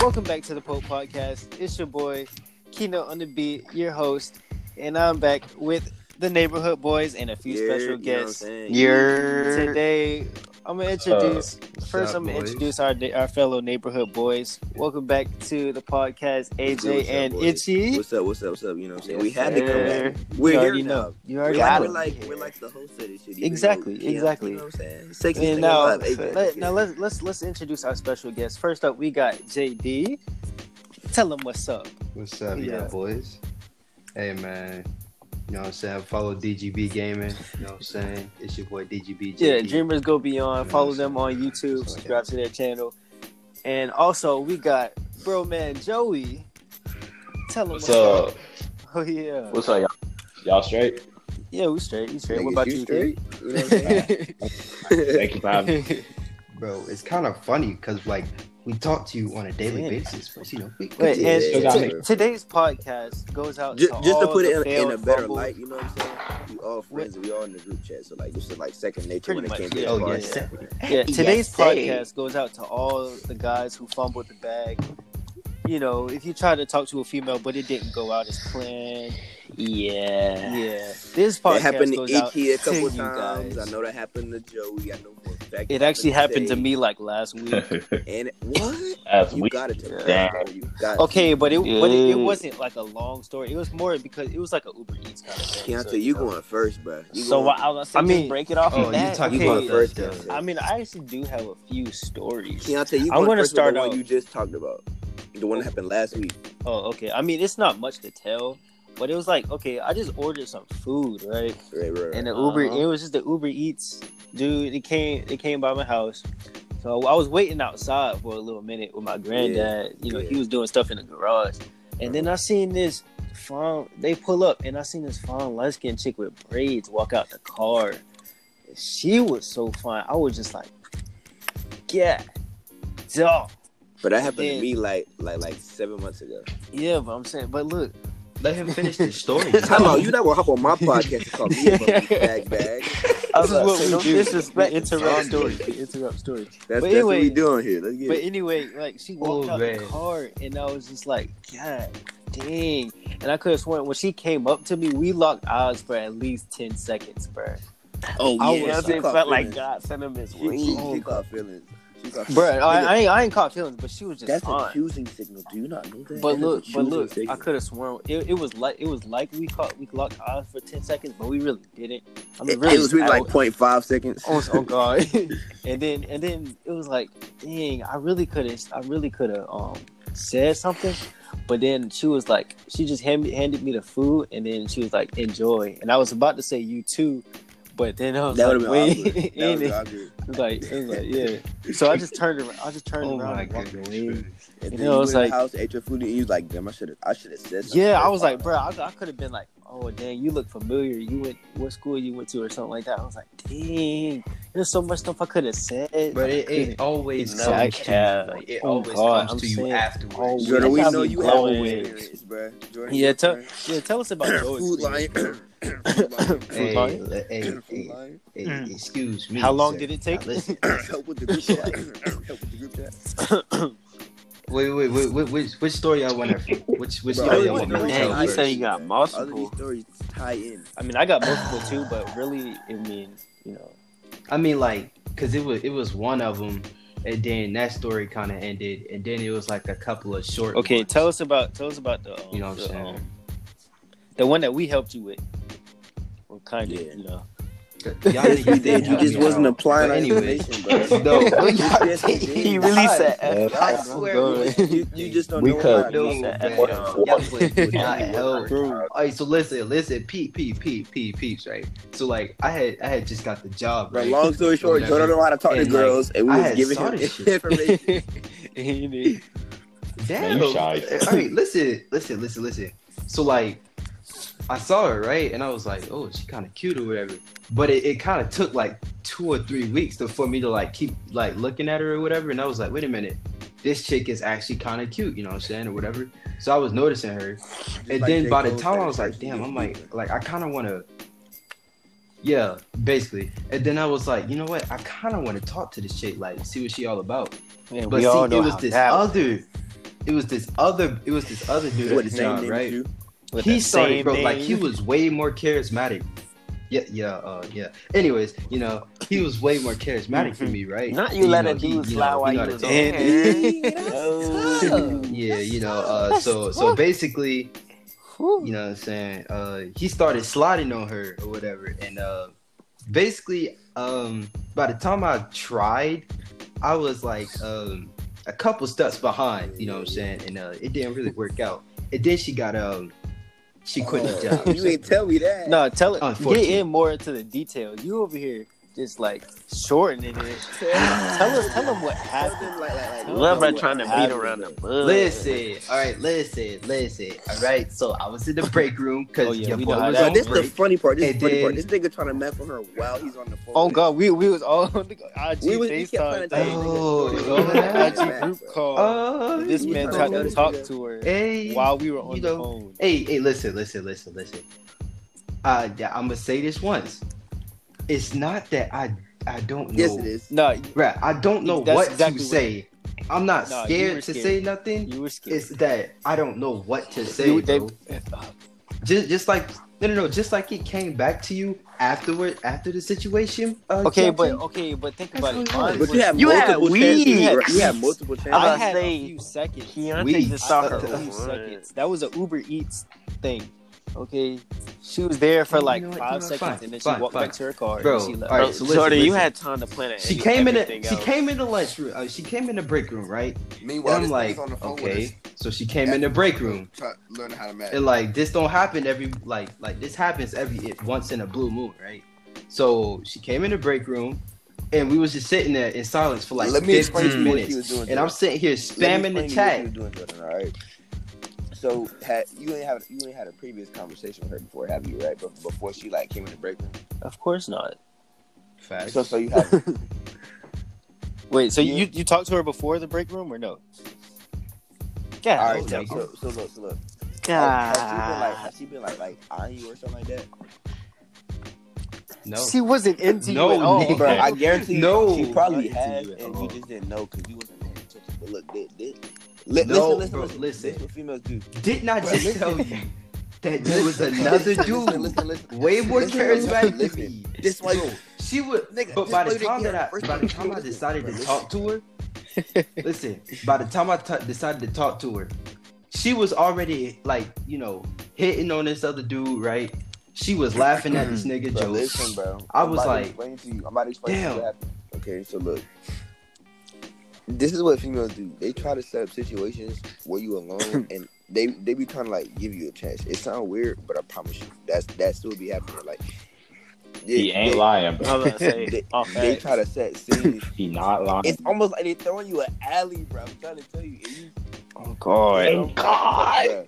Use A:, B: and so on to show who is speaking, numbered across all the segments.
A: Welcome back to the Pope Podcast. It's your boy, Keynote on the Beat, your host, and I'm back with the Neighborhood Boys and a few
B: Yeah, you know
A: special
B: what
A: guests.
B: I'm saying?
C: You're
A: Today, I'm gonna introduce first.
C: up,
A: I'm gonna
C: boys?
A: introduce our our fellow Neighborhood Boys. Welcome back to the podcast,
B: What's up,
A: AJ
B: what's up,
A: and
B: boys?
A: Itchy.
B: What's up? What's up? What's up? You know what I'm saying?
C: Yes,
B: we had to
A: sir.
B: come back. We're
A: you
B: here
A: already
B: now.
A: know. You
B: We're
A: already
B: like,
A: know.
C: gotta
B: we're
C: be
B: like
C: here.
B: we're like the host of this shit.
A: Exactly,
B: You know,
A: exactly.
B: You know what I'm saying? Sexy
A: And
B: thing
A: now,
B: alive, AJ.
A: let, now let's let's let's introduce our special guest. First up, we got JD. Tell him what's up.
C: What's up, yeah,
A: Yeah.
C: boys? Hey, man. You know what I'm saying? Follow DGB Gaming. You know what I'm saying? It's your boy DGB.
A: Yeah,
C: JD.
A: Dreamers Go Beyond.
C: Yeah,
A: Follow
C: that's
A: them
C: right.
A: on YouTube.
C: That's right.
A: Subscribe to their channel. And also, we got bro man Joey. Tell him what's,
D: What's up?
A: up. Oh yeah,
D: What's up, y'all? Y'all straight?
A: yeah, we straight. We straight.
B: Nigga,
A: what about
B: you
A: you?
B: straight? You know what I'm saying?
A: kid?
D: Thank you for having me.
C: Bro, it's kind of funny because, like, we talk to you on a daily
A: Yeah.
C: basis, but, you know, we.
A: Wait,
B: Yeah,
A: and
D: still got
A: t-
B: me.
A: today's podcast goes out
B: Ju-
A: to
B: just to
A: all
B: put
A: the
B: it in, in a
A: failed
B: better
A: fumbles.
B: light, you know what I'm saying? We all friends, and we all in the group chat, so like this is like second nature
A: Pretty
B: when it
A: much,
B: came to
A: yeah.
B: the
C: Oh,
B: podcast.
C: yes.
A: Yeah,
B: Yes,
A: today's
B: sir.
A: podcast goes out to all the guys who fumbled the bag. You know, if you try to talk to a female but it didn't go out as planned,
D: Yeah.
A: yeah, this
B: It
A: podcast
B: happened to
A: goes out
B: Icky a
A: to
B: couple
A: you
B: times. I
A: guys.
B: know that happened to Joey. I know for a fact
A: It actually happened to
B: Zay.
A: me like last week.
B: And it, what?
D: As
B: You
D: we
B: got it. to-
D: Damn.
B: You got it.
A: Okay, but it but it,
D: Yeah.
A: it wasn't like a long story. It was more because it was like a Uber Eats kind of thing. so,
B: Keontae, you going first, bro. You
D: so
B: going,
D: what I was
A: I
D: gonna say,
A: mean-
D: just break it off.
C: Oh,
D: of
C: you
D: that.
C: talking
B: You
C: about
B: going
C: the-
B: first,
C: the-
B: Keontae.
A: I mean, I actually do have a few stories.
B: Keontae, you
A: I'm
B: going
A: gonna
B: first with
A: start
B: the
A: out-
B: one you just talked about. The one that happened last week.
A: Oh, okay. I mean, it's not much to tell, but it was like, okay, I just ordered some food, right?
B: Right, right, right.
A: And the Uber,
D: Uh-huh.
A: it was just the Uber Eats dude. It came, it came by my house. So I was waiting outside for a little minute with my granddad. you know,
B: yeah. Uh-huh.
A: he was doing stuff in the garage, and then I seen this fawn. They pull up, and I seen this fawn light skinned chick with braids walk out the car. She was so fine. I was just like, yeah, dog.
B: but that happened
A: Yeah.
B: to me like like like seven months ago.
A: Yeah, but I'm saying, but look,
C: Let him finish the story.
B: Hello, you not gonna hop on my podcast and call me a fucking bag bag.
A: I was
B: was about to
A: like, don't
B: say, don't disrespect
A: disrespect
B: the
A: interrupt
B: zombie.
A: story. Interrupt story.
B: That's,
A: But
B: that's what
A: anyway-
B: we doing here. Let's get
A: But
B: it.
A: anyway, like she walked
C: Oh,
A: out the
C: man.
A: car, and I was just like, God dang! And I could have sworn when she came up to me, we locked eyes for at least ten seconds, bro.
B: Oh
A: I
B: yeah,
A: was-
B: she
A: it
B: caught
D: felt like
B: feelings.
D: God sent him his
B: She,
D: weed.
B: she, she caught feelings. She caught
A: Bro, I,
B: Nigga,
A: I, ain't, I ain't caught feelings, but she was just
B: that's a
A: fine.
B: choosing signal. Do you not know that? That
A: But
B: is
A: look,
B: a
A: but
B: choosing
A: look, I
B: signal.
A: could have sworn it, it was like it was like we caught we locked eyes for ten seconds, but we really didn't. I mean,
B: It,
A: really,
B: it was really
A: I-
B: like 0.5 seconds.
A: Oh, oh god. and then and then it was like, dang, I really could have I really could have um said something. But then she was like, she just hand, handed me the food, and then she was like, enjoy. And I was about to say you too, but then I was
B: that would
A: like,
B: have
A: wait,
B: been awkward. That
A: and
B: would
A: it,
B: have been
A: it was like, it was like, yeah. So I just turned around, I just turned
C: oh,
A: around
C: my
A: and walked
C: goodness.
A: away.
B: And
A: You
B: then
A: know,
B: you
A: it's
B: went
A: like-
B: in the house, ate your food, and you was like, damn, I should have, I should have said something.
A: Yeah, I
B: first.
A: was like, bro, I, I could have been like, oh dang, you look familiar. You went what school you went to or something like that. I was like, dang, there's so much stuff I could have said.
C: But it,
A: couldn't.
C: it always
A: Exactly.
C: comes to you. Like, it
A: Oh,
C: always
A: God,
C: comes
A: I'm
C: to you
A: saying-
C: afterwards.
A: always.
B: Jordan,
A: That
B: we
A: got
B: know
A: me
B: you have
A: glowing.
B: experience, bro. Jordan,
A: Yeah,
B: your
A: tell
B: turn.
A: yeah, tell us about Joey's
B: food lion.
A: experience.
B: Food lion.
C: Hey,
A: Hey,
C: le- hey,
B: Food
C: hey,
B: lion.
C: hey,
A: Hmm.
C: excuse me.
A: How long
C: sir.
A: did it take?
C: Now, listen.
B: Help with the group chat. Help with the group chat.
C: Wait, wait, wait, wait, which, which story I want to, which, which
B: Bro,
C: story
B: I
C: I want
B: wouldn't
C: to
B: know
C: tell
B: that.
D: Dang, you
C: first?
D: say you got
B: All of these
D: multiple.
B: stories tie in.
A: I mean, I got multiple too, but really, I mean, you know,
C: I mean, like, cause it was, it was one of them, and then that story kind of ended, and then it was like a couple of short.
A: okay,
C: ones.
A: tell us about tell us about the um,
C: You know what I'm
A: the,
C: saying?
A: um, the one that we helped you with, well, kind of,
B: Yeah.
A: you know.
C: Y'all
B: Yes,
C: niggas
B: you
C: didn't
B: did. You
C: help
B: just
C: me
B: wasn't
C: out.
B: applying
C: But
B: our
C: anyway,
B: information, bro.
C: no, what y'all
B: Yes, you
C: did-
B: did.
D: He really said F.
C: I
D: y'all.
C: swear,
A: Bro.
C: we didn't do
B: You, you just don't
D: We
B: know
D: could.
B: how to
C: No,
B: do
D: said
C: man.
D: F y'all.
C: Y'all would- would not
B: Bro.
C: help. All right, so listen, listen, peep, peep, peep, peep, peeps, right? So like, I had, I had just got the job,
B: But
C: right?
B: long story short,
C: Whatever.
B: Jordan don't know how to talk to
C: And, like,
B: girls, and we
C: I
B: was
C: had
B: giving
C: saw
B: him
C: this shit.
B: information.
A: And it-
C: Damn.
D: Man, you shy.
C: All right, listen, listen, listen, listen. So like, I saw her right, and I was like, oh, she kind of cute or whatever. But it, it kind of took like two or three weeks to, for me to like keep like looking at her or whatever, and I was like, wait a minute, this chick is actually kind of cute, you know what I'm saying or whatever. So I was noticing her,
B: Just
C: and
B: like
C: then
B: J.
C: by the
B: Cole
C: time I
B: said,
C: was like,
B: first you
C: damn,
B: just
C: I'm
B: do it.
C: like, like I kind of want to, yeah, basically. And then I was like, you know what? I kind of want to talk to this chick, like, see what she all about.
A: Man,
C: But
A: we
C: see,
A: all know
C: it was
A: how
C: this
A: that
C: other, it was this other it was this other dude
B: What the
C: at the
B: same
C: job,
B: name
C: right?
B: as you?
A: With
C: he
A: that
C: started,
A: same
C: bro. Like he
A: name.
C: was way more charismatic. Yeah, yeah, uh, yeah. Anyways, you know, he was way more charismatic
A: Mm-hmm.
C: for me, right?
D: Not you
C: And,
D: let
C: know,
D: a
C: he-
D: dude
C: you
D: fly
C: know,
D: while
C: he
D: you
C: know
D: was
C: the-
D: on
A: And-
D: air.
C: yeah, you know, uh, so so basically, you know what I'm saying? Uh, he started sliding on her or whatever. And uh, basically, um, by the time I tried, I was like um, a couple steps behind, you know what I'm saying? And uh, it didn't really work out. And then she got, um, she quit
B: Oh,
C: the job.
B: You ain't tell me that.
A: No, tell it. Get
C: Unfortunate.
A: in more into the detail. You over here just like shortening it.
B: Tell
A: Tell us, tell them what
B: Tell
A: happened.
B: them, like, like, like,
D: Love her
B: what
D: trying to beat
B: happened.
D: around the bush.
C: Listen, all right, listen, listen, all right. So I was in the break room because
A: Oh, yeah,
C: your
A: we
C: boy
A: know how
C: was
A: that
B: Bro,
C: on
B: this the
C: break.
B: funny part. This is
C: And
B: the funny part.
C: then-
B: This nigga trying to mess with her while he's on the phone.
A: Oh god, we we was all on the IG
B: We was- we kept
A: FaceTime.
B: trying to tell
A: thing.
B: you.
C: Oh,
A: IG
C: oh,
B: Yeah.
A: group call.
C: oh,
A: this
B: you
A: man
B: know,
A: tried to
B: this
A: talk
B: nigga.
A: to her
C: Hey,
A: while we were on
C: you
A: the
C: know.
A: phone.
C: hey, hey, listen, listen, listen, listen. Uh, yeah, I'm gonna say this once. It's not that I, I don't know.
B: Yes, it is.
A: No,
C: Bruh, I don't know
A: That's
C: what
A: exactly
C: to
A: what-
C: say. I'm not
A: No, you were
C: scared to
A: scared.
C: say nothing.
A: you were scared.
C: It's that I don't know what to say.
A: You- they-
C: bro. just just like no no no just like it came back to you afterward after the situation uh,
A: okay, but
C: Captain.
A: okay, but think
C: That's
A: about
C: what
A: it.
C: it
A: Mine
C: is.
B: But
A: was-
B: you had
D: You had
B: multiple
D: weed.
B: chances. bro. You had multiple
A: I
B: chances.
D: about to
A: had
D: say,
A: a few seconds.
C: We-
D: Keontae
A: I
D: just saw her
A: had a few
D: run.
A: seconds. That was an Uber Eats thing. Okay, she was there for
C: You
A: like
C: know what, you know
A: five
C: what,
A: seconds,
C: fine,
A: and then she
C: fine,
A: walked
C: fine.
A: back to her car
C: Bro,
A: and she left.
C: all right,
D: Bro,
C: so listen,
D: Jordan, you
C: listen.
D: had time to plan it.
C: she came in the, she came in the lunchroom uh, she came in the break room right and
E: Meanwhile,
C: I'm
E: this
C: like
E: nigga's on the phone
C: okay
E: with
C: so she came in the break room
E: us, try, learning how to match.
C: and like this don't happen every like like this happens every once in a blue moon right so she came in the break room and we was just sitting there in silence for like
E: Let me explain
C: 15
E: to you what she
C: minutes
E: was doing.
C: and I'm sitting here spamming the
B: chat.
C: chat
B: all right. So had you ain't have you ain't had a previous conversation with her before, have you? Right, but before she like came in the break room.
A: Of course not.
C: Facts.
B: So so you have
A: Wait, so
B: Yeah.
A: you you talked to her before the break room or no?
B: all
A: Yeah.
B: right. So, so, so look, so look.
A: Oh,
B: Like, has she been like
D: God.
B: has she been like like eyeing you or something like that?
C: no
A: She wasn't into
C: No,
A: you at all.
C: nigga.
B: Bro, I guarantee you
C: Oh, No.
B: she probably
A: Not into
B: has,
A: you at
B: and
A: all.
B: you
C: Oh.
B: just didn't know because you wasn't paying attention. But look, this, this, li-
C: No,
B: listen,
C: bro,
B: listen, listen,
C: listen.
B: listen. This what females do.
C: Did not
B: Bro,
C: just
B: listen.
C: tell you that there was
B: Listen,
C: another
B: listen,
C: dude
B: Listen, listen, listen.
C: way more
B: Listen,
C: charismatic than
B: listen.
C: me.
B: This why
C: Bro, she would.
B: Nigga,
C: but
B: this
C: by
B: why
C: the
B: you
C: time
B: didn't
C: that
B: get
C: I,
B: her
C: by the
B: first
C: time I
B: time.
C: decided
B: Bro,
C: to
B: listen.
C: talk to her, listen. By the time I t- decided to talk to her, she was already like you know hitting on this other dude, right? She was laughing at this nigga
B: Bro,
C: jokes.
B: listen, bro.
C: I
B: I'm
C: was
B: about to
C: like,
B: explain to you. I'm about to explain to you
C: damn.
B: what happened. Okay, so look. This is what females do. They try to set up situations where you alone, and they they be trying to like give you a chance. It sounds weird, but I promise you, that's that still be happening. Like,
D: He
B: they-
D: ain't
B: they-
D: lying, oh,
A: I
D: bro.
A: was about to say,
B: They,
A: all
B: they
A: facts.
B: try to set scenes.
D: He not lying.
B: It's almost like they throwing you an alley, bro. I'm trying to tell you. If you,
D: oh God,
B: Bruh,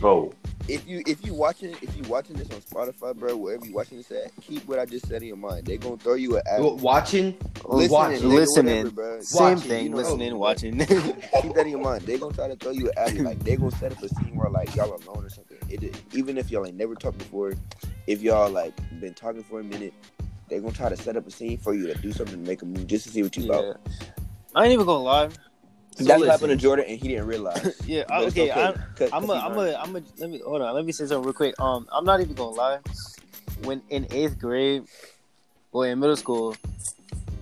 D: bro.
B: if you if you watching if you watching this on Spotify, bro, wherever you watching this at, keep what I just said in your mind. They gonna throw you an alley.
C: Well, watching, watch-
B: listening,
A: listening.
B: whatever, bro.
A: Same
C: watching,
A: thing,
C: you know.
A: listening, watching.
B: keep that in your mind. They gonna try to throw you an alley. Like they gonna set up a scene where like y'all alone or something. It, even if y'all ain't never talked before, if y'all like been talking for a minute, they gonna try to set up a scene for you to do something to make a move just to see what you
A: Yeah.
B: about.
A: I ain't even gonna lie.
C: So
B: That's
C: listen.
B: what happened to Jordan, and he didn't realize.
A: Yeah, I,
B: But it's
A: okay. I'm,
B: Cause,
A: I'm a, I'm a, I'm a. Let me hold on. Let me say something real quick. Um, I'm not even gonna lie. When in eighth grade or in middle school,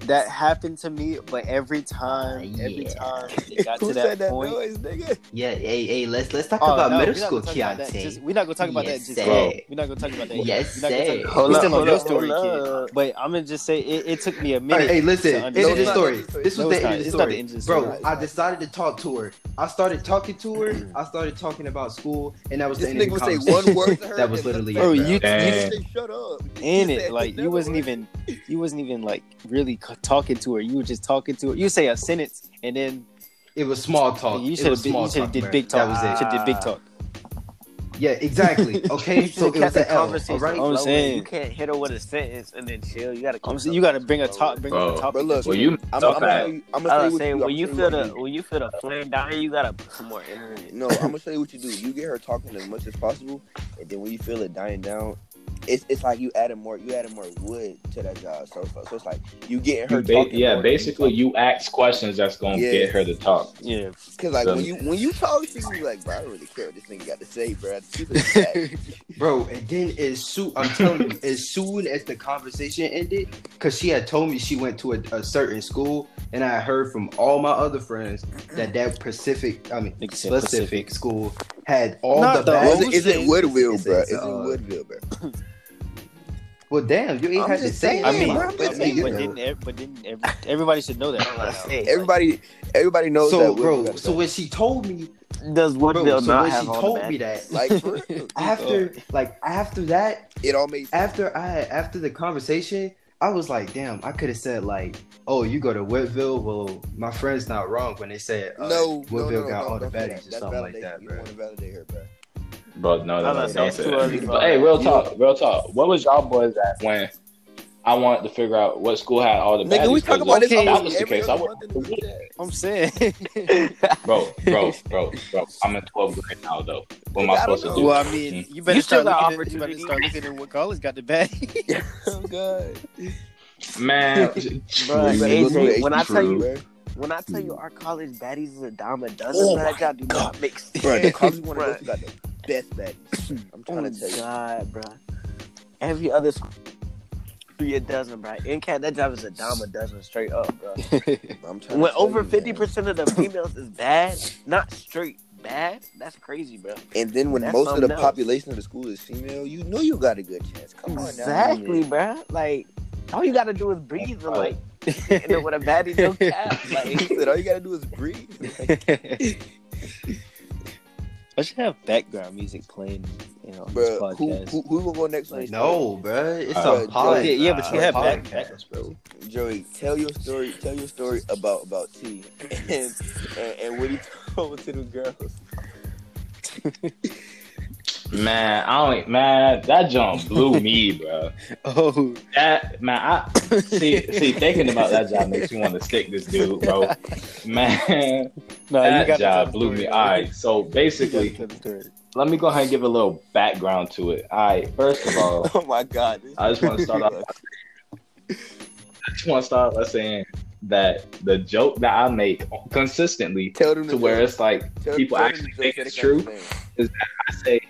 A: that happened to me. But every time,
C: Uh,
A: every
C: yeah.
A: time it got to that, point,
B: noise, nigga?
C: yeah. Hey, hey, let's let's talk
A: Oh,
C: about
A: no,
C: middle
A: we're not
C: school,
A: gonna talk about that
C: Keontae.
A: just- We're not gonna talk about that.
C: Yes,
A: Just
C: sir.
A: yet. We're not gonna talk about that. yet.
C: Yes,
A: We're not gonna
C: sir.
A: talk-
D: Hold
A: we
D: up,
A: still on
D: hold
A: your
D: up,
A: story,
D: hold
A: kid.
D: up.
A: But I'm gonna just say it, it took me a
C: All right,
A: minute.
C: hey, listen.
A: to
C: End of the
A: understand.
C: story.
A: No,
C: This was
A: it's
C: the
A: not.
C: end of the
A: It's not
C: story.
A: the end of the
C: Bro,
A: story.
C: I decided to talk to her. I started talking to her. I started talking about school, and that was the
B: This
C: end
B: nigga
C: of the
B: would say
C: conversation.
B: one word to her.
C: That was
B: and look
C: literally
B: back
A: Bro,
C: it.
A: you-
B: at her.
A: you
B: She
D: Damn.
B: say, shut up.
A: in
B: She
A: it.
B: said,
A: Like
B: "Another
A: you wasn't
B: word."
A: even you wasn't even like really c- talking to her. You were just talking to her. You say a sentence and then
C: It was small talk.
A: you
C: Oh, It
A: should
C: was
A: have you
C: small
A: should have
C: talk,
A: did
C: bro.
A: big talk.
C: That was it.
A: Should did big talk.
C: Yeah, exactly. Okay, so it was an L. All right.
A: I'm
D: flowing.
A: saying.
D: you can't hit her with a sentence and then chill. You gotta.
A: I'm
D: keep
A: saying you
D: something
A: got to bring a top
D: flowing.
A: bring up a
F: Bro,
A: top.
B: But look,
F: Well, you
B: I'm,
F: talk
B: I'm,
F: that.
B: gonna, I'm gonna
D: I was
B: tell you
D: saying
B: what
D: when you
B: do.
D: feel
B: I'm gonna tell
D: the
B: you what
D: when you feel the flame dying, you gotta put some more
B: you
D: energy.
B: do. No, I'm gonna tell you what you do. You get her talking as much as possible, and then when you feel it dying down, it's, it's like you added more you added more wood to that job. So so, so it's like you getting her
E: You ba-
B: talking more
E: yeah,
B: than
E: basically you ask questions that's gonna
B: Yeah.
E: get her to talk.
A: Yeah.
B: Cause like
E: So-
B: when you when you talk to me, like, bro, I don't really care what this nigga got to say, bro. Just keep it in
C: Bro, and then as soon I'm telling you, as soon as the conversation ended, because she had told me she went to a, a certain school, and I heard from all my other friends that that Pacific, I mean
A: Nigga said
C: Pacific, school had all
A: Not
C: the
A: the
B: the
C: bad.
B: back. Is it, is it Woodville,
C: It's-
B: bro?
C: it's,
B: Is it
C: uh,
B: Woodville, bro?
C: Well, damn, you ain't
B: I'm
C: had to
B: just
C: say.
B: saying,
A: I mean,
B: bro,
A: I
B: I'm
A: mean,
B: just
A: but
B: saying, you know.
A: didn't, ev- but didn't every, everybody should know that.
B: Everybody, everybody knows
C: so,
B: that.
C: bro, so when she told me,
D: Does
C: bro,
D: Woodville
C: so
D: not
C: when
D: have
C: she
D: all
C: told
D: the
C: me that,
B: like, for real,
C: after, like after that,
B: it all makes
C: after I after the conversation, I was like, damn, I could have said like, oh, you go to Whitville. Well, my friend's not wrong when they said
B: no,
C: uh,
B: no,
C: Whitville
B: no, no,
C: got
B: no,
C: all the
B: don't do
C: baddies or
B: That's
C: something like
B: validation.
C: that,
B: You
C: bro.
B: want to validate her, bro?
E: Bro, no, no,
D: I
E: no,
D: was
E: don't
D: about to say,
E: say
D: it's too early
E: that.
D: for
E: But
D: that.
E: hey, real
D: You
E: talk, real talk. What was y'all boys at when I wanted to figure out what school had all the baddies?
B: Nigga, we talk
E: 'Cause
B: about
E: if
B: this
E: That
B: almost
E: was the
B: every
E: case. I
B: other
E: would,
B: month in the group chat.
A: I'm saying.
E: bro, bro, bro, bro. I'm in 12th grade now, though. What am
B: Nigga,
E: I
B: I
E: supposed to
B: don't
E: do?
A: well, I mean,
C: Hmm.
A: you better
D: You still
A: start
D: got
A: looking. At, you better
D: opportunity.
A: start looking at what college got the bag.
B: Oh god,
E: Man,
B: You
D: Bro,
B: better
D: AJ,
B: look for the
D: when I
B: HB
D: tell
B: crew,
D: you-
B: bro.
D: When I tell you our college baddies is a dime a dozen,
B: Oh
D: man,
B: my
D: that y'all do not make sense.
B: bro, the college one
D: Bruh.
B: of those got the best baddies. I'm
D: Oh
B: trying to tell you.
D: God, bro. Every other school, three a dozen, bro. In cat, that job is a dime a dozen straight up, bro.
B: I'm trying
D: When
B: to tell
D: over
B: you, man.
D: fifty percent of the females is bad, not straight bad, that's crazy, bro.
B: and then when
D: That's
B: most of the
D: something else.
B: population of the school is female, you know you got a good chance. Come on, now.
D: Exactly, bro. Like, all you gotta do is breathe and like, end up with a baddie no cap. Like,
B: He said, all you gotta do is breathe.
A: I should have background music playing, you know, on this
B: Bro, who
A: podcast.
B: who who will go next on
C: Like,
B: this
C: no, bro, it's
E: Uh,
C: a pod.
A: yeah, yeah, but you
C: uh,
A: have
C: podcast,
A: backpacks,
C: bro.
B: story? Joey, tell your story. Tell your story about about T and and, and what he told to the girls.
E: man, I don't. e, Man, that jump blew me, bro.
A: Oh,
E: That man, I see. See, thinking about that job makes me want to stick this dude, bro. Man.
A: no, you got to
E: that
A: tell
E: job
A: the
E: blew
A: story,
E: me.
A: though.
E: All right, so
A: You gotta
E: basically,
A: tell the story.
E: let me go ahead and give a little background to it. All right, first of all,
B: Oh my god! this-
E: I just want to start off. I just want to start by saying that the joke that I make consistently
B: Tell them
E: to where
B: joke.
E: it's like
B: Tell-
E: people
B: tell them
E: actually
B: the joke
E: think
B: that
E: it's
B: they got
E: true.
B: to say.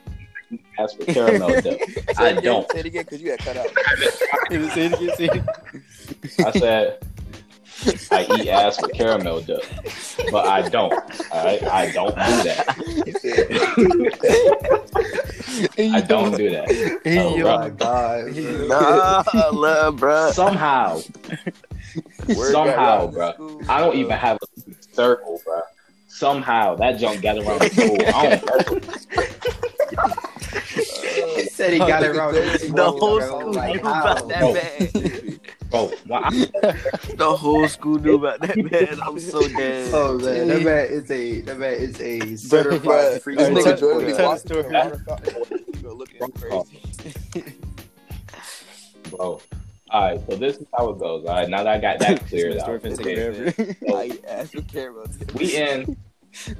E: I say, ask for caramel dip.
B: Say it
E: I
B: again,
E: don't.
B: say it again because you got cut out.
A: Say it again, say it again.
E: I said, I eat ass with caramel dip, but I don't. All right, I don't do that.
B: You said,
A: And
E: I
A: you
E: don't do that.
A: and
E: Oh,
A: you-
E: bro.
C: Oh my god, bro.
D: nah, love, bro.
E: Somehow,
B: word got
E: somehow,
B: around the
E: bro.
B: school,
E: I don't
B: bro.
E: even have a circle, bro. Somehow that junk got around the school. I don't,
C: He said he got it wrong.
D: The whole
C: Bro,
D: school
C: like,
D: knew about
C: how?
E: No.
D: that man.
E: bro, when I,
D: The whole school knew about that man. I'm so dead.
C: Oh man, that man is a that man is a
B: Bro,
C: certified free
B: this
A: Alright,
B: nigga
A: tell-
B: Jordan be
A: tell the
B: walking
A: story.
B: around the- Bro, looking at you crazy.
E: bro. All right, so this is how it goes. All right, now that I got that cleared
A: Story
E: out,
A: finna take
E: okay,
A: forever.
B: Why you ask for cameras?
E: we in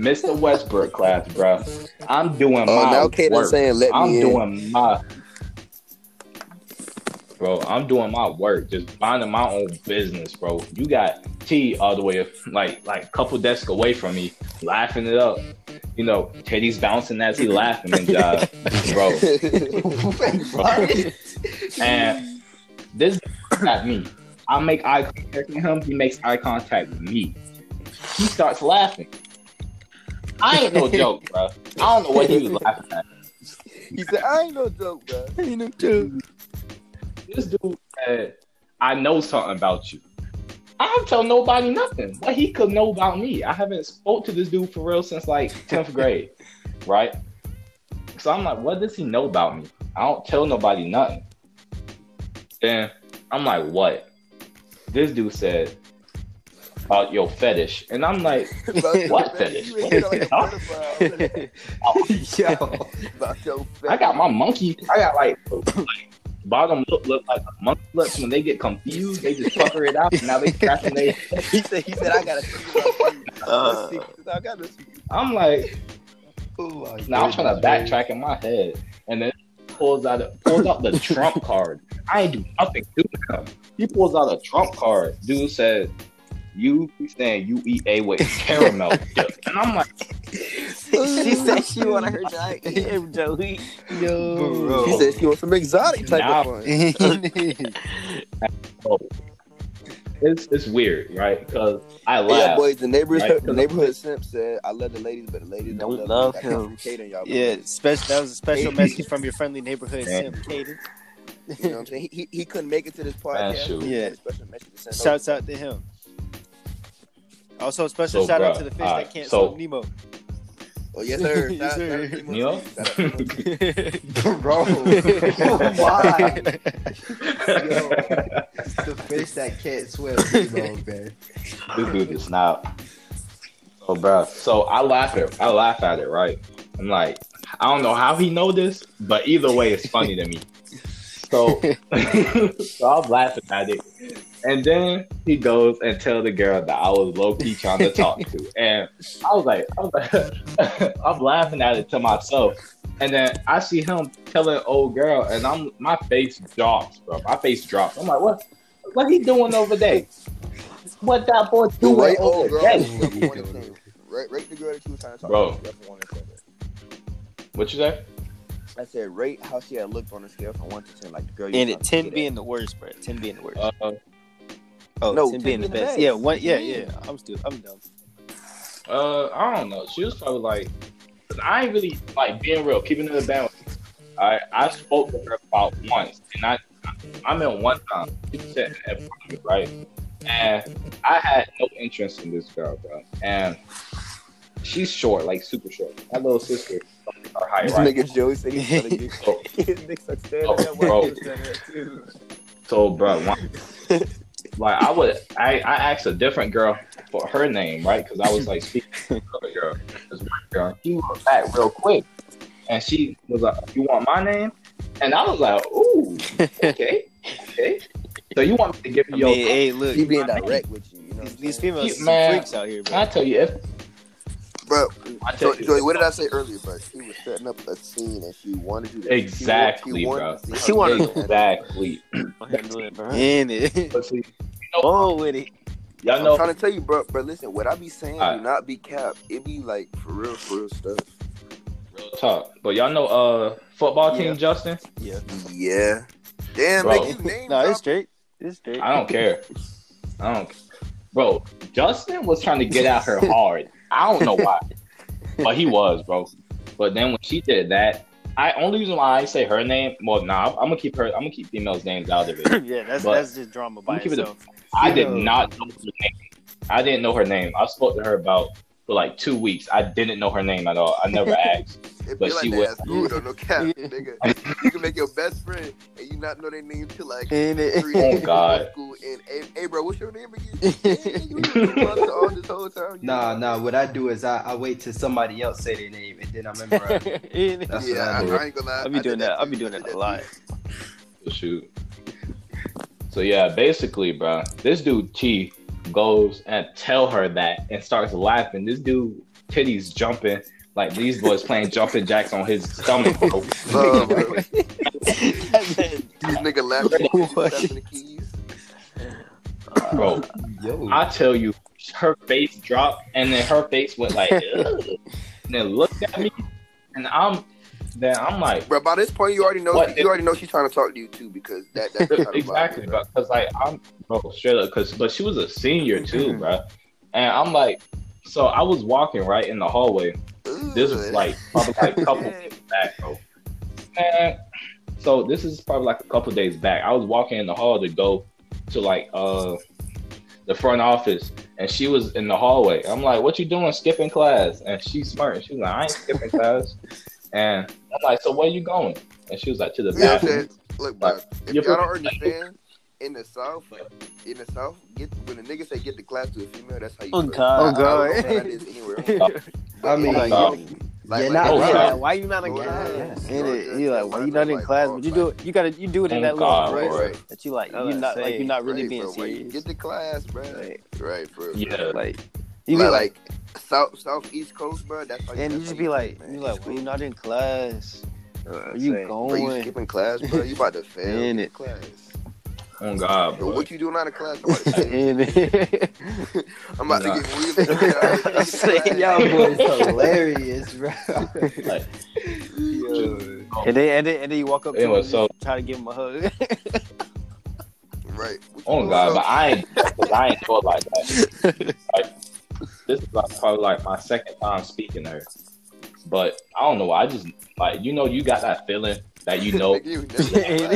E: Mr. Westbrook class, bro. I'm doing
B: Oh,
E: my
B: now Kaden
E: work.
B: saying, "Let
E: I'm
B: me in."
E: doing my, bro. I'm doing my work, just minding my own business, bro. You got T all the way, like like couple desks away from me, laughing it up. You know, Teddy's bouncing as he laughing and uh, bro.
C: Wait,
E: And this at me. I make eye contact with him. He makes eye contact with me. He starts laughing. I ain't no joke, bro. I don't know what he was laughing at.
B: He said, "I ain't no joke, bro."
A: Ain't no joke.
E: This dude said, "I know something about you." I don't tell nobody nothing. What he could know about me, I haven't spoke to this dude for real since like tenth grade, right? So I'm like, what does he know about me? I don't tell nobody nothing. Then I'm like, what? This dude said about your fetish, and I'm like,
B: About your
E: What
B: fetish.
E: fetish?
B: You ain't like a
E: Huh?
B: pedophile.
C: Yo,
B: About your
E: I
B: fetish.
E: got my monkey. I got like, like bottom lip look like a monkey lips. When they get confused, they just pucker it out. And now they scratching their
B: He said, "He said I got a secret about you.
D: Uh.
B: A secret. I got a secret."
E: I'm like,
C: oh my
E: now I'm trying to
C: goodness,
E: backtrack in my head, and then pulls out pulls out the trump card. I ain't do nothing to him. He pulls out a trump card. Dude said, "You he saying you eat a with caramel?" dip." and I'm like,
D: she said she wanted her giant him, Joey.
C: Bro.
B: She said she wants some exotic type
E: Nah.
B: of one.
E: it's it's weird, right? Because I
B: Yeah,
E: laugh.
B: boys, the neighbors,
E: Right.
B: the neighborhood simp said, "I love the ladies, but the ladies don't,
A: Don't
B: love, me."
A: love
B: That
A: him.
B: came from Kaden, y'all.
A: yeah, special. That was a special
B: Hey.
A: message from your friendly neighborhood
E: Damn.
A: Sim Caden.
B: You know what I'm saying? He, he, he couldn't make it to this
E: Man,
B: podcast.
E: shoot.
B: He had
A: Yeah.
B: a special message to send
A: Shouts out to him. Also, special
E: So,
A: shout out
E: bruh,
A: to the fish
E: all
A: that
E: right,
A: can't
E: so-
A: swim Nemo.
B: over. Oh yes, sir.
A: Yes, sir.
E: You know?
C: Bro, why? Yo, it's the fish that can't swim, bro, man.
E: this dude is not. Oh, bro. So I laugh at I laugh at it, right? I'm like, I don't know how he know this, but either way, it's funny to me. So, so I'm laughing at it, and then he goes and tell the girl that I was low key trying to talk to, and I was like, I was like I'm laughing at it to myself, and then I see him telling old girl, and I'm my face drops, bro. My face drops. I'm like, what? What he doing over there? What that boy
B: Dude,
E: doing
B: right
E: over
B: old girl.
E: there?
B: you up for one and ten. Rate, rate the girl that you was trying to talk
E: Bro.
B: to. you up for one and ten.
E: What you say?
B: I said rate how she had looked on a scale from one to ten, like the girl. You
A: and
B: were
A: it
B: trying to
A: ten
B: get
A: being the worst, bro. Ten being the worst.
E: Uh,
A: oh,
B: no,
A: 10
B: 10
A: being the best. Yeah, one. Yeah, yeah. I'm stupid. I'm dumb.
E: uh, I don't know. She was probably like, 'cause I ain't really like being real, keeping it in the band. I I spoke to her about once, and I I meant one time. She was sitting in front of me, right? And I had no interest in this girl, bro. And she's short, like super short. My little sister, her height,
B: This
E: right?
B: nigga Joey said he's telling you.
E: Oh.
B: His niggas are staring
E: Oh,
B: at that white
E: bro.
B: dude standing there, too.
E: So, bro, one- like I would, I, I asked a different girl for her name, right? Because I was like speaking to another girl. This one girl, she wrote back real quick, and she was like, "You want my name?" And I was like, "Ooh, okay, okay." So you want me to give
A: I
E: you your?
A: mean, hey, look,
B: He being direct with you. You know what I'm
A: these, these
B: saying?
A: females
E: You-
A: are some
E: man.
A: freaks out here,
E: I
A: bro.
E: tell you, if
B: Bro,
E: I tell
B: Jo-
E: you,
B: Joey, what did I say earlier, bro? She was setting up a scene and she wanted you to.
E: Exactly,
B: she
E: bro.
B: wanted,
D: She wanted-
E: exactly.
A: In it,
E: But see,
A: on with it.
E: y'all
B: I'm
E: know
B: trying to tell you, bro. But listen, what I be saying
E: Alright.
B: do not be capped. It be like for real, for real stuff.
E: real talk, but y'all know uh football team
A: Yeah.
E: Justin.
B: Yeah. Damn,
E: Bro.
B: nigga, you name
A: No, it's
B: drop.
A: straight. It's straight.
E: I don't care. I don't. Bro, Justin was trying to get at her hard. I don't know why, but he was, bro. But then when she did that, I only reason why I say her name. Well, nah, I'm, gonna keep her. I'm gonna keep females' names out of it.
A: yeah, that's
E: But-
A: that's just drama by
E: You keep it
A: itself.
E: I did not know her name. I didn't know her name. I spoke to her about for like two weeks. I didn't know her name at all. I never asked.
B: It
E: but
B: be like
E: she
B: that
E: was-
B: ass food on no cap, nigga. You can make your best friend and you not know their name till like
A: In
B: three
A: it.
E: Oh,
B: days
E: God.
B: in school. And hey, hey, bro, what's your name again? Yeah, nigga, you been doing us all this whole time. You-
C: Nah, nah. What I do is I, I wait till somebody else say their name, and then I memorize. it.
A: In it.
C: That's
B: Yeah, I,
C: what I do.
B: I ain't gonna lie.
A: I'll be
B: I
A: doing
B: did
A: that. I'll
B: too.
A: be doing
B: I
A: that
B: did
A: a lot.
B: too.
E: to shoot. So yeah, basically, bro, this dude T goes and tell her that and starts laughing. This dude titties jumping like these boys playing jumping jacks on his stomach, bro.
B: Nah, bro. These
A: That's
B: nigga laughing at
A: What?
B: you, tapping the keys.
E: bro.
C: Yo,
E: I tell you, her face dropped and then her face went like, "Ugh," and then looked at me, and I'm, then I'm like,
B: Bro, by this point, you already know
E: What
B: you already know she's trying to talk to you too because that that's the kind of vibe,
E: exactly,
B: bro.
E: bro. Because like I'm, bro, straight up. Because but she was a senior too, bro. And I'm like, so I was walking right in the hallway. This was
B: Ugh.
E: like probably like a couple days back, bro. And so this is probably like a couple days back. I was walking in the hall to go to like uh the front office, and she was in the hallway. I'm like, "What you doing? Skipping class?" And she's smart. and She was like, "I ain't skipping class." And I'm like, "So where you going?" And she was like, "To the
B: You know what I'm
E: bathroom."
B: saying? Look, bro. If
E: you're
B: y'all don't
E: pretty-
B: understand, in the south, in the south, get when a nigga say get the class to a female, that's how you.
A: Oh,
B: feel.
A: God.
B: I-
A: Oh, God.
B: I, don't know how that is anywhere.
C: I mean,
B: Like,
E: nah.
B: like,
C: Yeah,
B: like,
C: nah,
E: Oh,
B: like,
E: yeah.
B: like,
A: why you not in
B: Lord,
A: class?
B: yeah.
A: In it,
B: Lord,
A: you like,
B: Lord,
A: why you not in
B: like,
A: class?
B: Lord,
A: But you do it. You gotta, you do it in
E: Thank
A: that
E: God,
A: little
B: Right,
A: voice
E: Lord.
B: right,
A: that you like.
D: I
A: You're
D: was
A: not like
D: saying,
A: you're not really
B: right,
A: being
B: bro, like,
A: serious.
B: Get the class, bro.
A: Like,
B: Right, bro.
E: Yeah.
A: like you be
B: You like,
A: like,
B: like, south, south, east coast, bro. That's how.
A: and
B: that's
A: you
B: how
A: just be like,
B: feel,
A: you
B: man.
A: like, why you not in class?
B: Uh,
A: you
B: saying,
A: going?
B: Bro, you skipping class, bro? You about to fail
A: In
B: this
A: it.
B: class?
E: On Oh, God,
B: Bro,
E: bro.
B: what you doing out of class? I'm about to,
A: And it-
B: I'm about
E: Nah.
B: to get weird.
C: I'm saying y'all boys hilarious, bro.
E: Like,
C: Yo.
A: and then and then and then you walk up to
E: Anyway,
A: him,
E: so-
A: so try to give him a hug.
B: Right. What you
E: on
B: doing
E: Oh, God, but
B: out-
E: I ain't, 'cause I ain't thought like that. Like, this is like probably like my second time speaking to her, but I don't know. why. I just like you know you got that feeling that you know.
B: Nigga, you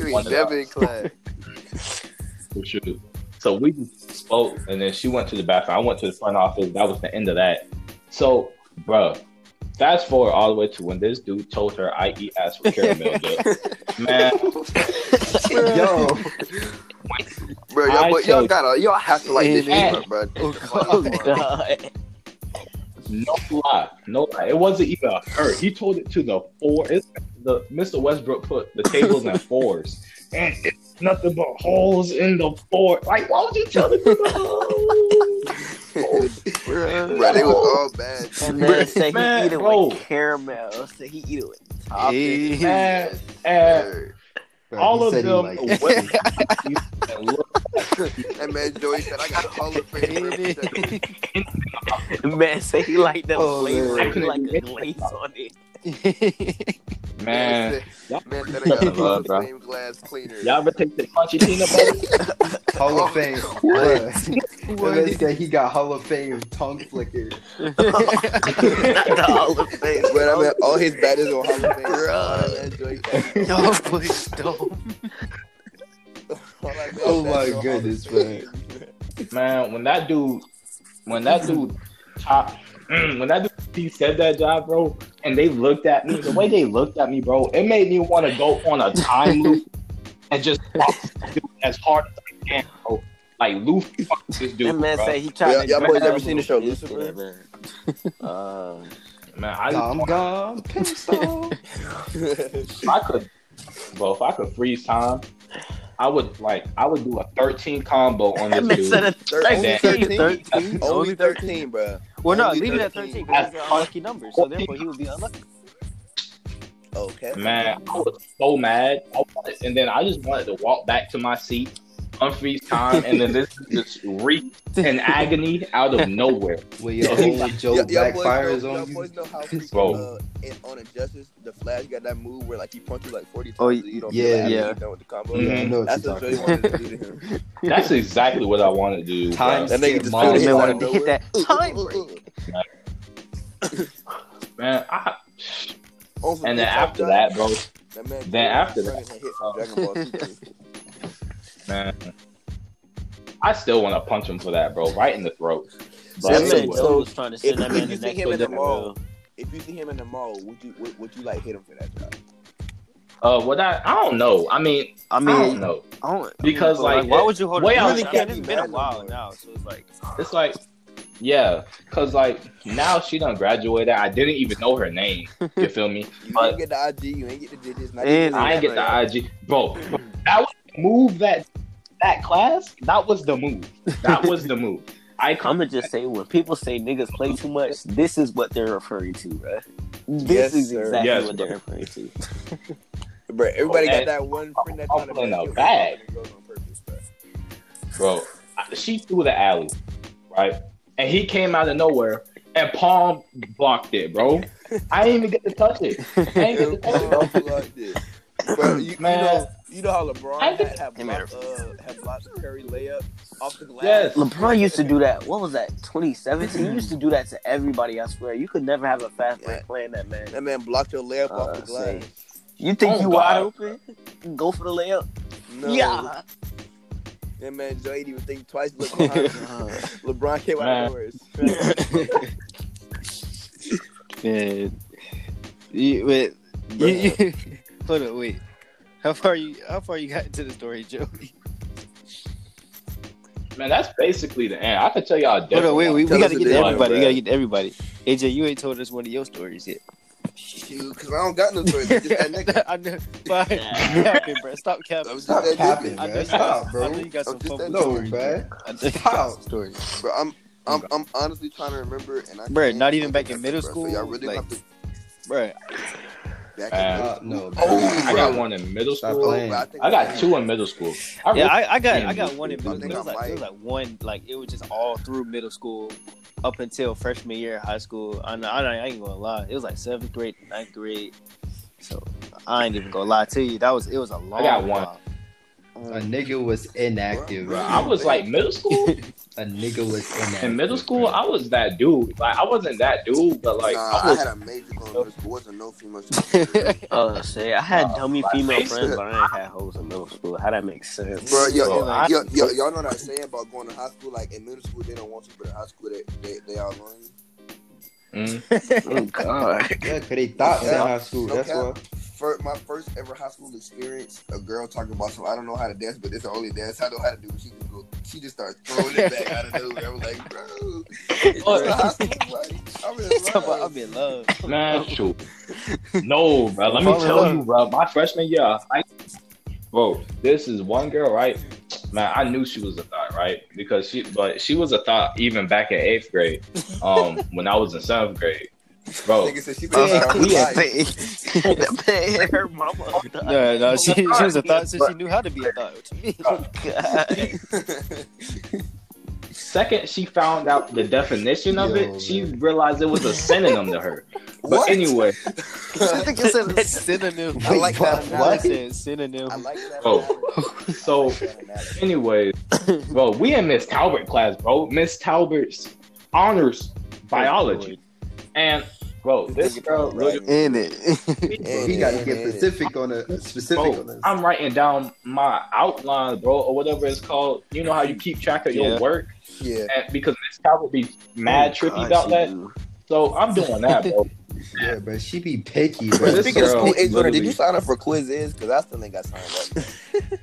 A: And-
B: in class.
E: It's
B: You ain't
E: one of
B: never
E: those.
B: in class.
E: for sure. So we just spoke, and then she went to the bathroom. I went to the front office. That was the end of that. So, bruh, fast forward all the way to when this dude told her I eat ass with caramel dip. Man,
C: Yo,
B: Bro,
E: I
B: y'all, but y'all
E: told-
B: gotta, y'all have to like this
E: Man.
B: shit, bro. bro.
A: oh God!
E: no lie, no lie. It wasn't even her. He told it to the four. It's the Mr. Westbrook put the tables in fours, and it's nothing but holes in the four. Like, why would you tell it to the holes?
B: Bro, they was all bad.
D: And then say
E: Man,
D: he eat it
E: bro.
D: with caramel. Say he eat it with
E: And, and all of them went and looked
B: That man Joey said, I got a hall of fame.
D: Man, say he like that
C: Oh,
D: flavor.
E: man.
D: He like the glaze on it.
E: Man,
B: said- man said, I got a hall
E: Love,
B: of
E: bro.
B: fame glass cleaner.
E: y'all ever take the crunchy peanut butter?
C: Hall of Fame. What? This guy, he got Hall of Fame tongue flicker.
D: the olive face.
B: But I mean, all his badges on hall of fame. All that man Joey said,
A: Y'all boys don't.
B: all that man said on
C: Oh my
B: Hall of
C: goodness,
B: Fame.
E: Man, when that dude, when that dude, top, mm, when that dude he said that job, bro, and they looked at me the way they looked at me, bro, it made me want to go on a time loop and just fuck this dude as hard as I can, bro. Like Luffy, fuck this dude,
D: That man
E: bro.
D: say he tried
B: Y'all-
D: to.
B: y'all boys
D: drown
B: ever seen the show
D: his fish in
B: Lucifer?
D: it, man. Uh,
E: man, I, just-
C: Gum gum pistol.
E: if I could, bro, if I could freeze time, I would like, I would do a thirteen combo on
D: that
E: this
D: man
E: dude.
D: said a
B: Thir- only
E: Thirteen.
B: 13.
A: Thirteen.
B: Only 13, bro.
A: Well, no,
B: Only
A: leave it at 13
B: 13.
A: because they're unlucky numbers, so therefore he would be unlucky.
B: Okay.
E: Man, I was so mad. I wanted, and then I just wanted to walk back to my seat, unfreeze time, and then this just reeked in agony out of nowhere.
C: when your
E: Yo,
C: only joke
B: y'all boys
C: backfires
B: know- y'all
C: on you.
B: boys know how freaking,
E: Bro.
B: uh, in- on Injustice, the Flash got that move where like he punch you like forty times.
A: Oh,
B: so you don't
C: yeah,
B: feel like
A: yeah.
B: you done with the combo.
E: Mhm.
A: Mm-hmm.
C: Yeah, I know what
B: That's
C: you're
B: what
C: talking
B: Joey
C: about.
B: wanted to do to him.
E: That's exactly what I wanted to do. bro.
C: Times
B: That nigga
C: skip
B: just
C: mom.
B: filled his
A: They
B: out
A: wanted
B: of
A: to hit
B: nowhere.
A: that time break.
E: man. I,
B: Oh, for
E: and then
B: Big
E: after
B: Top
E: that, bro,
B: Guy, that man
E: then
B: Joey
E: after
B: turned
E: that-
B: and hit from Dragon Ball Super.
E: man, I still want to punch him for that, bro, right in the throat. But
A: That man
B: That's it.
E: anyway,
A: Joe was trying to send that
B: If-
A: man
B: if
A: the
B: you see
A: next
B: him in the mall,
A: door.
B: If you see him in the mall, would you would, would you like hit him for that job?
E: uh, what I I don't know. I mean,
A: I
E: I
A: mean,
E: don't know
A: I don't- I mean,
E: because
A: but,
E: like,
A: why would you hold
E: way
A: it?
E: out-
A: Really
E: I
A: can't
B: mean,
A: it's been a
B: bad no
A: while
B: more.
A: now, so it's like
E: It's like, yeah, cause like now she done graduated. I didn't even know her name. You feel me?
B: You
E: But-
B: ain't get the IG, you ain't get the digits. Not
A: And
E: I ain't get the IG, bro.
B: Hmm.
E: That was the move that that class. That was the move. That was the move. I
D: I'm
E: come.
D: gonna just say when people say niggas play too much, this is what they're referring to, bruh. This
B: Yes,
D: is
B: sir.
D: exactly
E: Yes,
D: what they're referring to.
B: Bro, everybody
E: Oh,
B: got
E: man.
B: that one friend that
E: I'm
B: trying to
E: pulling
B: make
E: a
B: you-
E: bag.
B: It goes on purpose, bro.
E: bro. I- She threw the alley, right? And he came out of nowhere and palm blocked it, bro. I didn't even get to touch it. I ain't get to touch it, bro.
B: Bro, you, you
E: Man.
B: know, you know how LeBron
E: I
B: had,
E: think-
B: had,
D: Hey, man.
B: blocked, uh, had blocked Curry layup off the glass.
E: Yes.
D: LeBron used to do that. What was that? 2017. He used to do that to everybody. I swear, you could never have a fast break
B: Yeah.
D: playing that man.
B: That man blocked your layup off the
D: Uh,
B: glass.
D: You think
E: Oh,
D: you
E: God.
D: wide open? Go for the layup.
B: No.
D: Yeah.
B: That man Joe didn't even think twice. Look behind him. LeBron came out
E: Man.
B: of nowhere.
A: Man, you, wait, you, you, hold on, wait. How far you? How far you got into the story, Joe?
E: Man, that's basically the end. I could tell y'all. a
A: Hold
E: different
A: on, wait. We,
E: one.
B: Tell
A: we
B: us
A: gotta
B: a
A: get to
B: different
A: everybody.
B: one,
A: We gotta
B: bruh.
A: get to everybody. AJ, you ain't told us one of your stories yet.
B: Shoot, because I don't got no choice. Just that nigga.
A: I know. Bye. Capping, bro. Stop capping.
B: I'm just
C: Stop
B: that
C: capping,
B: nigga.
A: I know
C: man.
A: you
C: Stop,
A: got, I
C: bro.
A: know you got some
B: I'm just
A: fun
B: that-
C: No,
A: stories.
C: man.
A: I know you got some
C: Stop.
A: stories.
B: Bro, I'm, I'm, I'm honestly trying to remember. and I
A: Bro,
B: can't
A: not even
B: think
A: back in
B: of nothing,
A: middle
B: bro. So y'all
A: school,
B: really
A: like-
B: have to
A: Right.
B: Back
E: Uh,
C: Uh, no,
B: Oh,
E: I got one in middle
C: Stop
E: school.
C: playing.
B: bro, think
E: I got two in middle school.
A: Yeah,
E: I really-
A: I, I got
E: Yeah,
A: I got
E: middle
A: one in
E: school.
A: middle school. It
B: I
A: was,
B: think I
A: like, it was
B: might.
A: like one, like it was just all through middle school, up until freshman year of high school. I, know- I, know- I ain't gonna lie, it was like seventh grade, ninth grade. So I ain't even gonna lie to you. That was it was a long.
E: got one.
A: while.
C: a nigga was inactive.
E: Bro, I was like middle school.
C: a nigga was inactive.
E: In middle school,
C: bro.
E: I was that dude. Like I wasn't that dude, but like
B: nah,
E: I was
B: I had a major going to middle school. Wasn't no female. student.
D: Oh, see, I had dummy female
E: face-
D: friends, but I ain't had hoes in middle school. How that make sense? Oh,
B: Bro, yo,
E: Bro,
B: yo,
A: I-
B: yo, yo, y'all know that saying about going to high school? Like in middle school, they don't want you, but in high school, they they, they all on you.
E: Mm.
D: Oh, God.
C: yeah, cause they thought that
B: Yeah.
C: in high school.
B: No
C: That's why.
B: cap. Fir- my first ever high school experience, a girl talking about some. I don't know how to dance, but it's the only dance I know how to do. She can go. She just starts throwing it back out of nowhere. I'm like, bro, it's
E: Oh,
B: just high school. Like, I'm in
A: Talk about
B: love.
A: I'm in love.
E: man, shoot. No, bro. Let me
A: Follow
E: tell
A: up.
E: you, bro. My freshman year, I, bro, this is one girl, right? Man, I knew she was a thought, right? Because she, but she was a thought even back in eighth grade, um, when I was in seventh grade, bro.
B: Nigga said she been
D: Uh,
B: around her
D: yeah,
B: life.
D: man, her mama.
A: No, no, she, she was a thought, so
D: But-
A: she knew how to Oh, be a thought. What you mean?
D: God.
E: Second, she found out the definition of
C: Yo,
E: it. She
C: man.
E: realized it was a synonym to her. But
B: What?
E: anyway,
A: I think it's a synonym.
B: I like that
A: What?
B: analogy.
A: Nonsense, synonym.
B: I like that.
E: Oh.
B: analogy.
E: so Anyways, bro, we in Miss Talbert class, bro. Miss Talbert's honors biology. And bro, this girl literally-
A: In it.
C: Bro,
B: And-
C: he got to
B: and-
C: get
B: and-
C: specific on a specific on
E: bro,
C: this.
E: I'm writing down my outline, bro, or whatever it's called. You know how you keep track of your
A: Yeah.
E: work?
B: Yeah. Oh,
E: And because Miss Talbert be
D: Oh,
E: mad trippy about that. So I'm doing that, bro.
C: yeah, bro, she be picky.
E: Bro,
C: Bro,
E: this
B: Speaking of
E: girl
B: school, hey, Jordan, did
E: literally-
B: you sign up for quizzes? Because I still ain't got signed up.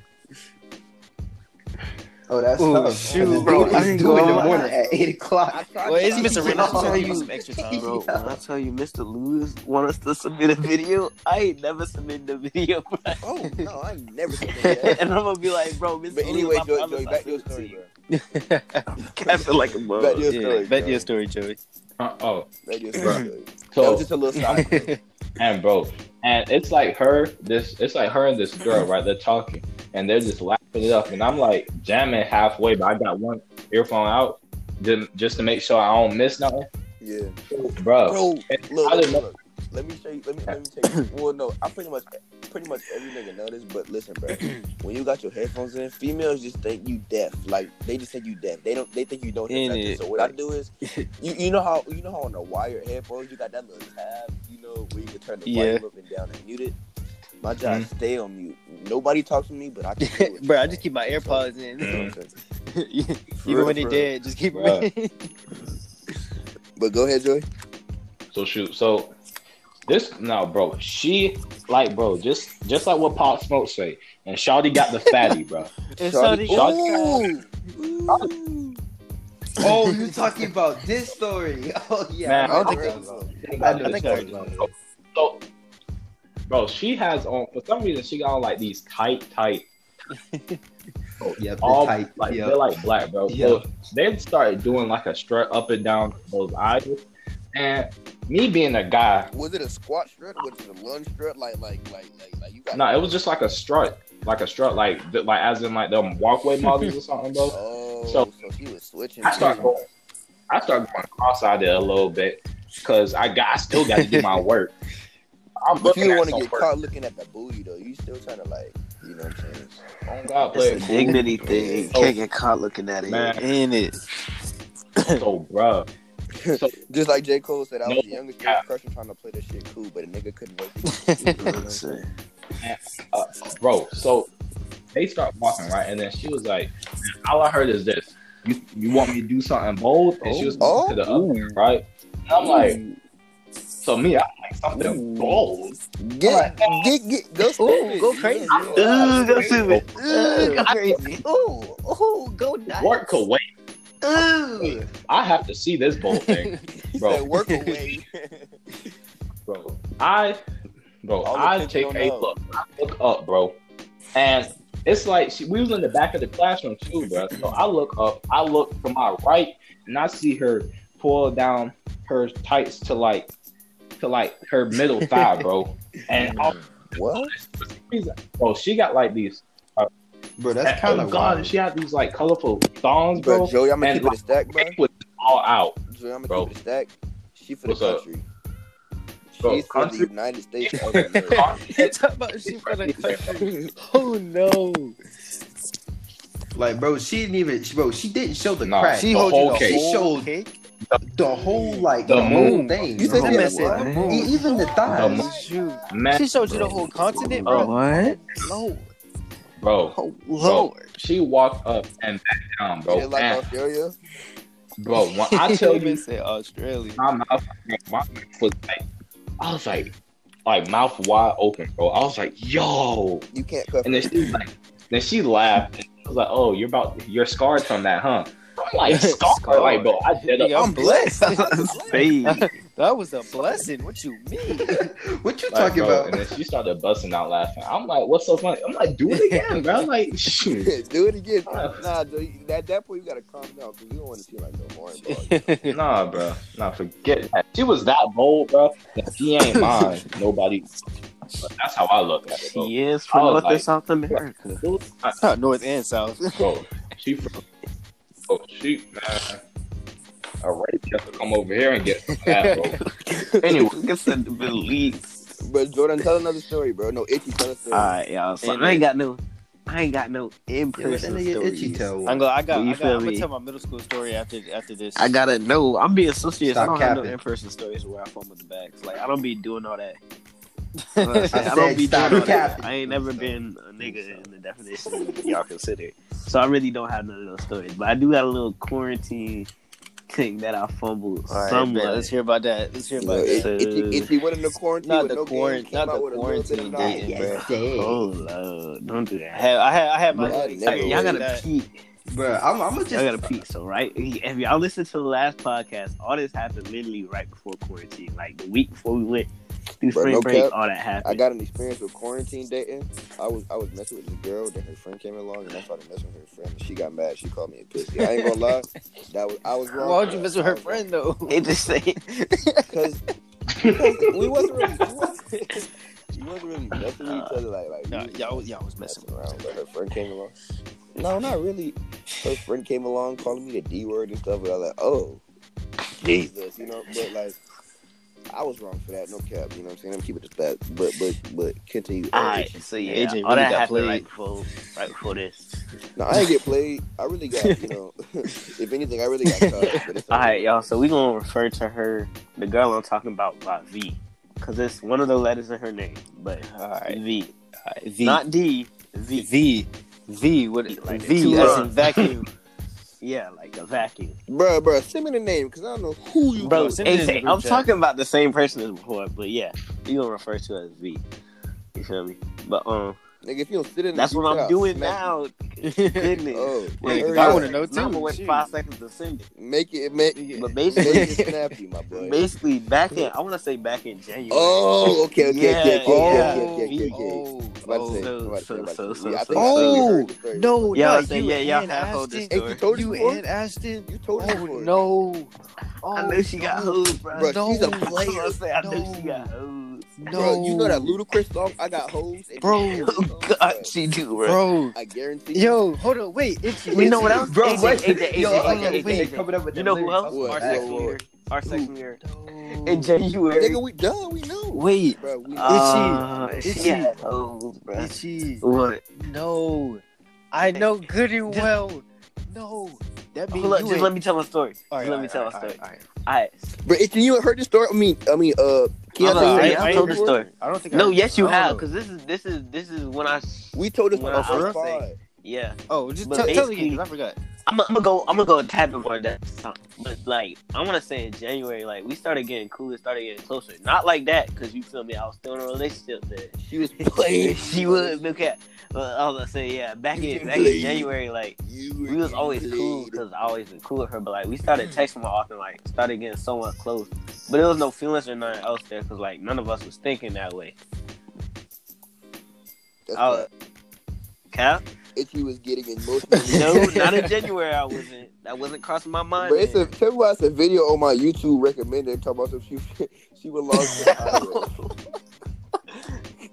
C: oh, that's
A: Ooh,
C: tough.
A: shoot,
D: bro,
C: Dude,
D: I
C: it's
D: ain't
C: due in
D: gonna
C: the
D: lie.
C: morning at eight o'clock.
A: well, it's Mr. Ren. I'm trying to use some extra time.
D: Bro, when I tell you Mr. Lewis want us to submit a video, I ain't never submitted a video, bro.
B: Oh no, I never. Said that.
D: and I'm gonna be like, bro, Mr.
B: But anyway,
D: Lewis, I
B: Joey,
D: promise
B: Joey,
D: I
B: back to your
D: sent it
B: story,
D: you.
B: bro.
D: I feel like a bug.
B: Back to your
A: Yeah,
B: story.
A: bet
B: bro.
A: your story, Joey.
E: Uh, oh,
B: Back to your
E: Bro.
B: story. Joey. That was
E: so
B: just a little side. note.
E: and bro, and it's like her, this, it's like her and this girl, right? They're talking and they're just laughing it up, and I'm like jamming halfway, but I got one earphone out to, just to make sure I don't miss nothing,
B: Yeah.
E: bro.
B: Bro,
A: Oh.
B: look,
E: I
B: look,
E: didn't know-
B: look. Let me show you. Let me let me take. You. Well, no, I pretty much, pretty much every nigga know this. But listen, bro, when you got your headphones in, females just think you deaf. Like they just think you deaf. They don't. They think you don't hear
A: Ain't
B: nothing.
A: it?
B: So what I do is, you you know how you know how on the wired headphones you got that little tab, you know where you can turn the
A: Yeah. Mm-hmm.
B: volume up and down and mute it. My job is stay on mute. Nobody talks to me, but I can. hear what
A: bro,
B: you're
A: I just keep my
B: saying.
A: AirPods in.
E: Mm.
A: Even when they
B: Bro.
A: dead, just keep
E: Bro.
A: them in.
B: But go ahead, Joey.
E: So shoot. So this no, bro. She like, bro. Just just like what Pop Smoke say, and Shawty got the fatty, bro.
A: And so
B: Shawty-
A: they
C: Oh, you talking about this story? Oh yeah,
E: Man,
C: I,
B: I don't
C: know what
B: think-
C: you're talking
E: I
C: about.
E: know
C: I think
A: this
C: I
A: story.
C: know this.
E: So, bro, she has on for some reason she got on like these tight, tight,
C: Yep,
E: all
C: the type.
E: like
C: yep.
E: they're like black, bro.
C: Yeah.
E: So they started doing like a strut up and down those eyes, and me being a guy,
B: Was it a squat strut? Was it a lunge strut? Like, like, like, like, like you got.
E: no, it was just like a strut, like a strut, like th- like as in like them walkway models or something, bro.
B: Oh,
E: So-
B: so, he was switching.
E: I start going, I start going cross-eyed a little bit because I got, I still got to do my work. I'm
B: But you
E: looking
B: don't
E: at
B: want to
E: some
B: get
E: work.
B: caught looking at the booty though. You still trying to like, you know what I'm saying?
E: Oh, God, play
D: It's
E: it
D: a
E: cool.
D: dignity thing.
E: Oh.
D: Can't get caught looking at it.
E: Man.
A: In it.
E: So, bruh,
B: Just like J Cole said, I was
E: No.
B: the youngest
E: Yeah.
B: person trying to play this shit cool, but a nigga couldn't wait.
D: See.
E: uh, bro. So they start walking right, and then she was like, "All I heard is this. You you want me to do something bold?" And she was
B: Oh.
E: talking to the other girl, right. And I'm like, so me, I'm like something bold.
B: Get, get, get, go, stupid.
A: go crazy.
B: Yeah, yeah.
D: Ooh, go stupid. Ooh, go crazy. Ooh, ooh, go nuts.
E: Work away.
D: Ooh.
E: I have to see this bold thing,
B: He
E: bro.
B: said, work away.
E: bro. I, bro,
B: All the
E: I
B: kids
E: take
B: don't
E: a
B: know.
E: look. I look up, bro, and it's like she, we was in the back of the classroom too, bro. So I look up, I look to my right, and I see her pull down her tights to like to like her middle thigh, bro.
B: Mm.
E: And all
B: What?
E: bro, she got like these.
C: bro, that's kind
E: oh
C: of
E: god,
C: wild.
E: she had these like colorful thongs,
B: Bro,
E: bro.
B: Joey, I'm gonna
E: and
B: keep it a stack, bro.
E: It was all out.
B: Joey, I'm gonna
E: Bro.
B: keep it a stack. She for the
E: What's up?
B: country.
E: Bro,
B: She's for the
E: country-
B: United States of America.
E: Honestly,
A: talk about she for the country. Oh no.
C: Like, bro, she didn't even, bro, she didn't show the
E: Nah,
C: crack.
B: She
E: The
B: holds
E: whole
B: you the
E: cake.
C: She
B: whole
C: showed
B: cake.
C: the whole like
E: The
C: the, whole
E: moon.
C: thing.
B: You
C: bro.
B: said
A: That
B: she
A: man
B: had
A: said the
B: what?
A: moon.
C: E- even the thighs.
E: moon.
A: Shoot.
E: man,
A: She showed you the whole continent, bro.
D: Oh. What?
A: No.
E: bro.
A: Oh Lord.
E: She walked up and back down,
B: She
E: bro.
B: didn't like
E: And,
B: Australia.
E: bro, when I tell
A: Even
E: you,
A: said Australia.
E: my mouth, my mouth was like, I was like, like mouth wide open, bro. I was like, yo.
B: You can't cut.
E: And then she was like, then she laughed. And I was like, oh, you're about, you're scarred from that, huh? I'm like, scarred,
A: Scarred.
E: like, bro. I did
A: Nigga,
E: a,
A: I'm blessed.
D: Fade.
A: that was a blessing. What you mean?
C: what you
E: like,
C: talking
E: bro.
C: about?
E: And then she started busting out laughing. I'm like, what's so funny? I'm like, do it again, bro. Like, shoot.
B: Do it again.
A: Oh.
E: Uh.
B: Nah, Joey, at that point you gotta calm down because you don't want to seem like no horn dog.
E: Nah, bro. Nah, forget that. She was that bold, bro. That she ain't mine. Nobody. But that's how I look at it, bro.
D: She is from
E: I was
D: North
E: like-
D: and South America.
E: I-
A: Not north and south.
E: bro, she from. Oh, she, man. A rape have to come over here and get some of that, bro.
D: Anyway, it's in the Middle East.
B: But Jordan, tell another story, bro. No, itchy, tell a story.
D: All right, y'all. So I ain't got no, I ain't got no in
C: Yeah, let that
D: person
C: nigga itchy
D: stories.
C: tail.
A: I'm gonna, I got,
D: You
A: I
D: feel
A: am gonna
D: me?
A: tell my middle school story after after this.
D: I gotta know. I'm being so serious. I
C: Stop
D: don't have no
C: capping.
D: in person stories where I phone with the bags. Like I don't be doing all that.
C: I
D: I don't
C: said
D: be doing
C: stop
D: all that.
C: capping.
D: I ain't never been a nigga in the definition y'all consider. So I really don't have none of those stories. But I do got a little quarantine thing that I fumbled
A: All right,
D: somewhere.
A: bet. let's hear about that. Let's hear
B: You know,
A: about
B: it,
A: that.
B: it, it, it, it went in the quarantine.
A: Not
B: with
A: the
B: no game,
A: quarant-
B: came
A: not
B: out
A: the
B: with a little bit
A: quarantine
B: of knowledge.
A: dating, bro.
C: Bro,
D: Oh Lord, don't do
A: I
D: that.
A: had, I had, I had my.
B: Bro, I
A: little
B: never
A: experience
D: y'all
B: would.
A: with
D: gotta
A: that.
D: peek.
C: I'm, I'm gonna
D: Y'all
C: just.
D: gotta peek. So right, if y'all listen to the last podcast, all this happened literally right before quarantine, like the week before we went through
B: Bro,
D: spring
B: no
D: break.
B: cap.
D: All that
B: I
D: happened.
B: got an experience with quarantine dating. I was I was messing with this girl, then her friend came along, and I started messing with her friend. And she got mad. She called me a pussy. I ain't gonna lie, that was I was wrong.
A: Why would you mess with her friend though?
D: They just say
B: Because we wasn't really we wasn't, we wasn't really messing with each other like like
A: Nah,
B: we was
A: y'all, y'all was messing
B: messing around. But her friend came along. No, not really. Her friend came along calling me the D word and stuff, but I was like, oh, Jesus, you know. But like, I was wrong for that. No cap, you know what I'm saying. I'm keeping it that. But but but continue.
D: All right, so yeah,
A: AJ really
D: all that
A: got
D: happened
A: played.
D: right before, right before this.
B: No, I didn't get played. I really got, you know, if anything, I really got caught. But it's
D: All right, y'all. So we gonna refer to her, the girl I'm talking about, by V, because it's one of the letters in her name, but
A: All right,
D: V,
A: all right. V,
D: not D, V.
A: V, V, what,
D: Like
A: V
D: two
A: as in
D: runs.
A: vacuum.
D: Yeah, like a vacuum.
B: Bro, bro, send me the name because I don't know who you
D: Bro,
A: Bro, send me
D: hey,
A: this
D: say-
A: group
D: I'm
A: chat.
D: talking about the same person as before, but yeah, you gonna refer to her as V. You feel me? But um,
B: Nigga, if you don't sit in the
D: that's what
B: group
D: I'm
B: chat,
D: doing
B: smack
D: now.
B: you.
D: Goodness,
B: Oh,
A: Yeah, 'cause
B: hurry
A: I
B: up.
A: want to know too.
D: I'm with
A: Shit.
D: five seconds to send it.
B: Make it, make,
A: Yeah.
D: But
B: make it
D: basically,
B: snappy, my boy.
D: basically back in, I want to say back in January.
B: Oh, okay, okay, okay,
D: Yeah,
B: okay,
D: yeah.
B: okay, okay, okay, okay, okay.
A: Oh,
B: I'm about to say,
D: so-
B: I'm about to say,
D: so-
B: I'm about to
D: so-
B: say.
D: so-
B: Yeah, I
D: so-
B: think I
A: so-
B: heard the story.
A: no,
D: Yeah,
A: no,
D: I said,
A: you
D: yeah,
A: and
D: y'all have hold this
A: Ashton.
B: Hey, you told
A: You
B: you before?
A: and Ashton.
B: You told me
A: Oh
B: before.
A: no! Oh,
D: I know she got
A: no.
D: hoes, bro.
B: Bro, she's a
A: No.
D: That's what
B: player.
D: I'm saying. I know she
A: No.
D: got hoes.
B: Bro, you know
A: No.
B: that ludicrous song, I Got Hoes? and-
A: Bro.
D: Oh God, she do, bro.
A: bro.
B: I guarantee you.
A: Yo, hold on, wait. Itchy,
D: You know
A: itchy.
D: what else?
C: Bro,
D: AJ,
C: what?
D: AJ, AJ,
C: Yo, I like
D: AJ,
C: that
D: AJ,
C: they
D: AJ.
C: coming up with
D: You
C: them
D: know who
C: lyrics.
D: else?
B: What?
D: Our
B: Who?
D: section leader. Our section leader.
A: No.
D: In January.
B: Nigga, we done. We knew.
A: Wait.
B: Bro, we
D: Uh,
A: Itchy.
D: she had hoes, bro.
A: Itchy.
D: What?
A: No. I know good and
D: Just-
A: well. No. That means
D: Hold up,
A: you
D: just
A: ain't-
D: let me tell a story.
A: All
D: just let me tell
A: all
D: a story.
A: all right,
D: All right.
B: Bro, if you heard the story, I mean, I mean, uh,
D: I
B: Keanu,
D: don't know,
B: you
D: I-
B: heard
D: I told the story.
A: I don't think.
D: No,
A: I,
D: yes, you
A: I don't
D: have,
A: know.
D: because this is this is this is when I s-
B: We told this on
D: Well,
B: the
D: I
B: first
D: was
B: pod.
D: yeah.
A: Oh, just
D: But
A: tell tell me
D: basically-
A: again. 'cause I forgot.
D: I'm, I'm gonna go. I'm gonna go a tad bit more that time. But like, I want to say in January, like we started getting cooler, started getting closer. Not like that, cause you feel me. I was still in a relationship then.
B: She was playing.
D: she was okay. But I was gonna say yeah. Back in back in January, like
B: You
D: we was always cool, cause I always been cool with her. But like we started texting more often, like started getting somewhat close. But there was no feelings or nothing else there, cause like none of us was thinking that way.
B: That's
D: I was, Cap.
B: Itchy was getting emotionally.
D: No, not in January. I wasn't. That wasn't crossing my mind.
B: But it's a
D: then.
B: tell me why it's a video on my YouTube recommended talking about some she she belongs to the highway.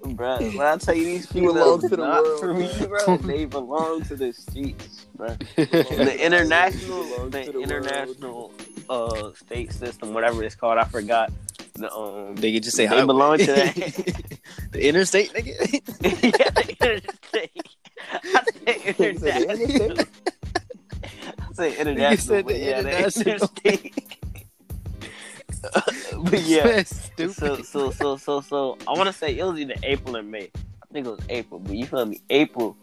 D: Bruh, when I tell you these
B: She
D: people
B: belongs
D: are
B: to the
D: not
B: world,
D: for me,
B: bruh.
D: bro, they belong to the streets, bro.
B: Belongs to
D: The international,
B: belongs to
D: the
B: world.
D: international uh state system, whatever it's called, I forgot. The um,
A: They could just say
D: They
A: highway.
D: belong to that.
A: the interstate, nigga.
D: yeah, the interstate. I said
B: Is it the interstate?
D: international. I said
A: You
D: international.
A: said
D: But
A: the
D: yeah, the
A: international.
D: interstate. but yeah.
A: That's
D: So
A: stupid.
D: so so so so I want to say it was either April or May. I think it was April, but you feel me? April.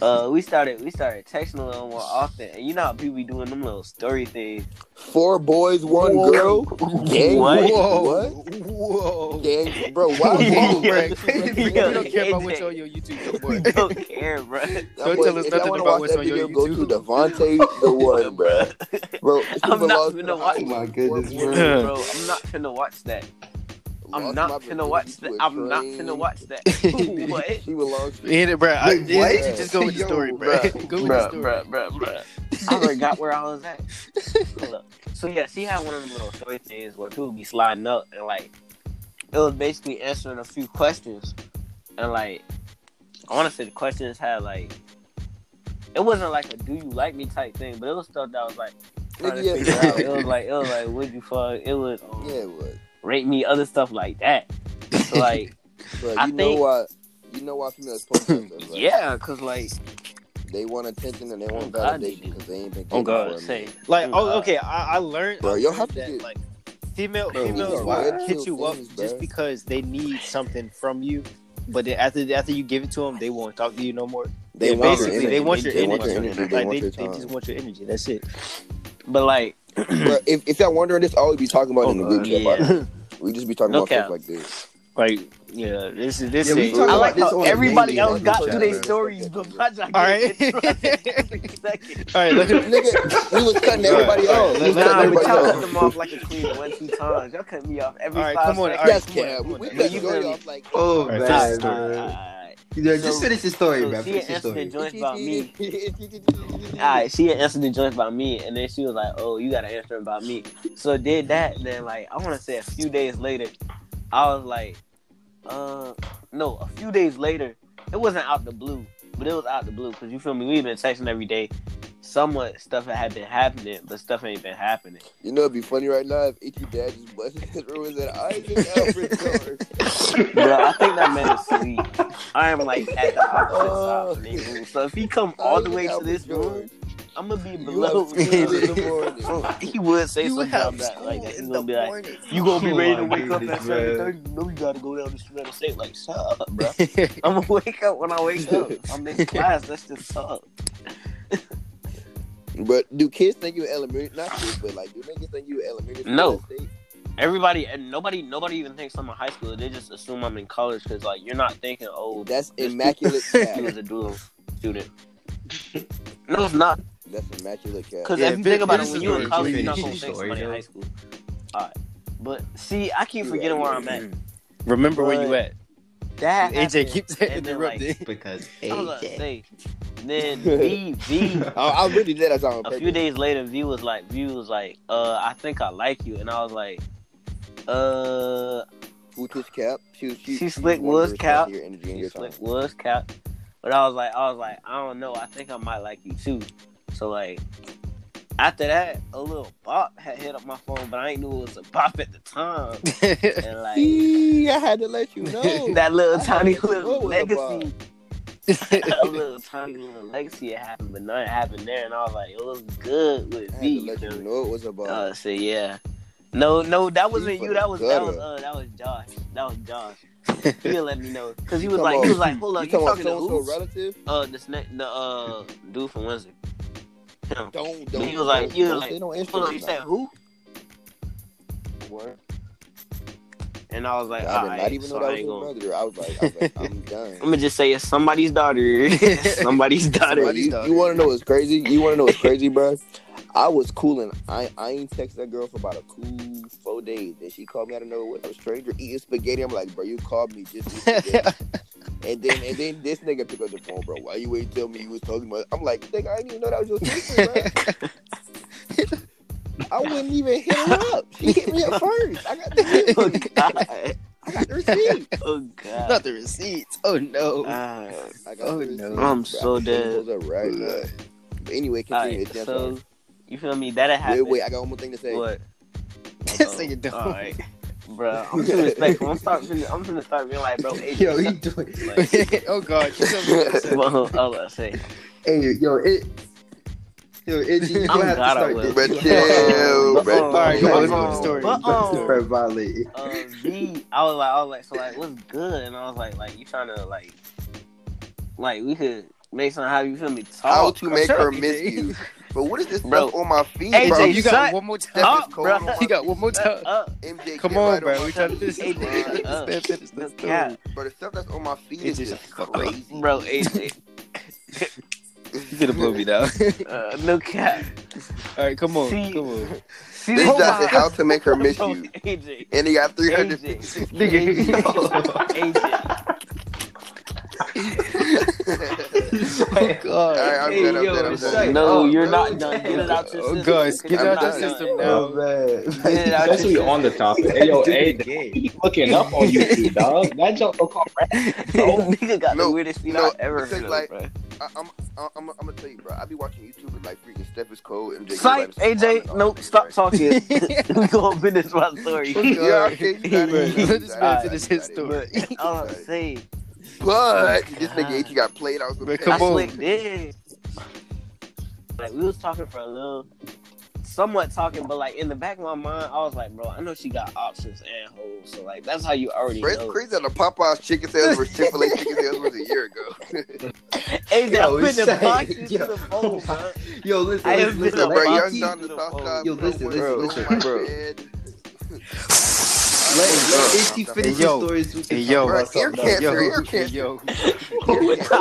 D: Uh, we started we started texting a little more often, and you know how people be doing them little story things.
B: Four boys, one
A: Whoa.
B: girl. Gang,
D: What?
A: Whoa,
B: What?
A: whoa,
B: Gang, bro. Why?
A: whoa,
D: Yeah.
A: Frank.
D: Yeah.
A: We don't care about
D: Yeah.
A: what's on your YouTube no more.
D: You don't care, bro.
A: Don't tell us
B: If y'all
A: nothing
B: wanna
A: about
B: watch
A: what's
B: that
A: on your
B: video, Go to
A: YouTube.
B: Devontae the one, bro. Bro, she
D: I'm not
B: belongs to
D: finna
B: the
D: watch
C: Oh
B: Four
C: my goodness,
B: boys.
C: bro.
D: bro, I'm not finna watch that. I'm
B: Lost
D: not
B: my
D: finna watch that.
B: virginity to a
D: I'm not
B: train.
D: finna watch that. what?
B: She belongs to
A: End it, bro. I,
C: Wait, what?
A: yeah, Just go with the
C: Yo,
A: story, bro.
C: bruh.
A: Go with the
D: Bruh,
A: story.
D: bruh, bruh, bruh. I forgot where I was at. Hold up. So yeah, she had one of them little story things where people be sliding up and like it was basically answering a few questions and like I wanna say the questions had like it wasn't like a do you like me type thing, but it was stuff that was like trying to
B: Nigga, yeah.
D: figure out. It was like it was like would you fuck? It was um,
B: Yeah, what?
D: rate me other stuff like that. So, like
B: But
D: I
B: you know
D: think-
B: why? You know why females post that stuff, right?
D: yeah, cause like
B: They want attention and they
D: Oh,
B: want
D: God, they
B: validation
D: do.
B: because they ain't been.
A: Oh,
B: getting
A: God,
B: it for a
D: say
B: minute.
A: Like,
D: Mm,
A: oh,
D: uh,
A: okay. I, I learned,
B: Bro,
A: I
B: you'll
A: learned
B: have to
A: that
B: get-
A: like female
B: Bro,
A: females
B: these are
A: will
B: wild
A: hit you up
B: things,
A: just
B: bruh.
A: because they need something from you. But then after after you give it to them, they won't talk to you no more.
B: They
A: Yeah,
B: want your
A: basically, they
B: energy.
A: want your
B: They want
A: energy.
B: your energy. They
A: like they,
B: want your
A: they just
B: time.
A: want your energy. That's it.
D: but like
B: Bro, if, if y'all wondering this, all we be talking about
A: Oh,
B: in the group
A: God.
B: chat,
D: Yeah.
B: bro. we just be talking
D: No
B: about
D: cap.
B: stuff like this.
A: Like, yeah, this is this
C: Yeah, we
A: is.
C: talk
D: I
C: about
D: like
C: this
D: how
C: on a
D: everybody
C: daily
D: else got
C: basis,
D: through their
C: man.
D: stories, but Baja
A: All right.
D: Second.
A: All right, let,
B: Nigga, we was cutting
A: Bruh,
B: everybody
A: bruh,
B: off. We was
A: nah,
B: cutting
D: Nah,
B: everybody
D: but y'all cut
B: off.
D: them off like a queen one, two times. Y'all cut me off every
A: All right,
D: five
A: come on, all right.
B: Yes,
D: seconds.
A: come on,
B: Cam.
A: come
B: We
A: on.
B: we
D: Now
B: cut
D: you
B: Joey
D: feel
B: off like.
C: Oh,
A: Alright, this
C: man,
A: is
C: bro.
D: Alright.
C: Yeah, just
D: So-
C: finish the story,
D: so
C: bro.
D: she
C: Finish the
D: answered
C: story.
D: the joints about me. Alright, she had answered the joints about me, and then she was like, "Oh, you gotta answer about me." So did that. And then like I want to say a few days later, I was like, "Uh, no." A few days later, it wasn't out the blue, but it was out the blue because you feel me. We've been texting every day. Somewhat stuff that had been happening, but stuff ain't been happening.
B: You know, it'd be funny right now if Itchy Dad just busted his room and said, Isaac Alfred's daughter.
D: Bro, I think that man is sweet. I am like at the
B: Oh.
D: opposite side of the room. So if he come all the way to this room, I'm gonna be
B: You have
D: below.
B: school
D: you
B: in
D: know?
B: the morning.
D: he would say something about that. Like that. He's gonna be like, "You gonna be
C: Oh
D: ready to
C: my
D: wake up at
C: goodness,
D: seven
C: man.
D: thirty? You know you gotta go down the street and say like, shut up, bro. I'm gonna wake up when I wake up. I'm in class. That's just tough.
B: But do kids think you elementary? Not kids, but like, do niggas think you elementary? school
D: No.
B: at state?
D: Everybody and nobody, nobody even thinks I'm in high school. They just assume I'm in college because like you're not thinking, oh,
B: That's immaculate
D: he
B: cap.
D: was a dual student. No, it's not.
B: That's immaculate cap.
D: Because
A: Yeah,
D: if you
A: fin-
D: think about
A: finish
D: it, when
A: the
D: you're in
C: story,
D: college, you're
C: finish
D: not
C: the
D: gonna think
C: story,
D: somebody in
C: yo.
D: high school. All right, but see, I keep
B: You
D: forgetting
B: right,
D: where
B: you
D: I'm
C: Mm-hmm.
D: at.
A: Remember where you
D: But
A: at?
D: That
A: AJ
D: happened,
A: keeps
D: and then, like,
A: interrupting.
C: Because
D: I was gonna
C: AJ.
D: say, then V V
B: Oh, I really did that on
D: a
B: purpose.
D: few days later, V was like, V was like, uh, I think I like you, and I was like, uh,
B: Who twist cap? She, was- she,
D: She
B: was
D: slick
B: one of
D: was
B: the
D: cap.
B: responsible Your energy and
D: she
B: your
D: slick
B: time.
D: was cap, but I was like, I was like, I don't know, I think I might like you too. So like, after that, a little bop had hit up my phone, but I ain't knew it was a bop at the time, and like
B: See, I had to let you know.
D: that little
B: I
D: tiny
B: didn't know it
D: little
B: was a bop.
D: legacy. a little tiny little legacy had happened, but nothing happened there, and I was like, it was good
B: I
D: with
B: had
D: V.
B: to
D: you
B: let
D: feel me?
B: you know it was about.
D: Uh, so yeah, no, no, that wasn't
B: for
D: you.
B: the
D: That was that was
B: gutter.
D: uh, that was Josh. That was Josh. He let me know because he
B: You
D: was
B: talking
D: like
B: about-
D: he was like, hold up,
B: you
D: you
B: talking about
D: talking to
B: so and so
D: who?
B: relative?
D: Uh, the sna- the uh dude from Windsor. Him.
B: Don't
D: But
B: don't.
D: he was like, he was
B: don't
D: like,
B: say no
D: Hold up, you
B: Instagram.
D: said
B: now.
D: who? And I was like,
B: I did
D: alright,
B: not even
D: so
B: know that
D: I
B: was
D: ain't
B: your
D: gonna.
B: brother. I was like, I was like, I'm done.
D: I'm gonna just say it's somebody's daughter. somebody's daughter.
B: Bro, you,
A: daughter.
B: you want to know what's crazy? You want to know what's crazy, bro? I was cool and I, I ain't text that girl for about a cool you four days. And she called me out of nowhere with a stranger eating spaghetti. I'm like, bro, you called me just to eat spaghetti. and then and then this nigga picked up the phone, bro. Why you ain't tell me you was talking about? I'm like, nigga, I didn't even know that was your sister, bro. I wouldn't even hit her up. She hit me up first. I got the,
D: Oh God!
B: I got the receipt.
D: Oh God!
A: Not the receipts. Oh no.
D: Ah.
B: I got
A: Oh,
B: the
A: no.
B: receipt.
D: I'm
B: bro.
D: so
B: I'm
D: dead.
B: pulled up right now. But anyway, continue.
D: Alright,
B: It's your
D: so
B: turn.
D: you feel me? That
B: wait,
D: happened.
B: wait, I got one more thing to say.
D: What?
A: This nigga dumb.
D: All right, bro. I'm gonna respect. I'm start. finna- I'm gonna start realizing, bro. Hey,
C: Yo, he doing.
D: like,
A: oh god. you so upset.
D: well, I was about to say.
C: Hey, yo, it. Yo, it. You
D: I'm
C: have to
D: glad I
C: start.
D: will.
C: this-
B: But
C: you have
B: chill,
C: to
D: But,
B: but
D: um,
A: All right, go on, let's go to
D: but,
A: the story.
D: um,
A: Let's go to the story.
C: start violating.
D: um, V, I was like, I was like, so like, what's good? And I was like, like you trying to like, like we could make some how you feel me talk.
B: How to make her
A: Kentucky,
B: miss
A: G.
B: you. But what is this
D: Bro.
B: stuff on my feet,
D: AJ,
B: bro?
A: Bro, you
D: shut
A: got one more
B: Steph is
A: time.
D: up,
B: cold
D: bro.
B: on my
A: You got one more time.
D: up.
B: MJ,
A: Come
B: get
A: on,
B: right
A: bro.
B: my
A: We trying to do this.
B: feet, bro.
D: AJ, shut up.
A: Step into the
D: No
A: story.
D: cap.
B: But the stuff that's on my feet
A: It's
B: is
A: just
B: just crazy.
D: Bro, AJ,
A: You could have blew me down.
D: uh, no cap.
A: All right, come on,
D: See-
A: come on.
D: See,
B: This
D: hold
B: guy said
D: on.
B: how to make her miss
D: Bro,
B: you.
D: AJ,
B: And he got 300.
D: AJ,
C: Nigga.
D: AJ.
A: Oh
B: All
A: god.
B: right, I'm
C: Hey,
B: done, I'm
C: yo,
B: done, I'm
C: it's
B: done.
C: like-
D: No,
C: Oh,
D: you're
C: no.
D: not done. Get it out your
A: Oh
D: system.
A: god, get
D: I'm
A: out
D: not
A: that
B: done.
A: system now.
C: Oh man.
D: Get it out your
E: Especially
D: system.
E: on the topic. Hey, yo,
C: Do it
E: hey,
C: again.
E: he looking up on YouTube, dog. That jump will come right.
D: This nigga got
B: No,
D: the weirdest feet
B: no,
D: I've ever
B: it's like-
D: heard of,
B: like-
D: bro.
B: I, I'm, I'm, I'm, I'm gonna tell you, bro. I be watching YouTube and like freaking Steph is cold. MJ,
D: Psych, AJ, no, stop talking. we gonna finish my story.
B: Yeah, okay, you got it,
A: Bro,
B: you
A: let
B: got it, you
A: this
B: got
A: man
B: it,
A: finish
B: you
A: his
B: got it.
A: story.
D: All I'm saying,
B: But this
D: God.
B: nigga, he got played out. some
A: Bro,
B: shit.
A: come
D: I
A: on.
D: slick did. Like we was talking for a little, somewhat talking, but like in the back of my mind, I was like, bro, I know she got options and holes, so like that's how you already
B: Bro, it's
D: know.
B: crazy that the Popeyes chicken sales were Chick Fil A chicken sales was a year ago.
D: AJ,
C: Yo,
D: I'm putting the
C: it's
D: boxes
C: like-
D: to the phone, bro.
C: Yo, listen,
D: I
C: listen,
D: have
C: listen.
D: been
B: bro,
C: Let,
D: about-
C: let,
B: young Don the South Side.
C: Yo, listen, listen, listen,
B: bro.
C: bro.
B: Bro.
C: let Itchy finish
A: Yo.
C: his story so we can
A: Hey,
C: talk
A: yo.
C: about
B: Bro, ear
C: something else.
B: cancer,
A: Yo,
B: ear cancer.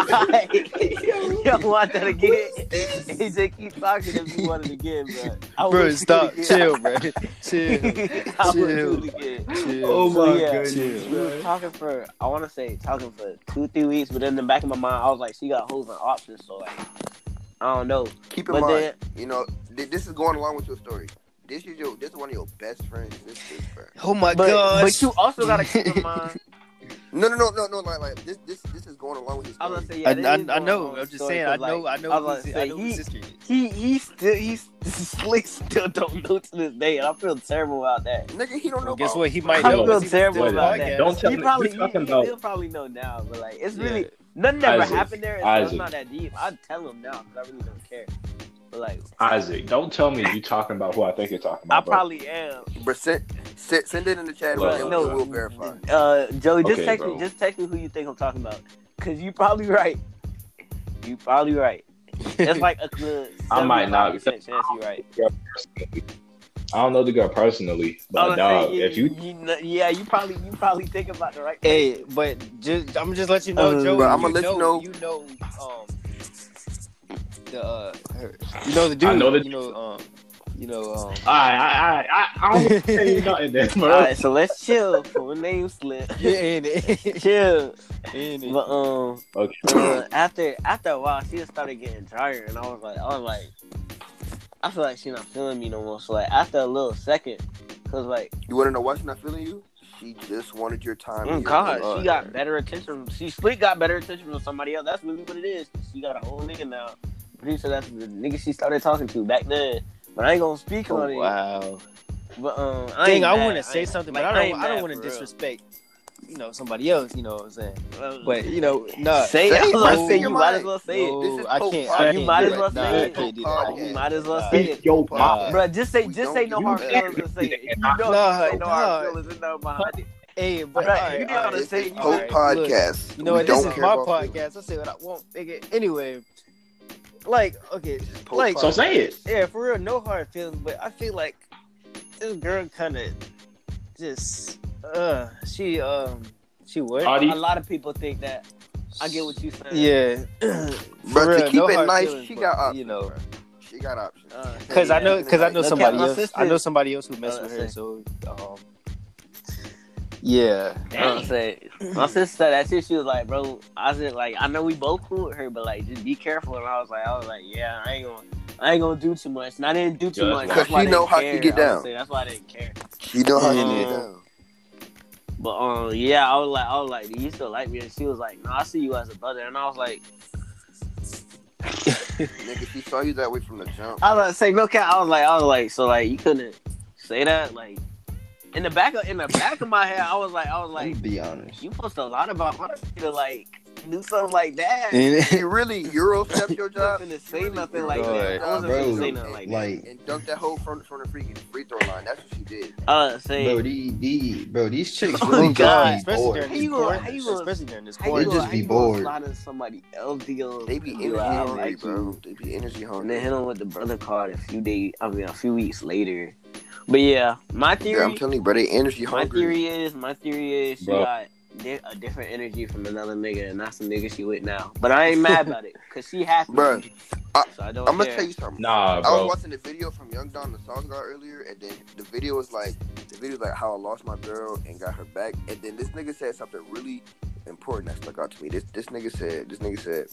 A: yo,
D: Yo, want that again? AJ, keep talking if you want it again, bro. I
A: bro,
D: would
A: stop,
D: do it
A: chill, bro, chill,
D: again. I would do
A: Chill.
D: it again.
A: chill.
C: Oh
D: So,
C: my
D: yeah,
C: goodness,
D: We were
C: bro.
D: talking for I want to say talking for two three weeks, but in the back of my mind, I was like, she got hoes and options, so like I don't know.
B: Keep in
D: But
B: mind,
D: then
B: you know, th- this is going along with your story. This is your, this is one of your best friends. sisters, bro.
A: Oh my
D: but,
A: god.
D: but you also gotta keep in mind.
B: No, no, no, no, no. Like, like this, this, this is going along with his
D: I was
B: story.
D: gonna say, yeah,
A: I, I,
D: this is
A: I
D: going
A: know.
D: along
A: I'm
D: with
A: just
D: story,
A: saying. I
D: 'cause,
A: know.
D: like,
A: I know.
D: I was
A: who's-
D: about to
A: I
D: say,
A: know
D: he-
A: his sister. is.
D: He he still he's slick still don't know to this day, and I feel terrible about that.
B: Nigga, he don't know.
A: Well, guess
B: about-
A: what? He might
D: I
A: know.
D: feel
A: 'cause he was
D: terrible
A: doing the
E: about
A: podcast.
E: that. Don't tell
D: he
E: me-
D: probably
E: we
D: he,
E: talking
D: he-
E: about-
D: he'll probably know now, but like it's
A: Yeah.
D: really nothing ever
E: Isaac.
D: happened there, and so it's
E: Isaac.
D: not that deep. I tell him now because I really don't care. But like
E: Isaac, don't tell me you talking about who I think you're talking about.
D: I
E: bro.
D: probably am.
B: But send, send, send it in the chat.
E: Look,
B: and
D: no. mm,
B: we'll, we'll verify.
D: Uh, Joey, just
E: Okay,
D: text
E: bro.
D: me. Just text me who you think I'm talking about, cause you probably right. You probably right. It's like a good.
E: I might not.
D: 75% Chance you right.
E: I don't know the girl personally,
D: All
E: but
D: I'm
E: dog,
D: saying,
E: if you
D: kn- yeah, you probably you probably think about the right.
A: Hey, but just I'm just let you know,
D: Uh,
A: Joe.
B: bro, I'ma
A: you
B: let you
A: know,
B: know.
A: You know, um, the uh, her- you know the dude.
E: I know the-
A: you know, um, you know, um.
E: I I I, I don't tell you nothing then,
D: All
E: bro.
D: right, so let's chill for when name slip.
A: Yeah, and it,
D: chill,
A: and it.
D: but um,
E: Okay.
D: uh, after after a while, she just started getting drier, and I was like, I was like, I feel like she not feeling me no more. So like after a little second, cause like.
B: You want to know why she's not feeling you? She just wanted your time.
D: Mm,
B: and your
D: God,
B: love.
D: she got better attention. She sleep got better attention from somebody else. That's really what it is. She got a whole nigga now. Pretty sure that's the nigga she started talking to back then. But I ain't gonna speak on
A: Oh,
D: it.
A: wow.
D: But um, I
A: Dang,
D: ain't
A: I
D: mad.
A: want to say
D: ain't-
A: something,
D: like,
A: but I don't.
D: ain't
A: I, don't
D: mad
A: want to
D: for real.
A: disrespect. You know somebody else. You know what I'm saying?
D: Um,
A: But you know, nah.
D: say it.
B: Say
D: I was
B: it,
D: about
A: bro.
D: to say
A: Say
D: you
A: your
D: might as
B: mind.
D: well say it.
A: No,
B: This is
A: I
B: so
A: can't.
B: far-
A: I
D: You
A: can't
D: might
A: do
D: as
A: that.
D: well
A: Nah,
D: say
A: I
D: it.
A: can't do
B: Oh,
A: that.
D: You might as well
A: Nah.
D: say it.
E: Yo,
A: Nah.
D: Bro, just say,
B: We
D: just
B: don't
D: say no
B: do
D: hard
B: that.
D: feelings and say it. You know,
A: Nah,
D: if you say no hard
A: nah.
D: feelings and no behind it.
A: Hey, but
D: Right,
A: all right,
D: you know
A: all
D: what
A: right.
D: I'm
B: This is
D: saying?
A: All
B: post
A: right, look.
B: podcast.
A: You know what?
B: We
A: This
B: don't
A: is
B: care
A: my
B: about feelings.
A: podcast. I say what I want, nigga. Anyway, like, okay,
B: This is
A: Like-
B: post
E: so say it.
A: yeah, for real, no hard feelings, but I feel like this girl kind of just, uh, she, um, she what?
E: Howdy.
D: A lot of people think that. I get what you saying.
A: yeah,
B: But to
A: real,
B: keep
A: no
B: it
A: hard
B: nice,
A: feelings,
B: she
A: but,
B: got options,
A: you know.
B: bro. She got options.
D: Uh,
A: Because I know, because I know
D: Look at
A: somebody
D: my
A: else. I
D: sister.
A: know somebody else who messed with her.
D: let's
A: So, um, yeah,
D: I was saying, my sister, that shit, she was like, bro, I was just like, I know we both cool with her, but like, just be careful. And I was like, I was like, yeah, I ain't gonna, I ain't gonna do too much. And I didn't do too
E: Yeah,
D: much.
E: that's
D: That's
B: why.
D: why I
B: You know
D: didn't
B: how to
D: care.
B: get
D: I was
B: down.
D: saying, That's why I didn't care.
B: You know how you
D: Mm.
B: get down.
D: But um, yeah, I was like, I was like, do you still like me? And she was like, no, I see you as a brother. And I was like,
B: Nigga, she saw you that way from the jump.
D: I was like, say no cat. I was like, I was like, so like you couldn't say that. Like in the back of in the back of my head, I was like, I was like,
C: Like, be honest.
D: you post a lot about my to like do something like that.
B: You really Euro stepped your
D: I'm not
B: job?
D: finna say
B: Really?
D: nothing like
A: Right.
D: that. I wasn't
C: Bro,
D: finna say nothing like that.
C: Like,
B: And dunked that hole from, from the freaking free throw line. That's what she did.
D: I was saying,
C: bro, the, the, bro, these chicks
D: Oh,
C: really
D: God.
C: just be
A: especially during
C: bored.
D: How
A: this
D: you gonna- how
A: quarantine.
D: you gonna-
A: Especially during this
D: how you
C: Or
A: quarantine.
D: gonna-
C: just
D: how
C: be
D: you gonna
C: bored.
D: Slide in somebody else deal.
B: They be energy
D: Yeah, I
B: hungry,
D: like
B: bro. They be energy
D: And
B: hungry.
D: then hit him with the brother card a few days. I mean, a few weeks later. But yeah, my theory.
B: Yeah, I'm telling you, bro. They energy
D: My
B: hungry.
D: theory is, my theory is, she
E: Bro.
D: got di- a different energy from another nigga, and that's the nigga she with now. But I ain't mad about it, cause she happy.
B: Bro, I-
D: so I don't
B: I'm gonna
D: care.
B: tell you something.
E: Nah,
B: I was
E: bro.
B: watching the video from Young Don the Song God earlier, and then the video was like, the video was like how I lost my girl and got her back, and then this nigga said something really important that stuck out to me. This this nigga said, this nigga said,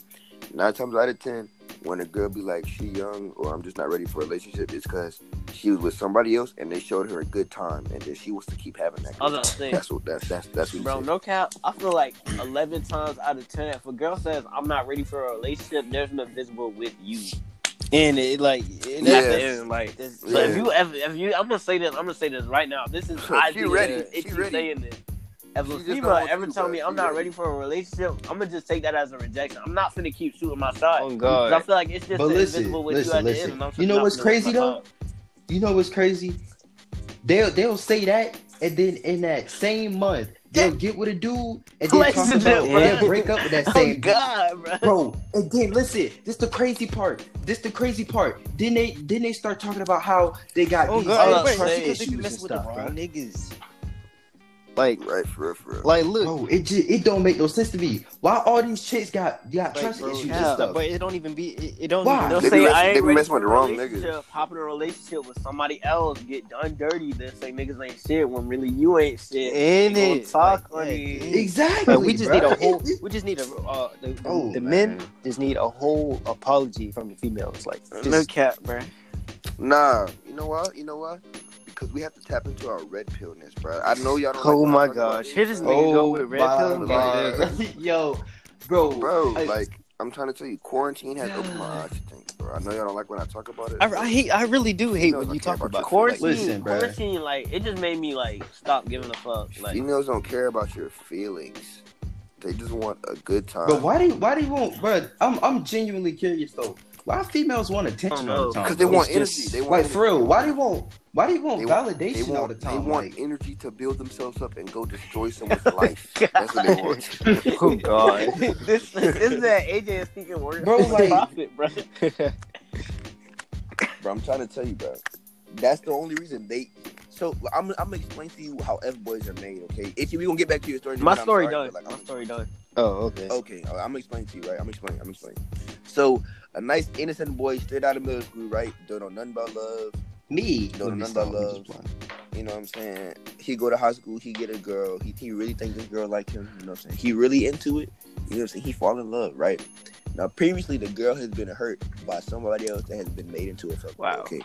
B: nine times out of ten, when a girl be like she young or I'm just not ready for a relationship, it's because she was with somebody else and they showed her a good time, and then she wants to keep having that.
D: I was
B: good
D: about to
B: time.
D: say.
B: That's what that's that's that's what.
D: Bro,
B: he
D: no cap. I feel like 11 times out of 10, if a girl says I'm not ready for a relationship, there's no visible with you.
A: and it like, it,
D: And
B: Yeah.
D: that's the end. Like,
A: that's-
D: but
B: Yeah.
D: if you, if, if you, I'm gonna say this. I'm gonna say this right now. This is
B: She
D: I think
B: ready.
D: If
B: She
D: you
B: ready.
D: saying this. If
B: She
D: a
B: just don't
D: female
B: want
D: ever
B: you,
D: tell
B: bro.
D: me
B: She
D: I'm not
B: ready.
D: ready for a relationship, I'm gonna just take that as a rejection. I'm not finna keep shooting my shot.
A: oh
D: 'Cause I
A: god,
D: feel like it's just
C: But
D: the
C: listen,
D: invisible with
C: listen,
D: you at the
C: listen.
D: end. and I'm
C: You know
D: not
C: what's
D: gonna waste
C: crazy,
D: my
C: though?
D: time.
C: You know what's crazy? They'll they'll say that, and then in that same month, they'll get with a dude, and then
D: Ladies
C: talk
D: and
C: about
D: gentlemen.
C: they'll break up with that
D: Oh
C: same dude.
D: God, bro.
C: bro. And then listen, this the crazy part. This the crazy part. Then they then they start talking about how they got
A: oh
C: these
A: god,
D: I'm
C: like,
A: wait,
C: trust
A: because they be
C: issues and
A: messing with the
C: stuff,
A: wrong
C: bro.
A: niggas. Like,
B: said. Right for real, for real.
A: like, look,
C: Bro, it just, it don't make no sense to me. Why all these chicks got got
A: like,
C: trust
A: bro,
C: issues and
A: yeah,
C: stuff?
A: but it don't even be, it, it don't.
C: Why?
A: Even,
D: They'll
B: They be
D: say
B: messing-
D: I ain't
B: they be
D: ready
B: messing with
D: for
B: the wrong
D: a relationship. Hop in a relationship with somebody else, get done dirty, then say niggas ain't shit when really you ain't shit.
A: in
D: They gonna
A: it,
D: talk
A: Like,
D: on
A: yeah,
D: it.
A: yeah.
C: exactly.
A: But we just
C: bro.
A: need a whole. We just need a. Uh, the the,
C: Oh,
A: the
C: man.
A: men just need a whole apology from the females. Like,
D: No
A: just,
D: cap, bro.
B: Nah, you know what? You know what? Because we have to tap into our red pillness, bro. I know y'all don't.
A: Oh my
B: like when I
A: gosh.
B: talk about
A: Oh
B: this,
A: Here this
B: bro.
A: nigga go with red
C: my
A: pill and
B: black
C: God. Yo, bro,
B: bro.
C: I-
B: Like I'm trying to tell you, quarantine has opened my eyes to things, bro. I know y'all don't like when I talk about it.
A: I,
B: but
A: I hate. I really do hate when
B: Females
A: you
B: don't
A: talk
B: care
A: about
B: about your
A: it.
B: feelings.
A: Like,
C: Listen, bruh.
D: quarantine, like it just made me like stop giving a fuck. Like
B: females don't care about your feelings. They just want a good time.
C: But why do you, why do you want, bro? I'm I'm genuinely curious though. Why females want attention all the time?
B: Because they
C: bro?
B: want
C: It's
B: energy.
C: just-
B: they want
C: like
B: energy.
C: for real, why do you want why do you want
B: They want-
C: validation
B: They
C: all
B: want,
C: the time?
B: they want
C: like,
B: energy to build themselves up and go destroy someone's life. That's what they want.
A: oh god.
D: this, this is that AJ is speaking words
C: Bro,
D: for
C: like-
D: profit, bro.
B: Bro, I'm trying to tell you, bro. That's the only reason they. So I'm, I'm gonna explain to you how F boys are made, okay? If you, we gonna get back to your story.
D: My
B: but I'm
D: story
B: sorry,
D: done.
B: but, like,
D: My
B: I'm-
D: story done.
A: Oh okay.
B: Okay, all right, I'm gonna explain to you, right? I'm gonna explain. I'm gonna explain. So a nice innocent boy straight out of middle school, right? Don't know nothing about love.
C: me.
B: No,
C: Let me
B: none of
C: stop.
B: that
C: Let me just
B: You know what I'm saying? He go to high school, he get a girl. He, he really think this girl like him. You know what I'm saying? He really into it. You know what I'm saying? He fall in love, right? Now previously the girl has been hurt by somebody else that has been made into a fuck.
D: Wow.
B: Okay.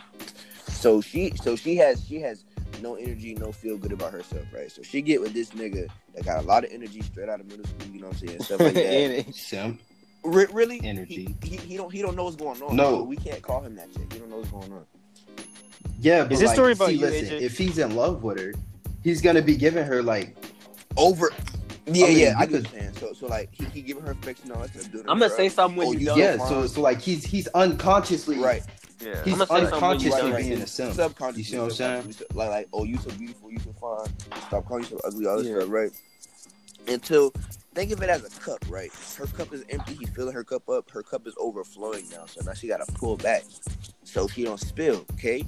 B: So she so she has she has no energy, no feel good about herself, right? So she get with this nigga that got a lot of energy straight out of middle school. You know what I'm saying? Stuff like that.
A: And it-
C: Simp.
B: Re- really?
C: Energy.
B: He, he, he don't he don't know what's going on.
C: No.
B: So we can't call him that shit. He don't know what's going on.
C: Yeah, but
A: Is this
C: like,
A: story about
C: see,
A: you,
C: listen,
A: AJ?
C: if he's in love with her, he's gonna be giving her like
B: Over. Yeah,
C: mean,
B: yeah, I
C: you could-
B: get what you're saying. So so like he, he giving her affection and all that stuff. doing it
D: I'm
B: for
D: gonna say
B: us.
D: something when
B: Oh,
D: you
B: you-
D: done.
C: yeah.
B: fine.
C: So so like he's he's unconsciously
B: Right.
A: yeah.
C: He's
D: I'ma say something when you
C: unconsciously
D: done.
C: being a simp.
B: Subconscious.
C: You see what I'm saying?
B: Like like oh you so beautiful, you so fine. Stop calling you so ugly, all this
A: Yeah.
B: stuff, right? Until think of it as a cup, right? Her cup is empty. He's filling her cup up. Her cup is overflowing now. So now she gotta pull back, so she don't spill. Okay.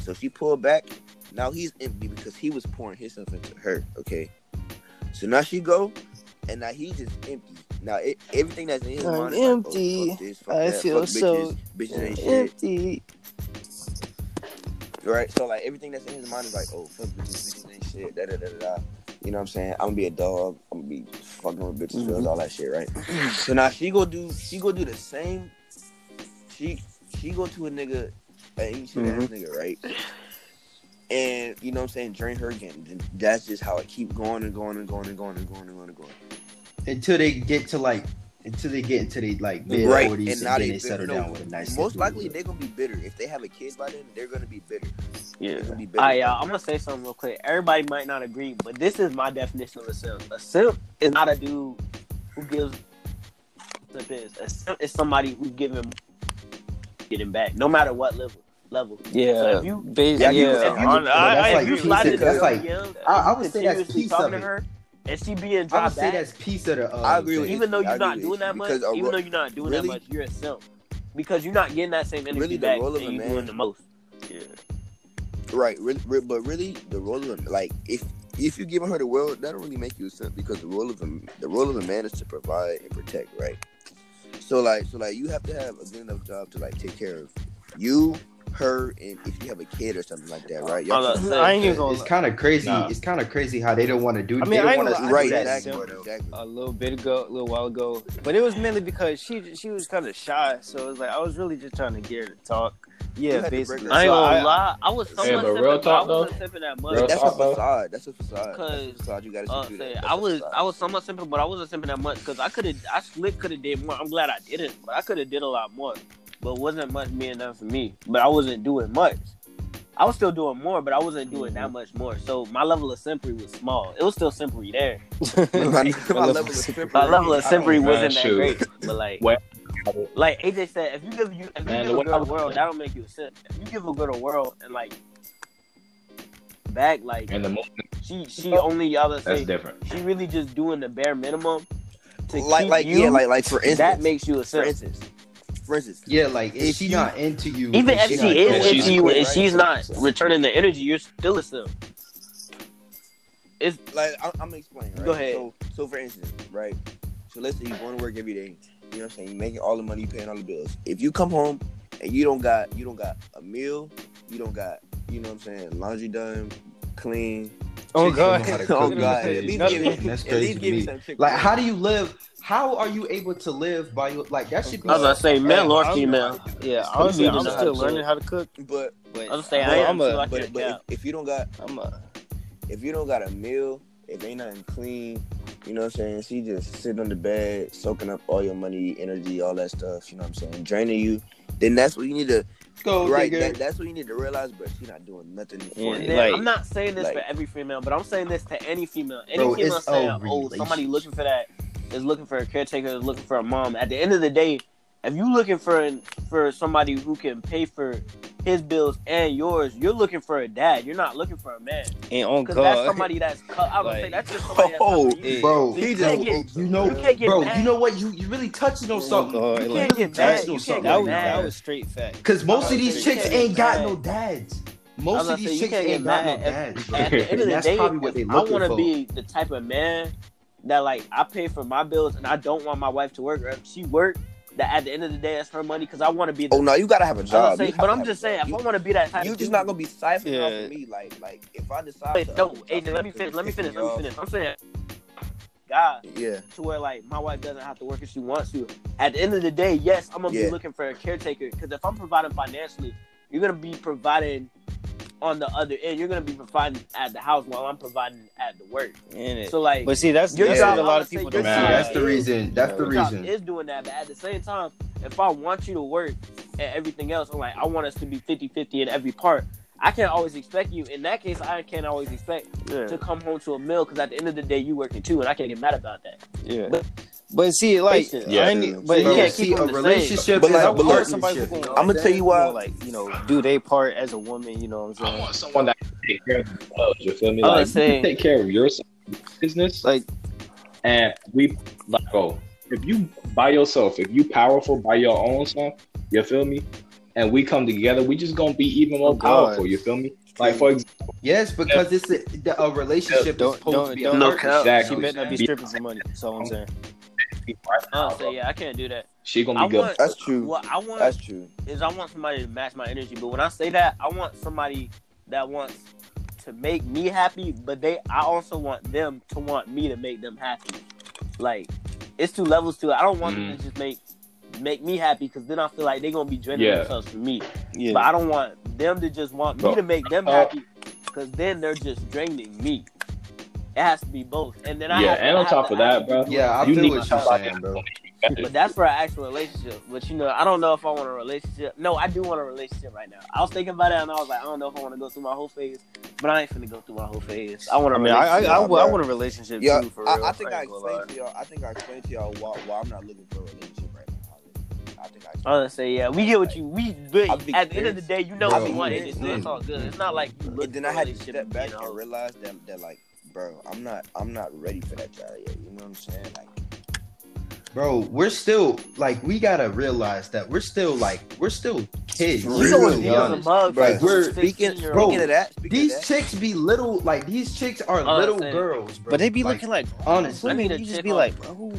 B: So she pulled back. Now he's empty because he was pouring himself into her. Okay. So now she go, and now he's just empty. Now it, everything that's in his
A: I'm
B: mind is like, oh,
A: empty.
B: fuck this, fuck
A: I
B: that,
A: feel
B: fuck bitches,
A: so
B: bitches ain't shit,
A: Empty.
B: right? So like everything that's in his mind is like, oh fuck bitches, bitches ain't shit, da da da da. da. You know what I'm saying? I'm gonna be a dog. I'm gonna be fucking with bitches,
C: Mm-hmm.
B: girls, all that shit, right? so now she go do she go do the same. She she go to a nigga, an ass
C: Mm-hmm.
B: nigga, right? And you know what I'm saying? Drain her again. Then That's just how it keep going and going and going and going and going and going and going.
C: until they get to like until they get into the like mid
B: Right,
C: forties
B: and
C: and,
B: now
C: then
B: they-
C: they settle
B: no,
C: down with a nice.
B: Most
C: little-
B: likely they're gonna be bitter. If they have a kid by then, they're gonna be bitter.
D: Yeah.
B: They're gonna be bitter.
D: All right, y'all. I'm gonna say something real quick. Everybody might not agree, but this is my definition of a simp. A simp is not a dude who gives the biz. A simp is somebody who's giving getting back, no matter what level. Level. So
A: Yeah.
D: if you,
A: Bas- yeah.
D: yeah, if you, if you,
C: On- I-
D: if
C: I
D: you
C: agree with
D: slide
C: you.
D: into
C: That's
D: her
C: like-
D: DMs and
C: I- I
D: you
C: would say that's
D: continuously
C: piece
D: talking
C: of
D: to
C: it.
D: her, and she being
C: I would
D: dropped
C: say
D: back,
C: that's piece of the. Uh,
B: I agree with you.
D: even though
B: I
D: you're
B: agree
D: not
B: with
D: doing
B: you,
D: that much,
B: because a
D: even
B: ro-
D: though you're not doing
B: really-
D: that much, you're a simp because you're not getting that same energy
B: Really, the
D: back,
B: role of a
D: and you're
B: man-
D: doing the most. Yeah.
B: Right, really, re- but really, the role of a- like if if you give her the world, that don't really make you a simp because the role of a, the role of a man is to provide and protect, right? So like, so like, you have to have a good enough job to like take care of you, her, and if you have a kid or something like that, right? Y'all
D: Hold
B: can-
D: up.
A: I ain't even gonna.
C: it's kind of crazy.
E: Nah.
C: It's kind of crazy how they don't want to do.
A: I mean,
C: they
A: I
C: don't
A: ain't
C: want us to
A: gonna
C: do
A: lie, I
B: right,
A: do that
C: that.
B: exactly,
A: simp.
B: exactly.
A: a
D: Uh,
A: little bit ago, a little while ago, but it was mainly because she she was kind of shy, so it was like I was really just trying to get her to talk.
B: You
A: Yeah,
B: had to break her
A: basically.
B: down.
D: I ain't
A: So
D: gonna
A: I-
D: lie. I was somewhat
E: Yeah, but
D: sipping,
E: real
D: but I
E: talk,
D: wasn't
E: though,
D: sipping that
E: real
D: much.
B: But that's
E: talk,
B: a
E: though.
B: facade. That's a facade. That's a
D: Cause,
B: facade. You gotta see
D: Uh,
B: through
D: say,
B: that.
D: I was I was somewhat simple, but I wasn't simping that much because I could have I slick could have did more. I'm glad I didn't, but I could have did a lot more. But it wasn't much being done for me. But I wasn't doing much. I was still doing more, but I wasn't doing that much more. So my level of simply was small. It was still simply there.
B: My,
A: My
B: level of
A: level-
B: simp-
D: My level of
E: I don't-
D: simply
E: man,
D: wasn't that
E: shoot.
D: great. But like,
E: Well-
D: like AJ said, if you give you if you
E: Man,
D: give
E: the
D: a
E: way
D: girl
E: I-
D: a world, that don't make you a simp. If you give a girl a world and like back, like
E: And the most
D: she she only y'all
E: that's
D: say
E: different.
D: she really just doing the bare minimum to
B: like,
D: keep
B: like,
D: you.
B: yeah, like, like for instance,
D: that makes you a
B: for
D: simp.
B: instance, for instance,
C: Yeah, like if
B: If
C: she
B: you-
C: not into you,
D: Even if
B: she's
D: she
B: not
D: is
E: doing it.
D: into you and
B: Right.
D: she's not returning the energy, you're still a simp. It's
B: like I, I'm explaining. Right?
D: Go ahead.
B: So, so for instance, right? So let's say you going to work every day. You know what I'm saying? You making all the money, you paying all the bills. If you come home and you don't got you don't got a meal, you don't got you know what I'm saying laundry done, clean.
A: Oh
C: Chicks don't know
A: god.
C: how to cook
B: Oh
C: these
B: god,
C: days,
B: at least
C: man.
B: give me,
C: That's
B: at
C: crazy
B: least
C: to
B: give me
C: me.
B: some chicken.
C: Like, how do you live? How are you able to live by your like? That should be.
D: I was gonna say male or
A: I'm-
D: female.
A: Yeah,
D: It's
A: honestly,
D: completely
A: I'm
D: not
A: still
D: true.
A: learning how to cook,
B: But
A: but
D: I was saying
A: but
D: I am
A: I'm
D: too. I
A: a,
B: but
D: can't
B: but
D: count.
B: if, if you don't got
A: I'm a,
B: if you don't got a meal, if ain't nothing clean, you know what I'm saying? She just sitting on the bed, soaking up all your money, energy, all that stuff, you know what I'm saying? Draining you. Then that's what you need to
C: go,
B: right.
C: nigga.
B: That, that's what you need to realize, but she not doing nothing for
A: Yeah,
D: And
B: you.
D: then,
A: like-
D: I'm not saying this for
B: like-
D: every female, but I'm saying this to any female. Any
C: Bro,
D: female
C: it's
D: saying,
C: a
D: "Oh, somebody
C: relationship."
D: looking for that is looking for a caretaker, is looking for a mom." At the end of the day, if you looking for an, for somebody who can pay for his bills and yours, you're looking for a dad. You're not looking for a man
A: and on
D: because
A: Oh, god.
D: that's somebody that's. cu- I would say
A: Like-
D: that's just somebody that's.
B: Oh,
D: Oh, you.
A: Yeah.
C: bro.
D: So you
B: He just-
D: can't get,
C: You
D: you
C: know,
D: can't get
C: oh, bro.
D: mad.
C: You know what? You you really touching on
A: Oh,
C: something.
A: God,
C: you
A: like-
C: can't
D: You
C: get
D: can't
C: mad.
D: get
C: You
D: mad.
C: can't
A: that
C: get
A: was
C: mad.
A: that was straight fact.
C: Because most
D: I
C: of
D: was
C: these
D: gonna
C: chicks
D: say, you
C: ain't got
D: can't
C: no
D: get
C: dads.
D: I
C: Most
D: was
C: of
D: gonna say,
C: these
D: you
C: chicks
D: can't get
C: ain't got no
D: mad at-
C: dads, bro.
D: at the end of
C: And
D: the
C: that's
D: day,
C: probably what they
D: I
C: looking
D: want to
C: for.
D: be the type of man that like I pay for my bills and I don't want my wife to work. Or if she work, that at the end of the day, that's her money because I want to be. The,
B: Oh no, you gotta have a
D: I was
B: job.
D: gonna
B: You
D: say,
B: have
D: but
B: to
D: I'm
B: have a
D: just saying,
B: job.
D: if I want to be that type,
B: you, you
D: of
B: just
D: dude-
B: not gonna be siphoning off
A: Yeah.
B: of me. Like like if I decide
D: Wait,
B: to
D: no,
B: up-
D: Aiden, let me finish. Let me finish. Let me
B: Yeah.
D: finish. I'm saying, God,
B: Yeah,
D: to where like my wife doesn't have to work if she wants to. At the end of the day, yes, I'm gonna
B: Yeah.
D: be looking for a caretaker because if I'm providing financially, you're gonna be providing on the other end. You're gonna be providing at the house while I'm providing at the work.
A: In it.
D: So like,
A: But see, that's,
D: Your
A: that's
B: job,
A: what a lot of
D: I
A: people
D: would say
A: don't.
D: your
E: Man,
A: see.
E: job
C: That's
A: that.
C: the reason. That's the
D: your job
C: reason.
D: is doing that, but at the same time, if I want you to work and everything else, I'm like, I want us to be 50 50 in every part. I can't always expect you. In that case, I can't always expect
A: Yeah,
D: to come home to a meal because at the end of the day, you working too, and I can't get mad about that.
A: yeah.
D: But-
A: But see, like,
E: Yeah.
A: I need, but
D: you
C: Bro,
A: yeah,
D: can't keep
C: see,
D: them
C: a
D: the same.
C: relationship
B: But
C: is
B: like-
C: a
B: but like-
C: partnership.
A: I'm
B: I'm gonna tell you why.
A: you know, like you know, do they part as a woman. You know what I'm
E: I
A: saying?
E: want someone that can take care of themselves. You feel me?
D: I was
E: Like you
D: saying-
E: can take care of your business,
A: like
E: and we like oh, if you by yourself, if you powerful by your own self, you feel me? And we come together, we just gonna be even more
A: Oh, God.
E: powerful. You feel me? Like for example,
C: Yes, because it's a, the- a relationship is
A: Don't-
C: supposed
A: don't-
C: to be a
A: don't-
C: partnership.
A: she
E: exactly.
A: better not be stripping some money. That's all I'm saying.
E: be right now.
D: Oh, so yeah, I can't do that.
E: She gonna
D: I
E: be good.
D: want
B: That's true.
D: what I want
B: That's true.
D: is I want somebody to match my energy. But when I say that, I want somebody that wants to make me happy, but they I also want them to want me to make them happy. Like it's two levels to it. I don't want them
E: Mm-hmm.
D: to just make make me happy because then I feel like they're gonna be draining
E: Yeah.
D: themselves from me.
A: Yeah.
D: But I don't want them to just want me
E: But-
D: to make them
E: uh,
D: happy because then they're just draining me. It has to be both. And then I
E: Yeah,
D: have to-
E: and on
D: I have
E: top
D: to
E: of that,
D: actually
E: bro,
D: do it.
C: Yeah, I
E: You
C: feel
E: need
C: what you're
E: somebody
C: saying, bro.
D: But that's for an actual relationship. But you know, I don't know if I want a relationship. No, I do want a relationship right now. I was thinking about it and I was like, I don't know if I want to go through my whole phase, but I ain't finna go through my whole phase. I want
A: I
D: a
A: mean, I I,
D: relationship.
A: I, wa-
B: Nah,
A: I
B: bro.
A: want a relationship
B: Yeah,
A: too. For real.
B: I, I think I
A: ain't gonna lie.
B: explained to y'all. I think I explained to y'all why, why I'm not looking for a relationship right now. I think I.
D: I, Honestly, yeah, we get what you we. But
B: I'd be
D: at the end of the
B: curious.
D: day, you know
C: Bro,
D: what you want. It's,
C: mm,
D: it's all good. It's not like you look
B: And then
D: for
B: I
D: a
B: had to
D: relationship
B: step
D: and
B: back
D: be in a
B: and
D: whole-
B: realize that that like, bro, I'm not I'm not ready for that child yet. You know what I'm saying? Like,
C: Bro, we're still like we gotta realize that we're still like we're still kids.
B: You
C: We're
D: You know
B: Really
D: what
C: still
D: being on the
C: young.
D: mug?
B: Bro,
D: Like
C: we're-
B: speaking,
D: speaking,
C: bro,
B: speaking of that, speaking
C: These
B: of that,
C: chicks be little, like these chicks are
D: Oh,
C: little
D: that's it.
C: girls, bro.
A: But they be looking like
C: honestly.
D: I
A: women.
D: need a
A: you just
D: chick
A: be
D: on-
A: like, oh,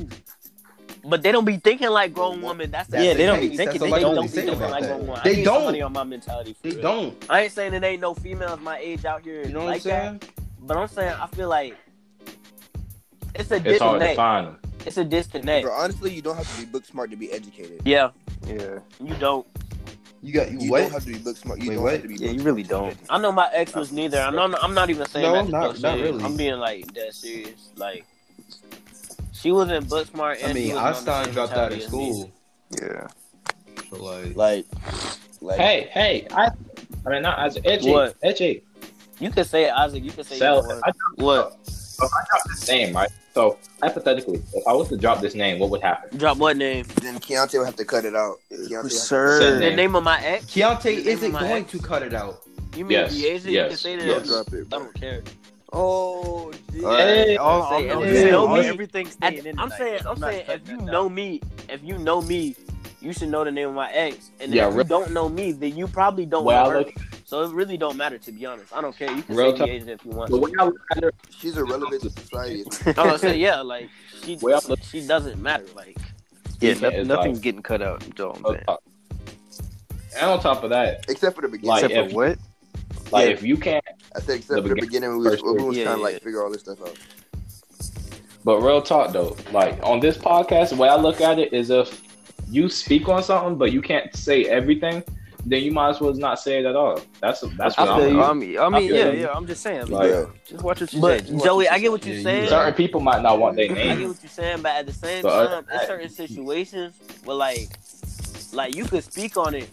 D: but they don't be thinking like grown women. That's
A: yeah, they don't
C: the
A: be
C: case.
A: thinking.
C: That's
A: They
C: all I don't
D: They
A: don't
D: don't
A: be
D: be
C: think
D: thinking
C: about
D: like
C: that.
D: grown women.
C: They
D: I need
C: don't.
D: somebody on my mentality. for
C: They
D: real.
C: don't.
D: I ain't saying it ain't no females my age out here
C: You know what I'm
D: like
C: saying?
D: that, but I'm saying I feel like it's a
E: It's hard to
D: disconnect.
E: find them.
D: It's a disconnect.
B: bro, honestly, you don't have to be book smart to be educated.
D: Yeah,
A: Yeah,
D: you don't.
C: You got
B: You
C: you
B: don't
C: what?
B: have to be book smart. You
C: Wait,
B: don't
C: what?
B: have to be.
A: yeah,
B: book
A: you
B: smart
A: really
B: to be
A: don't.
B: educated.
D: I know my ex was neither. I'm not. I'm not even saying
C: No,
D: that. to
C: not-
D: post
C: not
D: shade.
C: really.
D: I'm being like that serious. Like she was in book smart.
C: I
D: and she
C: mean,
D: was on the
C: Einstein
D: same
C: dropped out of
D: mentality as me.
C: school.
A: Yeah,
C: So like,
B: Like, like,
E: Hey, hey, I, I mean, not as edgy,
D: What?
E: edgy.
D: You could say it, Isaac. You could say
E: So,
D: either one.
E: I
D: what?
E: dropped this name, right? So, hypothetically, if I was to drop this name, what would happen?
D: Drop what name?
B: then Keontae will have to cut it out. Keontae will have to-
A: sir.
D: The name of my ex.
C: Keontae
D: His name
C: isn't
D: on my
C: going
D: ex.
C: to cut it out.
D: You mean
E: Yes,
D: the Asian? You can
E: yes,
D: say that.
E: yes.
B: Drop it,
D: I
B: bro.
D: don't care.
B: Oh,
A: All right.
E: Hey,
A: all, all,
D: say
A: all-
E: everything.
A: all-
E: Know me.
A: everything's
D: At-
A: staying in.
D: I'm
A: tonight.
D: saying, I'm
A: not
D: saying,
A: cutting
D: if you
A: that down.
D: know me, if you know me, you should know the name of my ex. And
E: Yeah,
D: if
E: real-
D: you don't know me, then you probably don't
E: Well,
D: know her.
E: look-
D: So it really don't matter, to be honest. I don't care. You can
E: Real
D: say
E: talk.
D: the Asian if you want.
E: The way I look at her,
B: she's irrelevant to society.
D: Oh, so yeah, like she,
E: Well, look-
D: she doesn't matter. Like
A: Yeah,
E: Yeah,
A: noth-
E: it's
A: nothing's
E: like-
A: getting cut out. Don't. I'm saying.
E: and on top of that,
B: Except for the beginning.
E: Like,
A: Except
E: if-
A: for what?
E: like
A: Yeah.
E: if you can't,
B: I said except
E: the
B: for the
E: begin-
B: beginning, when we was,
E: first
B: when we was
A: yeah,
B: trying to
A: yeah,
B: like
A: yeah.
B: figure all this stuff out.
E: but real talk though, like on this podcast, the way I look at it is if you speak on something but you can't say everything, then you might as well not say it at all. That's that's
A: I
E: what
A: feel you. I
E: I'm.
A: mean, I
E: I
A: mean,
E: feel
A: yeah,
E: you.
A: yeah. I'm just saying.
E: Like-
B: yeah.
A: Just watch what you
D: But
A: say. Just watch
D: Joey,
A: you
D: I
A: say.
D: get what you're
C: Yeah, you
D: saying.
E: Certain people might not want their
D: I get
E: name.
D: what you're saying, but at the same
E: So, uh,
D: time, there's certain situations where like, like you could speak on it,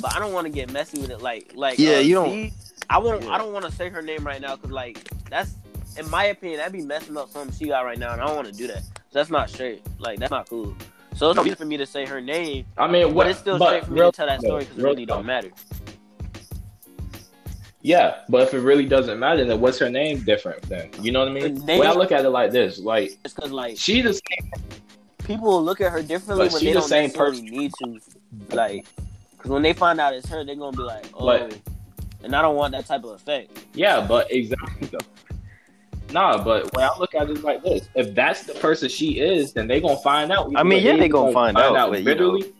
D: but I don't want to get messy with it. Like, like
A: Yeah, you don't-
D: see, I won't.
A: Yeah.
D: I don't want to say her name right now because like that's in my opinion that'd be messing up something she got right now, and I don't want to do that. that's not straight. Like that's not cool. So it's no reason for me to say her name,
E: I mean, what?
D: but it's still
E: but
D: straight for me
E: real
D: to tell that
E: talk, though,
D: story because it
E: real
D: really
E: talk.
D: don't matter.
E: Yeah, but if it really doesn't matter, then what's her name different then? You know what I mean?
D: The name-
E: when I look at it like this, like
D: It's because like
E: she the same
D: people will look at her differently
E: But
D: when
E: she
D: they
E: the
D: don't
E: same
D: necessarily need to. Like, because when they find out it's her, they're gonna be like, oh.
E: But-
D: and I don't want that type of effect.
E: Yeah, but exactly though. Nah, but when I look at it like this, if that's the person she is, then they gonna find out.
A: I mean, yeah, they gonna find out, but, you know,
E: literally.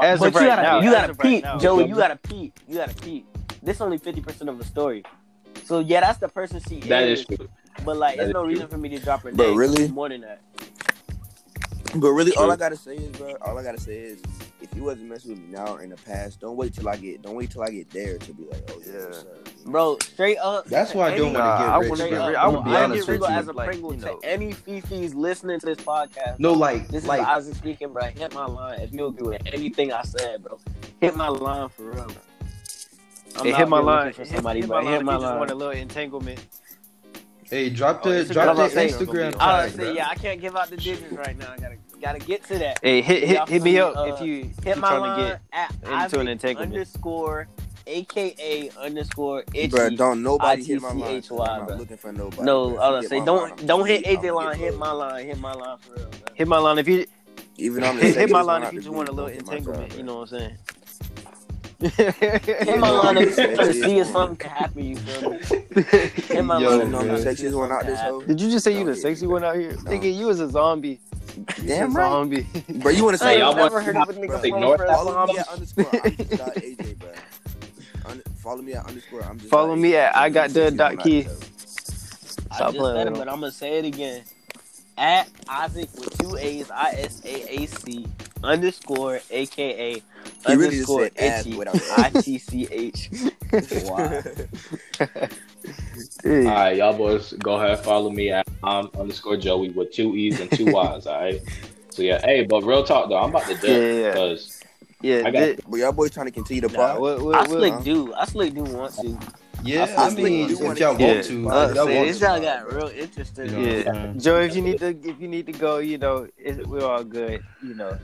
A: as
D: but
A: of right
D: you gotta,
A: now,
D: you
A: as
D: gotta
A: of right
D: peep,
A: now,
D: Joey.
E: yeah.
D: You gotta peep. You gotta peep. This only fifty percent of the story. So yeah, that's the person she
E: That is true.
D: But
E: that
D: like, there's
E: is
D: no
E: true.
D: reason for me to drop her name.
B: But really?
D: more than that.
B: But really, all I gotta say is, bro. All I gotta say is, if you wasn't messing with me now or in the past, don't wait till I get, don't wait till I get there to be like, oh yeah,
A: Yeah.
B: what's up?
D: bro. Straight up.
C: That's why I don't
D: any-
C: wanna
A: Nah, I
C: get rich,
A: wouldn't
D: Straight
A: get
C: bro.
A: rich. I
D: up, I
C: I'm
A: would
D: would
A: be
C: gonna
D: I
A: honest
D: get
A: with
D: Regal
A: you.
D: as a
A: like,
D: Pringle
A: you know,
D: to any Fifi's listening to this podcast.
C: No, like,
D: This
C: like
D: is Isaac speaking, bro. Hit my line if you agree with anything I said, bro. Hit my line for real. I'm
A: it
D: out
A: hit my
D: here looking
A: line.
D: for somebody,
A: hit,
D: bro.
A: my line.
D: Hit my
A: He just
D: line.
A: want a little entanglement.
C: hey, drop
A: Oh,
C: the
A: Instagram-
C: drop the
D: I'm saying-
C: Instagram.
D: I was
C: tag, bro.
D: gonna say, yeah, I can't give out the digits right now. I gotta gotta get to that.
A: Hey, hit
D: Y'all
A: hit, hit me
D: feel
A: up
D: me? Uh,
A: if you if
D: Hit
A: you
D: my
A: trying to
D: line
A: get
D: at
A: into an
D: Isaac
A: entanglement.
D: underscore aka underscore itchy.
B: Bro, don't nobody hit my line.
D: ITCHY,
B: I'm
D: bro.
B: not looking for nobody.
D: no,
B: bro. If
D: I was
B: you
D: gonna say
B: my
D: don't
B: line, I'm
D: don't
B: gonna
D: hit
B: get- I'm
D: AJ line.
B: gonna
D: Hit
B: get
D: my
B: low.
D: line. Hit my line for real. bro.
A: hit my line if you
B: Even on the
A: hit, hit
B: second
A: my
B: line,
A: line
B: I
A: if you
B: could
A: just
B: be
A: want a little
B: looking at my job,
A: entanglement.
B: bro.
A: You know what I'm saying?
D: Hit my
B: Yeah,
D: line
B: I'm
D: if
B: sexy
D: you to
B: as
D: see if
B: hell.
D: something can happen. You feel me? Hit my
C: Yo,
D: line.
B: You know
C: bro.
B: I'm the sexiest one out this
D: Yeah.
B: hoe.
A: Did you just say you
B: Don't
A: the
B: hit me,
A: sexy
B: bro.
A: one out here?
B: No.
A: Nigga, you was a zombie.
B: Damn right.
A: Zombie.
B: Bro, you want to
E: Hey,
B: say
E: y'all
B: all
E: want-
B: of
E: never heard of a nigga
B: Bro,
E: ignore that.
B: me at underscore I'm just dot AJ, bro. Un- follow me at underscore I'm just
A: Follow
B: dot
A: me at
B: AJ.
A: I got the dot
B: Not
A: key.
B: though.
A: Stop
D: I just
A: playing
D: said it,
A: with
D: but I'm gonna say it again. At Isaac with two A's, I S A A C underscore A K A
B: He really just
D: underscore
B: said ass
D: itchy
B: without
D: I T C H.
E: Wow.
A: him.
E: All right, y'all boys, go ahead follow me at I'm underscore Joey with two E's and two Y's. all right. So yeah, hey, but real talk though, I'm about to
A: Yeah,
E: dip
A: yeah, yeah.
E: because
A: yeah
E: I got-
A: thi-
B: But y'all boys trying to continue the
D: Nah,
B: pod.
A: what,
D: I
A: what, what,
D: slick do. I slick do want to.
C: Yeah,
B: I
C: I,
B: think
C: mean,
B: you
C: if
B: wanna
C: y'all
B: get
C: want to,
A: Uh,
B: Yeah.
C: if y'all
A: see,
C: want
D: this y'all
C: to.
D: got real interesting.
C: You know what I'm
A: Yeah.
C: saying?
A: Joe, if you need to, if you need to go, you know, it, we're all good. You know,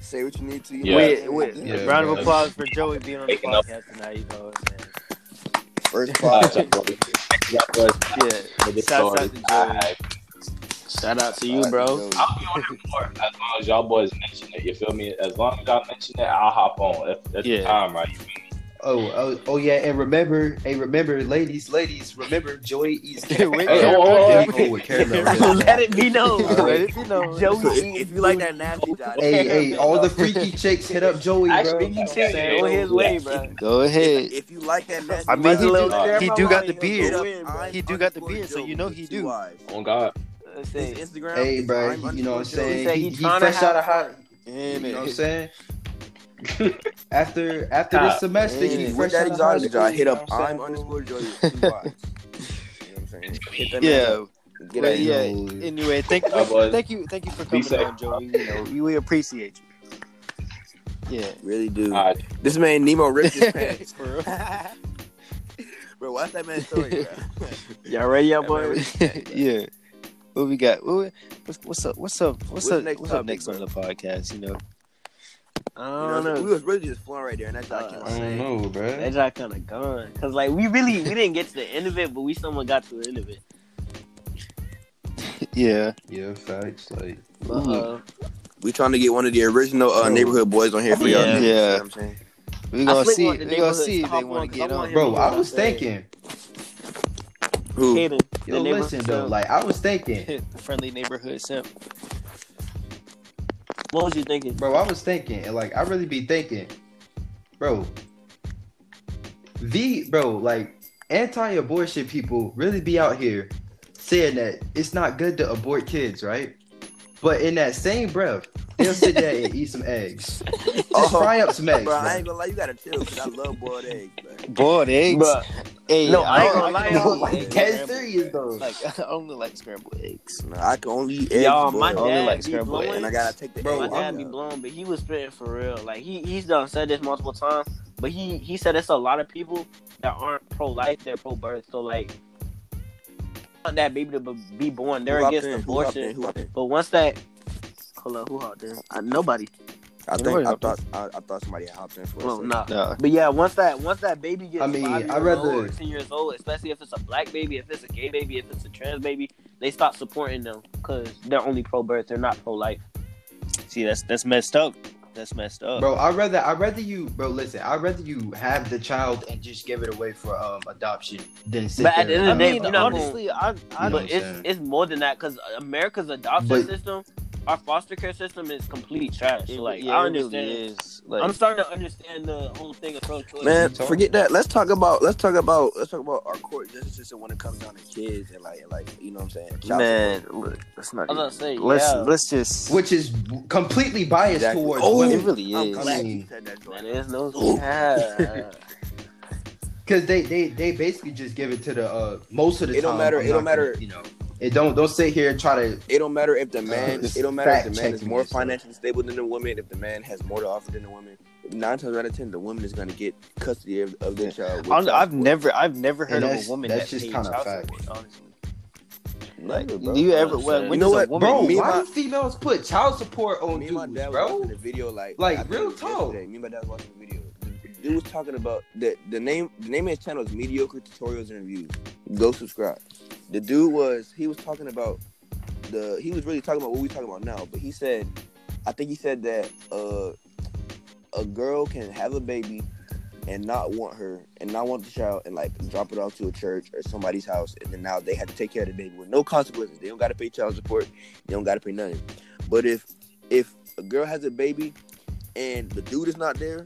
B: Say what you need to. You
E: Yeah.
B: know
A: Wait,
B: what I'm
A: wait,
B: saying?
C: Yeah.
A: round of
E: bro.
A: applause for Joey being on the
E: Waking up.
A: podcast tonight. You know what I'm
B: First
E: all
B: pod.
E: right, y'all boys, y'all boys,
A: saying?
E: for this
A: Shout out
E: story.
A: to Joey.
E: All right.
D: Shout out to
B: All
D: you,
B: right,
D: bro.
B: Joey.
E: I'll be on it more as long as y'all boys mention it. You feel me? As long as y'all mention it, I'll hop on. If, if
A: Yeah.
E: the time right.
C: Oh, oh, oh, yeah, and remember, hey, remember, ladies, ladies, remember, Joey eats caramel.
A: Wait,
E: Hey,
A: wait,
E: oh, oh,
A: wait.
C: Eat people with caramel.
D: Let it be known.
C: All right.
A: Let it be known.
D: Joey
B: So if,
D: eats
B: if you like that nasty job,
C: Hey, hey, all the freaky chicks hit up Joey, bro.
D: Actually, you said
E: Hey,
D: go
E: hey,
D: his way, bro.
A: Go ahead.
B: if you like that nasty,
A: I mean, he do,
E: Uh,
A: he do got the
B: hit up
A: beard.
B: I'm
A: He do got the
B: underscore
A: beard, so
B: Joey
A: you know
B: with
A: he
B: two
A: do.
B: Y's.
E: Oh God.
D: Let's
B: His
D: see.
B: Instagram.
C: Hey,
B: is
C: bro,
B: I'm
C: you know what I'm
B: underscore Joey.
C: saying?
A: said
C: He,
A: he
C: he
A: tryna
C: fresh
A: have
C: out of high. You
A: In
C: know what I'm
A: it.
C: saying? after after
E: Ah,
C: this semester,
A: man.
C: he
B: With
C: fresh
B: that
C: out of high
B: exotic
C: school,
B: job, hit
C: you
B: up
C: know what
B: I'm
C: saying?
B: underscore Joey with two Y's. You know what I'm saying? Hit that man
A: Yeah,
B: up. Get out
A: but
B: of
A: yeah.
B: here.
C: here.
A: Anyway, thank
E: Y'all boys.
A: thank you, thank you for
E: Be
A: coming
E: safe.
A: on, Joey. You know, we, we appreciate you. Yeah,
B: Really do.
E: All right.
B: This man Nemo ripped his pants.
A: for real.
B: Bro, watch that man's story, bro.
D: Y'all ready, y'all
B: That man
D: boys?
B: ripped his pants,
A: yeah. What we got? What, we- what's, what's up? What's up? What's,
B: What's
A: up?
B: next
A: what's up
B: topic,
A: next
B: bro?
A: on the podcast? You know,
B: bro. You know
D: I don't
B: what I'm saying?
D: know.
B: We was really just flowing right there, and that job came
D: Uh,
B: out.
C: I don't
A: Mm-hmm.
C: know, bro.
D: That y'all kind of gone. Cause like we really we didn't get to the end of it, but we somewhat got to the end of it.
A: yeah.
C: Yeah, facts. Like,
D: But, uh,
B: We trying to get one of the original uh,
C: Bro.
B: neighborhood boys on here for y'all.
A: Yeah.
B: niggas, you know
A: Yeah.
B: what I'm saying?
A: We
D: I
A: gonna
D: slick
A: see.
D: want the
A: We gonna
D: neighborhood
A: see
D: to
A: if they
D: hop
A: wanna
D: on 'cause I
A: get
D: want
A: on.
D: him
C: bro,
D: to
C: I was
D: say it.
C: thinking.
B: Who?
D: Kaden, the
C: Yo,
D: neighborhood
C: listen though,
D: simp.
C: like I was thinking,
A: Friendly neighborhood simp.
D: what was you thinking?
C: bro, I was thinking, and like I really be thinking, bro. The bro, like anti-abortion people really be out here saying that it's not good to abort kids, right? But in that same breath, they'll sit there and eat some eggs. Just
D: Oh,
B: Oh,
C: fry up some eggs.
B: Bro, I
C: man.
B: ain't gonna lie, you gotta chill because I love boiled eggs. Bro.
A: Boiled eggs.
D: Bruh,
A: Hey,
D: No, I ain't gonna
A: don't-
D: lie,
A: I don't
D: y'all.
A: like
D: Eggs,
C: that's
A: scrambled-
C: serious though.
A: Like I only like scrambled eggs.
B: No, I can only eat eggs.
D: y'all, my
B: boiled.
A: Only
D: dad
A: like
D: be
A: scrambled
D: blowing.
A: eggs.
B: and I gotta take the
C: Bro,
D: My
B: eggs
D: dad
B: out.
D: be blown, but he was spitting for real. Like he he's done said this multiple times, but he he said it's a lot of people that aren't pro life, they're pro birth. So like, want that baby to be be born, they're
B: Who up
D: against
B: in? Who up in?
D: abortion.
B: Who up in?
D: But once that, hold on, who out there? Uh, nobody.
B: I think
A: Nobody
B: I
A: up in.
B: thought I, I thought somebody had hopped in for a
D: Well,
B: second.
D: nah.
A: No.
D: But yeah, once that once that baby gets
C: I mean,
D: five years
C: I'd rather-
D: old, or ten years old, especially if it's a black baby, if it's a gay baby, if it's a trans baby, they stop supporting them because they're only pro birth, they're not pro life.
A: See, that's that's messed up. That's messed up.
C: Bro, I'd rather I'd rather you bro listen, I'd rather you have the child and just give it away for um adoption than sit
D: But at the
C: there
D: end
A: I
D: of the day,
C: and-
D: you
A: mean,
D: know,
A: honestly, I, I
C: You know what I'm
D: but it's
C: saying?
D: it's more than that because America's adoption
C: But-
D: system, our foster care system is complete trash.
A: it-
D: like
A: yeah,
D: I
A: it
D: understand.
A: really is. Like,
D: I'm starting to understand the whole thing of pro choice.
B: Man,
C: You talk-
B: forget that. Let's talk about let's talk about let's talk about our court justice system when it comes down to kids and like and like you know what I'm saying. Child
A: man, look, let's not.
D: I was gonna say,
A: let's
D: yeah.
A: let's just.
C: which is completely biased
B: Exactly.
C: towards
B: Oh,
A: it
C: women.
A: really
B: support. I'm
A: is.
B: glad
C: mean-
B: you said that. Joy.
D: That is no yeah.
C: Because they, they they basically just give it to the uh most of the
B: It
C: time.
B: don't matter-
C: I'm
B: it don't
C: not gonna-
B: matter.
C: you know. It don't don't sit here and try to
B: It don't matter if the man.
C: this
B: it don't matter if the
C: fact
B: man is
C: checking
B: more
C: this stuff.
B: financially stable than the woman. If the man has more to offer than the woman, nine times out of ten, the woman is gonna get custody of, of the child. with
A: I'm,
B: child
A: I've
B: support.
A: never, I've never heard
C: And
A: of a
C: that's-
A: woman
C: that's
A: that
C: just
A: paid
C: kinda
A: child
C: fact.
A: support, honestly.
B: Never, bro.
A: do you
D: I'm
A: ever? Well,
D: saying.
A: when
B: You know
A: does a
B: what,
A: woman
C: Bro,
B: me and
C: why
B: my-
C: do females put child support on
B: me and my
C: dudes,
B: dad was
C: bro?
B: watching the video like
C: Like,
B: I think
C: real
B: it was
C: talk.
B: yesterday. Me and my dad was watching the video. The dude was talking about the the name the name of his channel is mediocre tutorials and reviews. Go subscribe. The dude was he was talking about the he was really talking about what we talking about now, but he said I think he said that uh a girl can have a baby and not want her and not want the child and like drop it off to a church or somebody's house and then now they have to take care of the baby with no consequences. They don't gotta pay child support, they don't gotta pay nothing. But if if a girl has a baby and the dude is not there,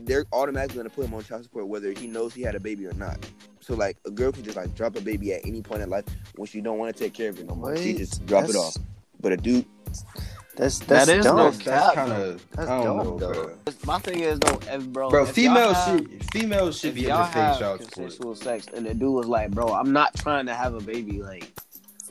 B: they're automatically gonna put him on child support whether he knows he had a baby or not. So like a girl can just like drop a baby at any point in life when she don't want to take care of it no more. She
A: What?
B: just drop it off.
A: That's-
B: But a dude,
A: That's
D: That
A: that's
D: is
A: dumb.
D: no
C: that's,
D: cap,
C: kind of I
A: That's
C: don't know,
A: dumb,
C: bro.
B: bro,
D: My thing is though, if, bro.
C: Bro,
D: if y'all
C: females
D: have-
C: should females should
D: if
C: be
D: y'all
C: able to
D: have
C: face child support.
D: consensual sex, and the dude was like, "Bro, I'm not trying to have a baby." Like,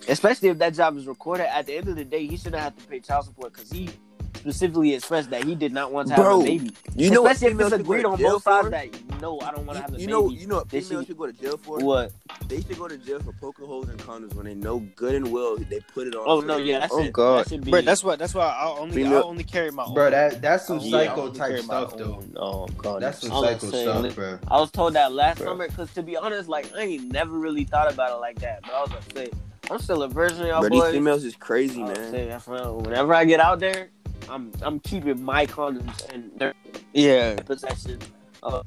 D: especially if that job is recorded. At the end of the day, he shouldn't have to pay child support because he specifically expressed that he did not want to have
B: Bro,
D: a baby.
B: you know what
D: especially if
B: females
D: it's
B: should go
D: agreed
B: to
D: on
B: jail
D: both sides
B: for?
D: that no, I don't want to have a
B: you, you
D: baby.
B: know, you know, what
D: They
B: females
D: should-
B: should go to jail for.
D: what?
B: They should go to jail for poking holes in condoms when they know good and well they put it on.
D: Oh no, yeah, that's
A: Oh,
D: it.
A: God.
D: that should be.
A: Bro, that's why that's why I only I
B: Female-
A: only carry my own.
C: Bro, that that's
A: I
C: some
A: only- I
C: psycho
A: only
C: type
A: carry my
C: stuff though.
A: own, Oh God,
C: That's some
D: I'm
C: psycho
D: saying,
C: stuff,
D: li-
C: bro.
D: I was told that last
C: Bruh.
D: summer because, to be honest, like I ain't never really thought about it like that. But I was like, say, I'm still a virgin, y'all
B: Bro,
D: boys. Oh,
B: these females is crazy,
D: I was
B: man.
D: saying, that's why whenever I get out there, I'm I'm keeping my condoms and their
A: yeah.
D: possession. Uh,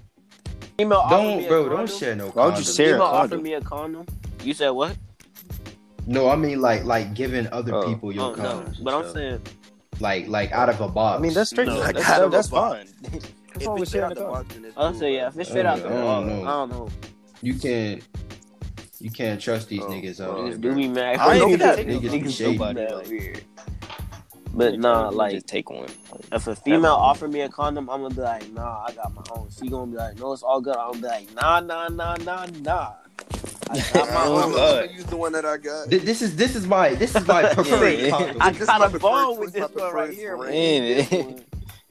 D: female offered me
C: Don't,
D: a
C: bro,
D: condom.
C: don't share no.
A: Why would you
C: condom.
A: share a
D: Female offered
A: condom?
D: me a condom. You said what?
C: No, I mean like like giving other
A: Oh.
C: people your
D: oh
C: condoms.
D: no,
C: and
D: but I'm
C: stuff.
D: saying
C: like like out of a box.
A: I mean, that's straight.
D: No,
A: that's
B: I got
A: that's
B: a box.
A: fine. What's
B: If
A: wrong
B: it's
A: with
B: straight
A: sharing
B: out
A: the
B: the
A: condom?
B: box, then it's
D: I'll
B: cool,
D: say yeah.
B: bro.
D: If it's straight out the
C: I don't
D: box,
C: know.
D: I don't know.
C: you can't you can't trust these
B: Oh,
C: niggas out
B: well,
C: there.
D: Niggas do
C: bro.
D: me mad.
A: I
C: don't
D: Niggas-
C: know that
D: niggas
C: niggas
D: do
C: be
D: me
C: shady,
D: mad
A: like-
D: weird. But nah, like
A: just take one.
D: If a female offer me a condom, I'm gonna be like, nah, I got my own. She gonna be like, no, it's all good. I'm gonna be like, nah, nah, nah, nah, nah. I got my
B: I don't
D: own.
A: Oh,
B: know. I'm
A: Lord.
B: gonna use the one that I got.
C: Th- This is this is my this is my preferred
A: Yeah.
C: condom.
D: I
B: This
D: got
B: is
D: a
B: my
D: bone
B: preferred-
D: with
B: this is
D: this
B: my
D: one right
B: preferred
D: here.
B: friend.
D: man.
A: Man,
D: This one.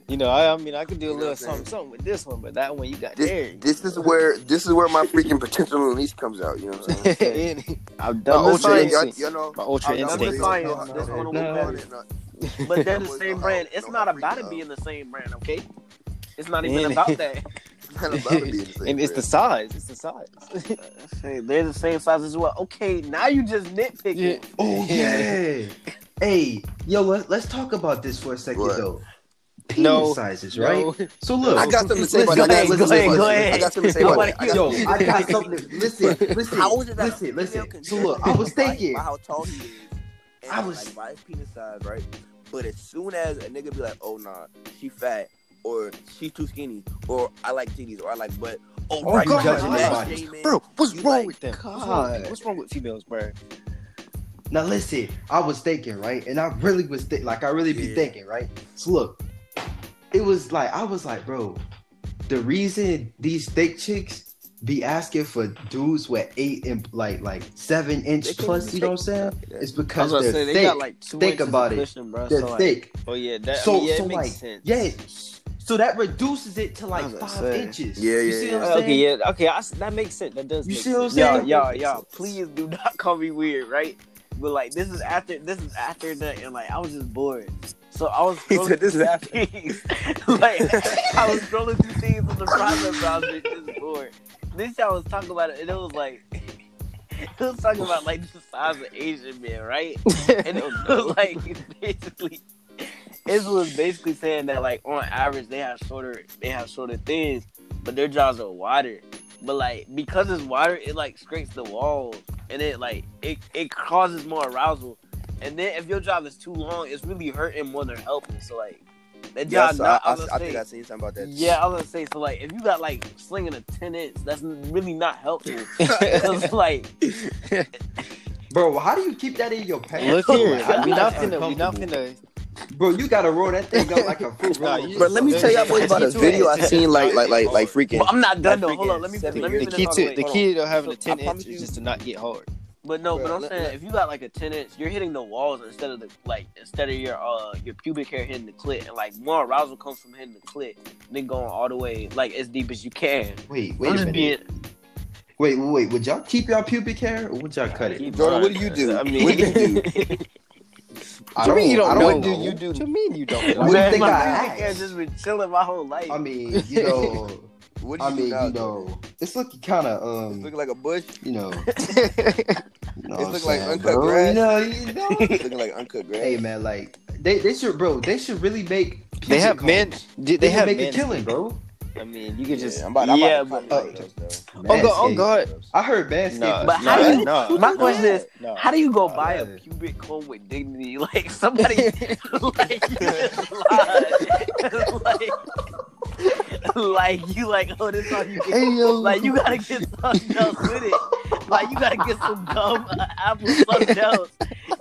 A: You know, I, I mean, I could do a
B: You know
A: little
B: what I'm saying?
A: something, something with this one, but that one you got
B: This-
A: there.
B: This is where this is where my freaking potential release comes out. You know what I'm saying?
A: I'm
B: My
A: done.
B: ultra,
A: ultra
B: y'all-
A: instinct.
B: y'all know,
A: My ultra
B: I'm not
A: instinct.
B: really-
D: Science.
B: that's what I'm
C: No.
B: calling it, not-
D: But they're the
B: Boys
D: same
B: are
D: brand.
B: out.
D: It's
B: No
D: not
B: more
D: about
B: freaking
D: it
B: out.
D: being the same brand, okay? It's not
A: Man.
D: even about that.
B: It's not about to be the same
A: and it's the
B: brand.
A: size. It's the size.
D: Hey, they're the same size as well. Okay, now you just nitpicking.
C: Oh yeah. hey, yo, let, let's talk about this for a second
B: What?
C: though. Penis
A: No.
C: sizes,
A: No.
C: right? So look,
B: I got something to say about
C: Listen,
B: that.
C: go
B: Listen,
C: ahead,
B: listen,
C: go
D: ahead.
B: I got something to say about
D: Nobody
B: that. I got-
C: yo, I got something. Listen, listen,
B: How is it that
C: listen, listen.
B: female
C: So
B: can
C: look, I
B: judge
C: was
B: a guy
C: thinking.
B: by how tall he is. And
C: I
B: I
C: was-
B: was like, by his penis size, right? But as soon as a nigga be like, "Oh nah, she fat," or "She too skinny," or "I like titties," or "I like butt," oh,
C: Oh,
B: right,
C: God,
B: you judging
C: God.
B: that shaming.
A: Bro, what's
B: You
A: wrong
B: like,
A: with them? What's wrong
C: God.
A: with, what's wrong with females, bro?
C: Now listen, I was thinking, right? And I really was think like I really be
B: Yeah.
C: thinking, right? So look, it was like I was like, bro, the reason these thick chicks be asking for dudes with eight and like like seven
B: They
C: inch
B: can't
C: plus,
B: even
C: you know what I'm saying? It's
D: I was
C: because
D: about
C: they're
D: to say they
C: thick.
D: got like two
C: Think
D: inches
C: about
D: of
C: it.
D: cushion, bro.
C: they're
D: so, like,
C: thick.
A: Oh yeah, that
C: So-
A: I mean, yeah,
C: so,
A: it makes
C: like,
A: sense.
C: Yes. So that reduces it to
A: I
C: like
A: was
C: five
A: about to say.
C: inches.
B: Yeah,
C: You
B: yeah,
C: see
B: yeah.
C: what I'm saying?
A: Okay, yeah, okay, I s that makes sense. That does.
C: You
A: make
C: see what I'm
A: sense.
C: saying?
D: Y'all, y'all, y'all, please do not call me weird, right? But like, this is after, this is after that, and like, I was just bored. So I was
B: He
D: scrolling
B: said this is
D: through
B: after.
D: things. like, I was scrolling through things in the process, but I was just, just bored. This y'all was talking about it, and it was like, it was talking about like the size of Asian men, right? And it
B: Oh,
D: was like basically, it was basically saying that like on average they have shorter, they have shorter things, but their jaws are wider. But like because it's wider, it like scrapes the walls, and it like it it causes more arousal. And then if your job is too long, it's really hurting more than helping. So like that
B: Yeah,
D: job,
B: I saw-
D: not,
B: I,
D: was
B: I
D: gonna
B: think
D: say-
B: I seen something about that.
D: yeah, I was gonna say so. Like, if you got like slinging a ten inch, that's really not helpful. It's like,
C: Bro, how do you keep that in your pants?
A: Look here,
C: Like, I'm
A: we not finna, we not
C: uncomfortable.
A: finna.
C: Bro, you gotta roll that thing up like a fruit
A: Nah,
C: roll.
A: you-
B: But let me tell y'all boys about a video I seen like like like like freaking.
D: but I'm not done though.
B: freaking
D: Hold on, let me let
B: seven
D: me
B: years.
A: The
D: finish
A: key
D: talking,
A: to
D: wait,
A: the
D: hold
A: key to having a
B: So, I
A: ten inch
B: promise you-
A: is just to not get hard.
D: on. But no, but
B: Bruh,
D: I'm
B: let-
D: saying
B: let-
D: if you got like a ten inch, you're hitting the walls instead of the like instead of your uh your pubic hair hitting the clit, and like more arousal comes from hitting the clit than going all the way like as deep as you can.
C: Wait, wait
D: I'm
C: a
D: just
C: minute.
D: being
C: Wait, wait, wait. Would y'all keep y'all pubic hair or would y'all cut it?
B: Jordan, what do you do?
D: I mean,
B: What do
A: What do you mean you
B: you
C: I
A: don't
C: I
A: know?
C: don't know.
A: What do you mean you don't
C: I
A: know?
C: wouldn't
D: man,
C: think
D: my
C: I
D: pubic hair
C: asked.
D: just been chilling my whole life.
C: I mean, you know,
B: What do
C: I
B: you
C: mean,
B: do now?
C: you know, it's looking kind of,
B: It's
C: um,
B: looking like a bush.
C: you know, you know
B: It's
C: what
B: look
C: I'm
B: like
C: saying,
B: uncut
C: bro.
B: grass.
C: You know, you know.
B: It's looking like uncut grass.
C: hey man, like they, they should, bro. They should really make.
A: They have
C: pubic
A: men.
C: combs.
A: They,
C: They,
A: have
C: should make
A: men.
C: a killing, bro.
A: I mean, you could just
B: I'm about, I'm
A: yeah,
B: about to
A: but,
B: copyright those, though.
C: Oh,
B: Those.
C: God, oh Manscaped. God. I heard Manscaped.
A: no,
D: But
A: no,
D: how do you-
A: no,
D: my question
A: no,
D: is,
A: no.
D: How do you go
C: Oh,
D: buy a
C: man.
D: pubic comb with dignity? Like somebody, like you just lied. like, like you like oh this all you get.
C: Hey, yo.
D: Like you gotta get something else with it. Like you gotta get some gum, uh, apple, something else.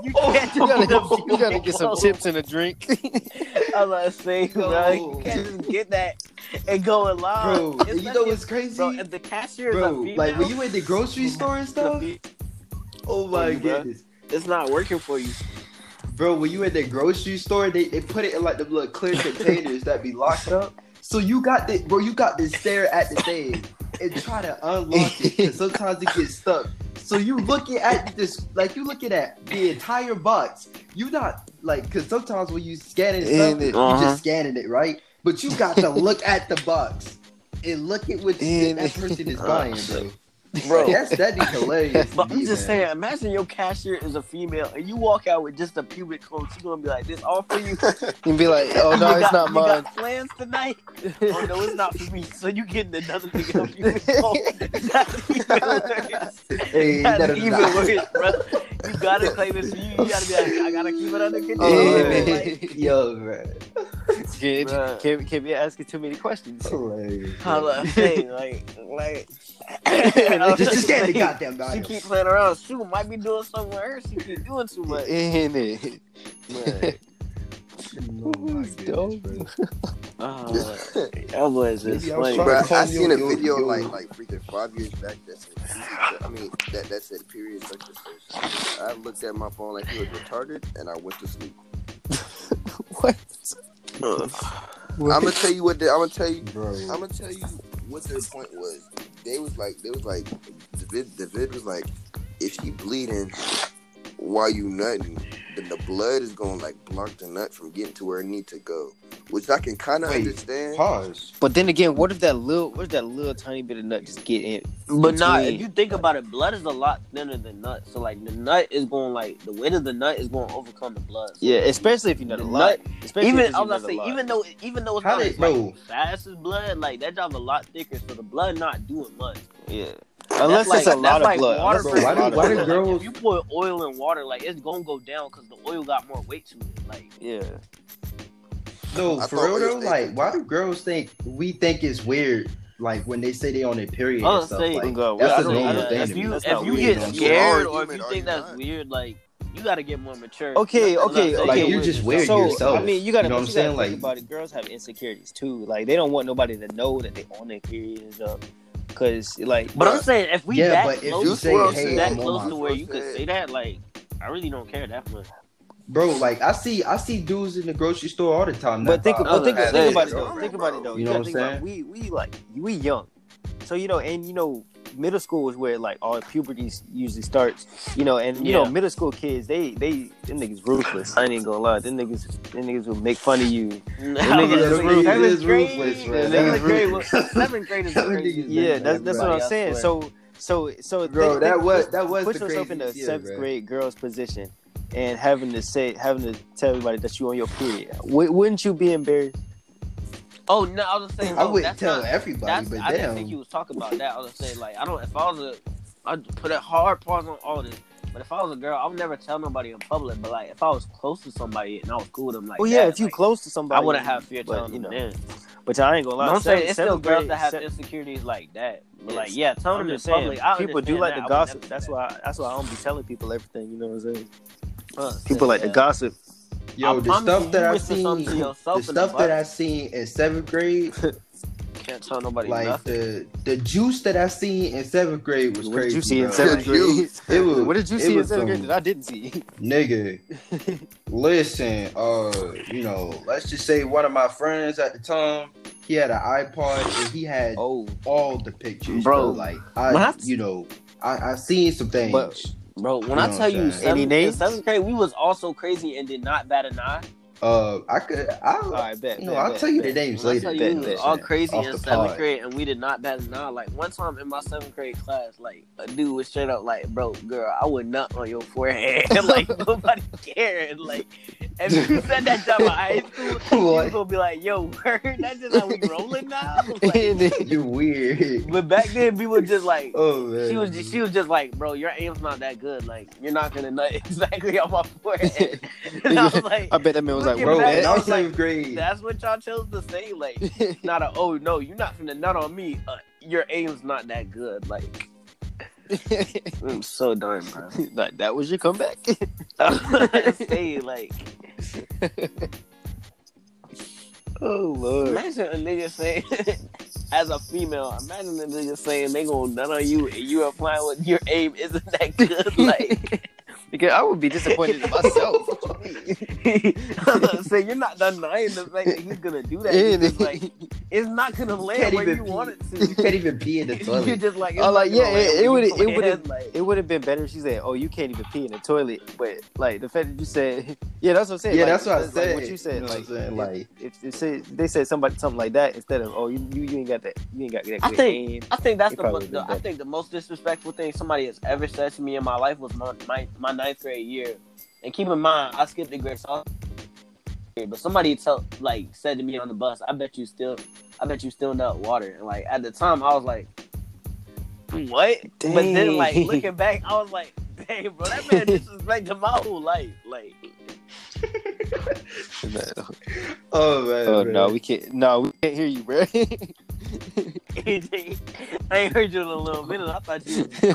D: You
C: Oh,
D: can't
A: You gotta,
D: just get a
A: you gotta
D: pubic
A: get some
D: comb.
A: chips and a drink.
D: I was about to say, bro,
C: Yo.
D: you can't just get that and go and lie.
C: bro.
D: It's
C: You know
D: like-
C: what's crazy,
D: bro? If the cashier is a
C: bro?
D: female,
C: Like when you at the grocery store and stuff. Oh my
D: Bro.
C: goodness,
D: it's not working for you.
C: bro. When you at the grocery store, they, they put it in like the little clear containers that be locked up. So you got the bro. You got to stare at the thing and try to unlock it. 'cause sometimes it gets stuck. So you looking at this like you looking at the entire box. You not like cause sometimes when you scanning stuff,
B: And it-
C: you
D: Uh-huh.
C: just scanning it, right? But you got to look at the box and look at what
B: And
C: that
B: it-
C: person is buying, bro.
B: Bro,
C: That's that'd be hilarious.
D: Oh, But
C: to
D: I'm
C: me, man.
D: just saying, imagine your cashier is a female and you walk out with just a pubic coat. She's gonna be like, "This all for you."
A: and be like, oh
D: You
A: no, it's
D: got-
A: not
D: you
A: mine.
D: Got plans tonight? oh no, it's not for me. So you getting another thing of pubic coat? That's even worse.
C: Hey,
D: That's
C: no, no, no,
D: even
C: no.
D: worse, bro. You gotta claim it for you. You gotta be like, "I gotta keep it under control."
C: Oh,
D: uh, Like,
C: Yo, bro.
A: Can't,
D: Bruh.
A: can't, can't be asking too many questions.
C: Hilarious.
D: I'm like, hey, like, like,
C: Just, just get in the goddamn
D: She
C: body.
D: keep playing around. She might be doing something else. She keep doing too much.
A: In it.
D: Man.
C: Oh my
A: Who's dope?
C: goodness,
A: Uh,
D: Oh, that was just
C: Maybe I was trying
D: funny.
B: Bro,
C: Bro,
B: I
C: Tony,
B: seen a
C: yo,
B: video
C: yo.
B: like like freaking five years back. That said, I mean that that said period. Like this first. I looked at my phone like he was retarded, and I went to sleep.
A: What?
B: I'm gonna tell you what. The, I'm gonna tell you.
C: bro.
B: I'm gonna tell you what their point was. They was like they was like the vid, the vid was like if she bleeding while you nutting, then the blood is gonna like block the nut from getting to where it need to go, which I can kind of
C: Wait,
B: understand.
C: Pause.
A: But then again, what if that little, what if that little tiny bit of nut just get in?
D: But nah,
A: between?
D: if you think about it, blood is a lot thinner than nut. So like the nut is going like the weight of the nut is going to overcome the blood. So
A: yeah, especially if you nut a
D: The
A: lot. Especially
D: even
A: if
D: I
A: it's
D: was gonna
A: another
D: say,
A: lot.
D: even though even though it's
C: How
D: not
C: did
D: as like,
C: bro?
D: fast as blood, like that job a lot thicker, so the blood not doing much.
A: yeah, unless
D: That's
A: it's
D: like-
A: a
D: that's
A: lot of
D: like
A: blood.
D: water
A: Unless
C: bro.
A: it's a
C: Why do-
A: lot of
C: why do
A: blood.
C: girls-
D: Like, if you pour oil in water, like it's gonna go down because the oil got more weight to it. Like
A: Yeah,
C: No,
B: I
C: for
B: thought
C: real
B: it
C: though,
B: was
C: like,
B: taken.
C: why do girls think we think it's weird? Like when they say they on their period
D: I
C: and
D: was
C: stuff.
D: saying,
C: Like,
A: God,
C: that's
A: I
C: the
A: don't- I
C: normal
A: don't-
C: thing.
A: that's
C: to
D: if
C: me.
D: you
A: that's
D: if
A: not
D: you
A: weird,
D: get
A: though. You
D: scared
B: are
D: or if
B: human,
D: you
B: are
D: think
B: you
D: that's
B: not?
D: weird, like you got to get more mature.
A: Okay,
D: That's what
A: okay,
D: I'm saying.
A: okay.
C: like you're just weird
A: so
C: yourself.
A: I mean, you gotta,
C: know what I'm
A: you gotta
C: saying?
A: think
C: Like,
A: about it. Girls have insecurities too. Like they don't want nobody to know that they on their period and stuff. Cause like,
D: But I'm saying if we
C: yeah,
D: that
C: but if
D: close,
C: you
B: Juice
C: say,
B: WRLD
C: hey,
B: said-
D: that
C: I'm on
D: close
C: my
D: to where you could
B: said-
D: say that, like I really don't care that much.
C: bro, like I see, I see dudes in the grocery store all the time.
A: But think,
C: about.
A: but think,
D: Other
A: think about it
B: than
A: though.
B: that,
A: Think about it though.
C: You know
A: gotta
C: what I'm
A: think about it. We we like we young, so you know, and you know, middle school is where like all puberty s- usually starts. You know, and you know,
D: Yeah.
A: middle school kids, they they them niggas ruthless. I ain't gonna lie, them niggas them niggas will make fun of you.
D: I
A: niggas
D: was like,
A: is ruthless.
D: seventh
C: Is
D: grade-
C: ruthless, man.
D: seventh
A: That is
D: grade
C: ruthless.
D: was- Seventh grade is
C: That nigga's
D: crazy.
C: been
A: Yeah, that's that's what I'm
D: Everybody, I
A: saying.
D: swear.
A: So so so
C: Bro,
A: think-
C: that
A: think-
C: was- that was
A: put
C: the
A: yourself in the
C: craziest year,
A: seventh
C: bro.
A: grade girl's position and having to say having to tell everybody that you on your period. W- wouldn't you be embarrassed?
D: Oh no, I was saying
C: I
D: no,
C: wouldn't
D: that's
C: tell
D: not-
C: everybody,
D: that's-
C: but
D: I
C: damn.
D: didn't think you was talking about that. I was saying like I don't. If I was a, I'd put a hard pause on all this. But if I was a girl, I would never tell nobody in public. But like if I was close to somebody and I was cool with them, like
A: well, yeah,
D: that,
A: if you
D: like,
A: close to somebody,
D: I wouldn't have fear
A: but,
D: telling
A: you
D: them
A: know.
D: then.
A: But I ain't gonna lie.
D: No, I'm saying
A: seventh-
D: it's still
A: seventh
D: girls
A: grade-
D: that have
A: se-
D: insecurities like that. But
A: Yes.
D: like, yeah, tell them
A: I'm
D: in
A: just saying,
D: public. I
A: people do
D: understand
A: like
D: that.
A: to
D: I would
A: gossip.
D: never do
A: That's
D: that.
A: why. I, that's why I don't be telling people everything. You know what I'm saying?
D: Huh,
A: People like to
D: yeah.
A: gossip.
C: Yo,
D: I
C: the
D: promise you,
C: stuff
D: you
C: that I
D: whisper
C: seen,
D: something to
C: the
D: yourself in the
C: stuff that
D: bus.
C: I seen in seventh grade,
D: Can't tell nobody
C: like
D: nothing.
C: the the juice that I seen in seventh grade was
A: What
C: crazy.
A: did you see in
C: bro.
A: seventh grade?
C: It was,
A: What did you
C: it
A: see in
C: was
A: seventh grade
C: some-
A: that I didn't see?
C: nigga? Listen, uh, you know, let's just say one of my friends at the time, he had an iPod and he had
A: Oh,
C: all the pictures,
D: Bro.
C: bro. Like I,
D: When I-
C: you know, I I seen some things.
A: But-
D: Bro, when
C: You
D: I
C: know
D: tell
C: what I'm
A: Any
C: saying?
D: you seventh, in
A: names?
D: seventh grade, we was also crazy and did not bat an eye.
C: Uh, I could. I'll,
A: All right, bet.
C: no,
A: bet,
C: I'll
A: bet,
C: tell you the
A: bet.
C: names
D: When I
C: later.
D: tell
A: bet,
D: you, it was
A: bet,
D: all
A: bet.
D: crazy
C: Off
D: in
C: the
D: seventh
C: pod.
D: grade, and we did not bat an eye. Like one time in my seventh grade class, like a dude was straight up like, "Bro, girl, I would nut on your forehead." like nobody cared. Like if you said that to my high school,
C: What?
D: people would be like, "Yo, word, that's just how we rolling now." Like,
C: You're weird.
D: but back then, people were just like.
C: Oh man.
D: She was just, she was just like, bro, your aim's not that good. Like, you're not gonna nut exactly on my forehead. and I was like,
A: I bet that man was like,
D: Looking
C: bro.
D: back,
C: That
D: I
C: was
D: was like,
C: seventh grade.
D: that's what y'all chose to say. Like, not a oh no, you're not finna nut on me. Uh, your aim's not that good. Like I'm so done, bro.
A: like that was your comeback.
D: Stay like
A: oh lord.
D: imagine a nigga saying as a female, imagine a nigga saying they gonna nut on you and you applying what your aim isn't that good. Like
A: Because I would be disappointed in myself.
C: Oh,
D: so you're not denying the fact that he's gonna do that.
A: Yeah,
D: You're just like it's not gonna land
C: Can't
D: where
C: even
D: you
C: be-
D: want it
C: you
D: to.
C: can't even be in the
D: You're
C: toilet.
D: just like, it's
A: I'm Oh, like,
D: not gonna
A: yeah,
D: land
A: it- it
D: where
A: would've-
D: you
A: it
D: planned,
A: would've-
D: like-
A: It would have been better if she said, "Oh, you can't even pee in the toilet." But like the fact that you said, "Yeah, that's what I'm saying."
C: yeah,
A: Like,
C: that's what I
A: like,
C: said.
A: what you said, like,
C: know what I'm saying? Like,
A: if, if say, they said somebody something like that instead of, "Oh, you you, you ain't got that, you ain't got that."
D: I
A: good
D: think-
A: aim."
D: I think that's
A: It
D: the,
A: probably
D: mo-
A: would've been
D: the I
A: better.
D: think the most disrespectful thing somebody has ever said to me in my life was my my, my ninth grade year. And keep in mind, I skipped the grade, so I was- but somebody tell like said to me on the bus, "I bet you still, I bet you still nut water." And like at the time, I was like, "What?" But then like
A: Dang.
D: looking back, I was like, "Dang, bro, that man disrespected my whole life." Like,
C: oh man.
A: Oh
C: bro.
A: no, we can't. No, we can't hear you, bro.
D: I ain't heard you in a little minute. I thought you was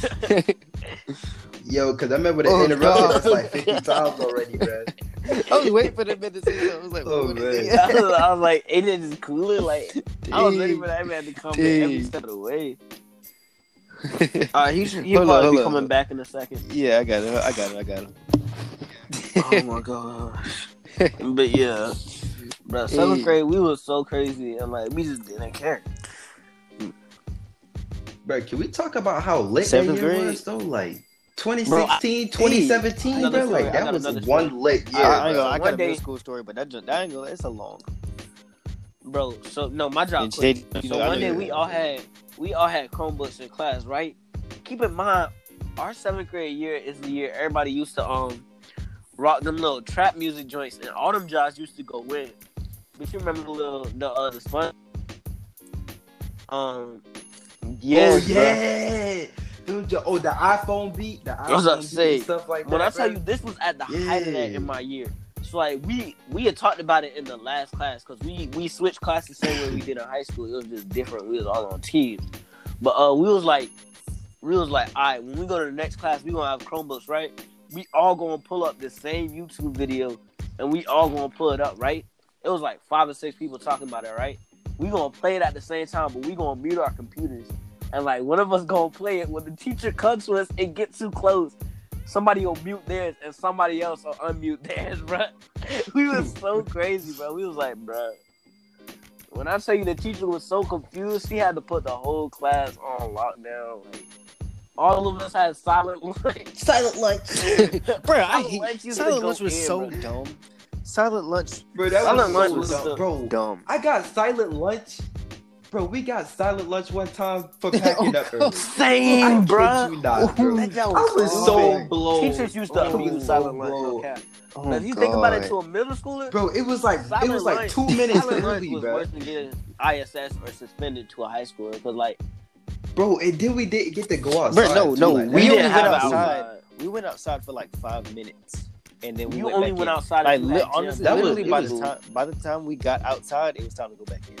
D: cool.
C: Yo, because I remember the
A: Oh,
C: interruption
A: God.
C: was like 50 times already, bro.
A: I was waiting for the man to say something. I was like,
C: Oh,
A: what
C: man.
A: is
D: I
A: it?
D: was, I was like, "Ain't it just cooler?" Like. I was ready for
A: Dang.
D: that man to come in every
A: Dang.
D: step of the way. All right, he's he'll
A: Hold on,
D: probably
A: hold
D: be
A: on.
D: coming back in a second.
A: Yeah, I got it. I got it. I got
D: oh
C: Um,
A: it.
D: my gosh. But yeah, bro, seventh
A: Hey.
D: grade we was so crazy and like we just didn't care.
C: Bro, can we talk about how lit
A: Seventh
C: that year
A: grade.
C: was, though? Like, 2016, 2017,
D: another
C: bro?
D: story, I
C: Like, that
D: got
C: was
D: another
C: one lit year. Oh,
A: I, I ain't
C: bro.
A: gonna, I
D: One
A: got a
D: day-
A: middle school story, but that, ju- that ain't gonna, it's a long.
D: Bro, so no, my job.
A: It's-
D: quick.
A: they- you
D: So
A: know, I
D: one
A: know
D: day
A: you
D: we
A: know.
D: all had we all had Chromebooks in class, right? Keep in mind, our seventh grade year is the year everybody used to um rock them little trap music joints, and all them jobs used to go in. But you remember the little the uh the fun um yeah
C: oh, yeah. Dude, the- oh, the iPhone beat, the
D: was about
C: iPhone
D: to
C: beat
D: say,
C: and stuff like that.
D: When I tell
C: bro.
D: you this was at the height of that
C: Yeah.
D: in my year. So like we we had talked about it in the last class because we we switched classes same way we did in high school. It was just different. We was all on teams. But uh we was like we was like, all right, when we go to the next class, we gonna have Chromebooks, right? We all gonna pull up the same YouTube video and we all gonna pull it up, right? It was like five or six people talking about it, right? We gonna play it at the same time, but we gonna mute our computers. And like one of us gonna play it when the teacher comes to us and get too close. Somebody will mute theirs and somebody else will unmute theirs, bruh. We was so crazy, bro. We was like, bruh. When I tell you the teacher was so confused, she had to put the whole class on lockdown. Like all of us had silent lunch.
A: Silent lunch, bro. I
D: Silent lunch used
A: hate
D: to
A: silent
D: go
A: lunch was
D: in,
A: so
D: bro.
A: dumb. Silent lunch,
C: bro, that
D: Silent
C: was,
D: lunch
C: so
D: was
C: dumb,
D: the-
C: bro.
A: dumb.
C: I got silent lunch. Bro, we got silent lunch one time
A: Oh,
C: for packing up early.
D: Same,
C: I
D: bruh.
C: kid you not, bro.
A: That job
C: I was Oh,
A: hard.
C: so blown.
D: Teachers used to
C: I was so
D: abuse silent lunch.
C: blown.
D: Okay.
A: Oh,
D: Now, if you think about it
A: God.
D: to a middle schooler,
C: Bro, it was like it
D: Silent
C: was like
D: lunch-
C: two minutes
D: silent lunch
C: early,
D: was
C: bro.
D: worse than getting ISS or suspended to a high schooler because, like,
C: Bro, and then we didn't get to go
A: Bro,
C: outside.
A: no,
C: too,
A: no,
C: like,
A: we only
C: that.
A: went
D: didn't have
A: outside. we went outside for like five minutes, and then we
D: You
A: went
D: only
A: back
D: went
A: in.
D: outside.
A: Like
D: if you
A: li-
D: had gym.
A: honestly,
C: That was-
A: literally
C: it
A: by
C: was-
A: the time by the time we got outside, it was time to go back in.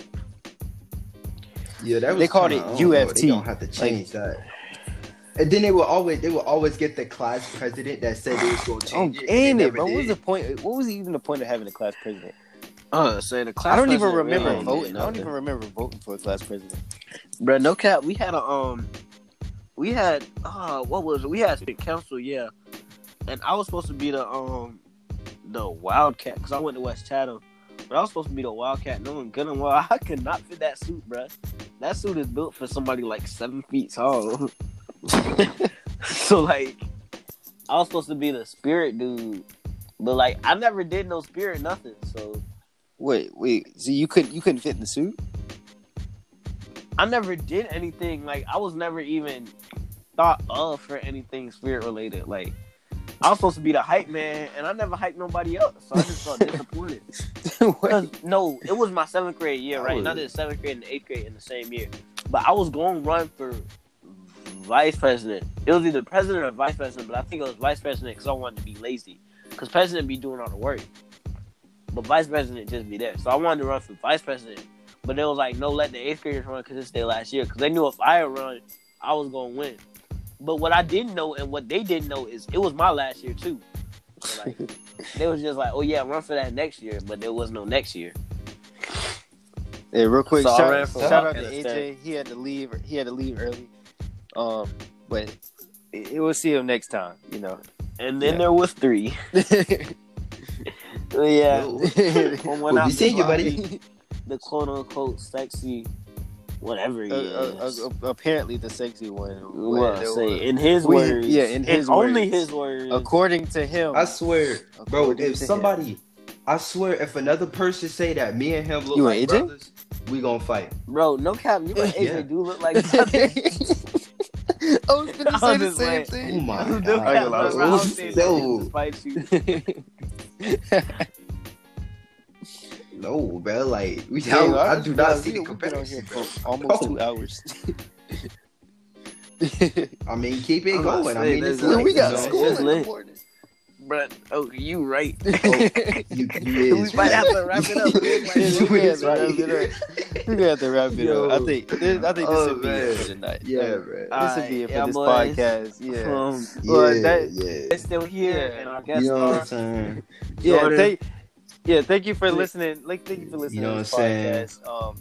C: Yeah, that was
A: They called
C: kinda-
A: it
C: I don't know,
A: UFT.
C: They don't have to change that. And then they will always they will always get the class president that said they was gonna
A: Oh,
C: change it.
A: in
C: and they
A: it, but
C: never
A: what was the
C: did.
A: point? What was even the point of having a class president?
D: Uh, say the class.
A: I don't even
D: president really
A: remember
D: ain't did
A: voting. I don't
D: nothing.
A: even remember voting for a class president.
D: Bro, no cap. We had a um, we had uh, what was it? We had student council, yeah. And I was supposed to be the um, the wildcat because I went to West Chatham, but I was supposed to be the wildcat. Knowing good and well, I could not fit that suit, bro. That suit is built for somebody like seven feet tall. so like, I was supposed to be the spirit dude, But like I never did no spirit nothing, so
A: Wait, wait. So you couldn't you couldn't fit in the suit?
D: I never did anything. Like I was never even thought of for anything spirit related. Like I was supposed to be the hype man, and I never hyped nobody up, so I just felt disappointed.
A: Wait.
D: 'Cause, no, it was my seventh grade year, right?
C: Oh.
D: Not in seventh grade and eighth grade in the same year, but I was going to run for vice president. It was either president or vice president, but I think it was vice president because I wanted to be lazy, because president be doing all the work, but vice president just be there. So I wanted to run for vice president, but it was like no, let the eighth graders run because it's their last year, because they knew if I run, I was gonna win. But what I didn't know and what they didn't know is it was my last year too. So, like, they was just like, oh yeah, run for that next year, but there was no next year.
A: Hey, real quick,
D: So I
A: shout,
D: ran for
A: shout
D: walk
A: out to
D: instead.
A: AJ. He had to leave. He had to leave early. Um, but it, it- we'll see him next time. You know.
D: And then
A: Yeah.
D: there was three. yeah. When
C: We'll be seeing you, buddy.
D: The quote unquote sexy, whatever. He
A: Uh, uh,
D: is.
A: uh, apparently, the sexy one.
D: Well,
A: Well,
D: say, in his
A: we-
D: words.
A: yeah, in his
D: only
A: words.
D: his words.
A: according to him,
C: I swear, bro.
A: According
C: If
A: to him.
C: somebody, I swear, if another person say that me and him look
A: You an
C: like
A: agent?
C: brothers, we gonna fight.
D: Bro, no cap. You and AJ
C: Yeah.
D: do look
A: I
D: like.
A: was gonna say the
D: just
A: same
D: like-
C: Oh
A: thing.
C: my
D: No
C: god.
D: cap,
A: I ain't gonna lie,
D: bro, I
A: it
D: don't
A: was
D: think that
C: so-
D: niggas fight you.
C: No, bro. Like we,
A: Yeah,
C: I, I
A: just
C: do not
A: realized
C: see
A: we-
C: the
A: we've been on here
C: comparison. bro.
A: for almost
C: No.
A: two
D: Oh.
A: hours.
C: I mean, keep it
D: I'm not
C: going. I
D: saying
C: mean, it's
D: that-
C: like,
A: we got
C: you know,
A: school
C: it's
A: in
D: lit.
A: the morning.
D: Bro, oh, you right.
C: You, you
D: we
C: is
D: might have
C: right.
D: to wrap it up.
C: You
A: We
C: is
A: gotta wrap
C: right.
A: it We're gonna have to wrap it
C: Yo.
A: up. I think this, I think this
C: Oh,
A: would be
C: man.
A: it for tonight.
C: Yeah, bro.
D: Uh,
A: this would be it for
D: Alright,
A: this
D: yeah, boys.
A: podcast. Yeah.
D: Um,
A: Well,
C: yeah,
A: that-
C: yeah.
D: they're still here,
A: Yeah.
D: and our guest
C: You know what I'm
D: star.
C: saying?
A: yeah,
D: Jordan.
A: thank, yeah, thank you for listening. Like, thank you for listening
C: You know
A: to this
C: what I'm
A: podcast. Um,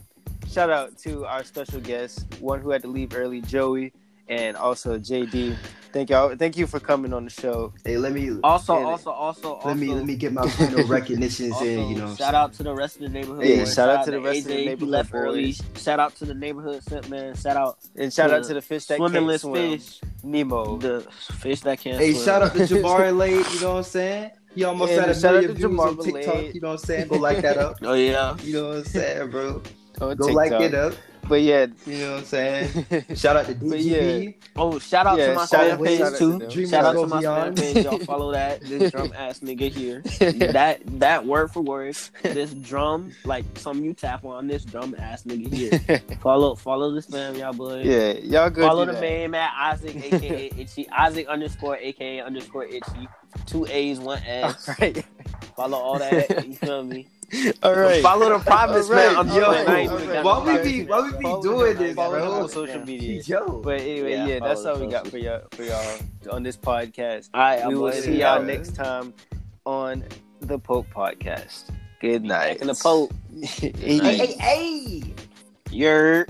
A: shout out to our special guest, one who had to leave early, Joey, and also JD. Thank y'all. Thank you for coming on the show.
C: Hey, let me let
D: Also,
A: Yeah.
D: also, also, also,
C: me let me get my final recognitions
D: also,
C: in. You know, what
D: shout
C: I'm
D: out to the rest of the neighborhood.
A: Yeah,
D: boys.
A: shout out to the rest of the
D: AJ, he
A: neighborhood
D: left early.
A: boys.
D: Shout out to the neighborhood scent man. Shout out
A: And shout out
D: Yeah.
A: to the fish that can't
D: swimmingless
A: swim,
D: fish,
A: Nemo.
D: the fish that can't.
C: Hey,
D: swim.
C: shout out to Jabari Late, you know what I'm saying? He almost
A: Yeah,
C: had a
A: shout out
C: million
A: to
C: views on
A: Jabari
C: TikTok,
A: Late.
C: you know what I'm saying? Go like that up.
D: Oh yeah.
C: You know what I'm saying, bro?
A: on
C: Go like
A: TikTok.
C: it up.
A: Oh, But yeah,
C: You know what I'm saying? Shout out to DGB.
D: Oh, shout out
A: Yeah,
D: to my
A: shout
D: fan
A: out-
D: page
A: shout out to
D: too.
A: them.
C: Dreamers
D: Shout out
C: go
D: to my fan
C: beyond.
D: page. Y'all follow that. This drum ass nigga here. That that word for word. This drum like something you tap on. This drum ass nigga here. Follow follow this fam, y'all boys.
A: yeah, y'all good.
D: Follow the man at Isaac, aka Itchy. Isaac underscore aka underscore Itchy. Two A's, one
A: All
D: S.
A: right,
D: Follow all that. You feel me?
A: all right.
D: Follow the promise
A: All
D: man.
A: right,
D: I'm
A: yo,
D: doing. I ain't
A: all
D: even
A: right.
D: got
A: Why
D: no
A: we be-
D: promise,
C: why we
D: man.
C: be
D: Follow
C: doing
D: them,
C: this,
A: Follow
D: follow
C: bro?
A: him
D: them.
A: on social media.
C: Yo.
A: But anyway,
D: Yeah,
A: yeah, that's
D: follow
A: all we
D: us
A: got
D: on
A: for y'all for y'all on this podcast.
D: All right,
A: we will see
C: yeah.
A: y'all next time on the Pope Podcast. Good night.
D: in the Pope.
A: Hey,
C: hey.
D: You're.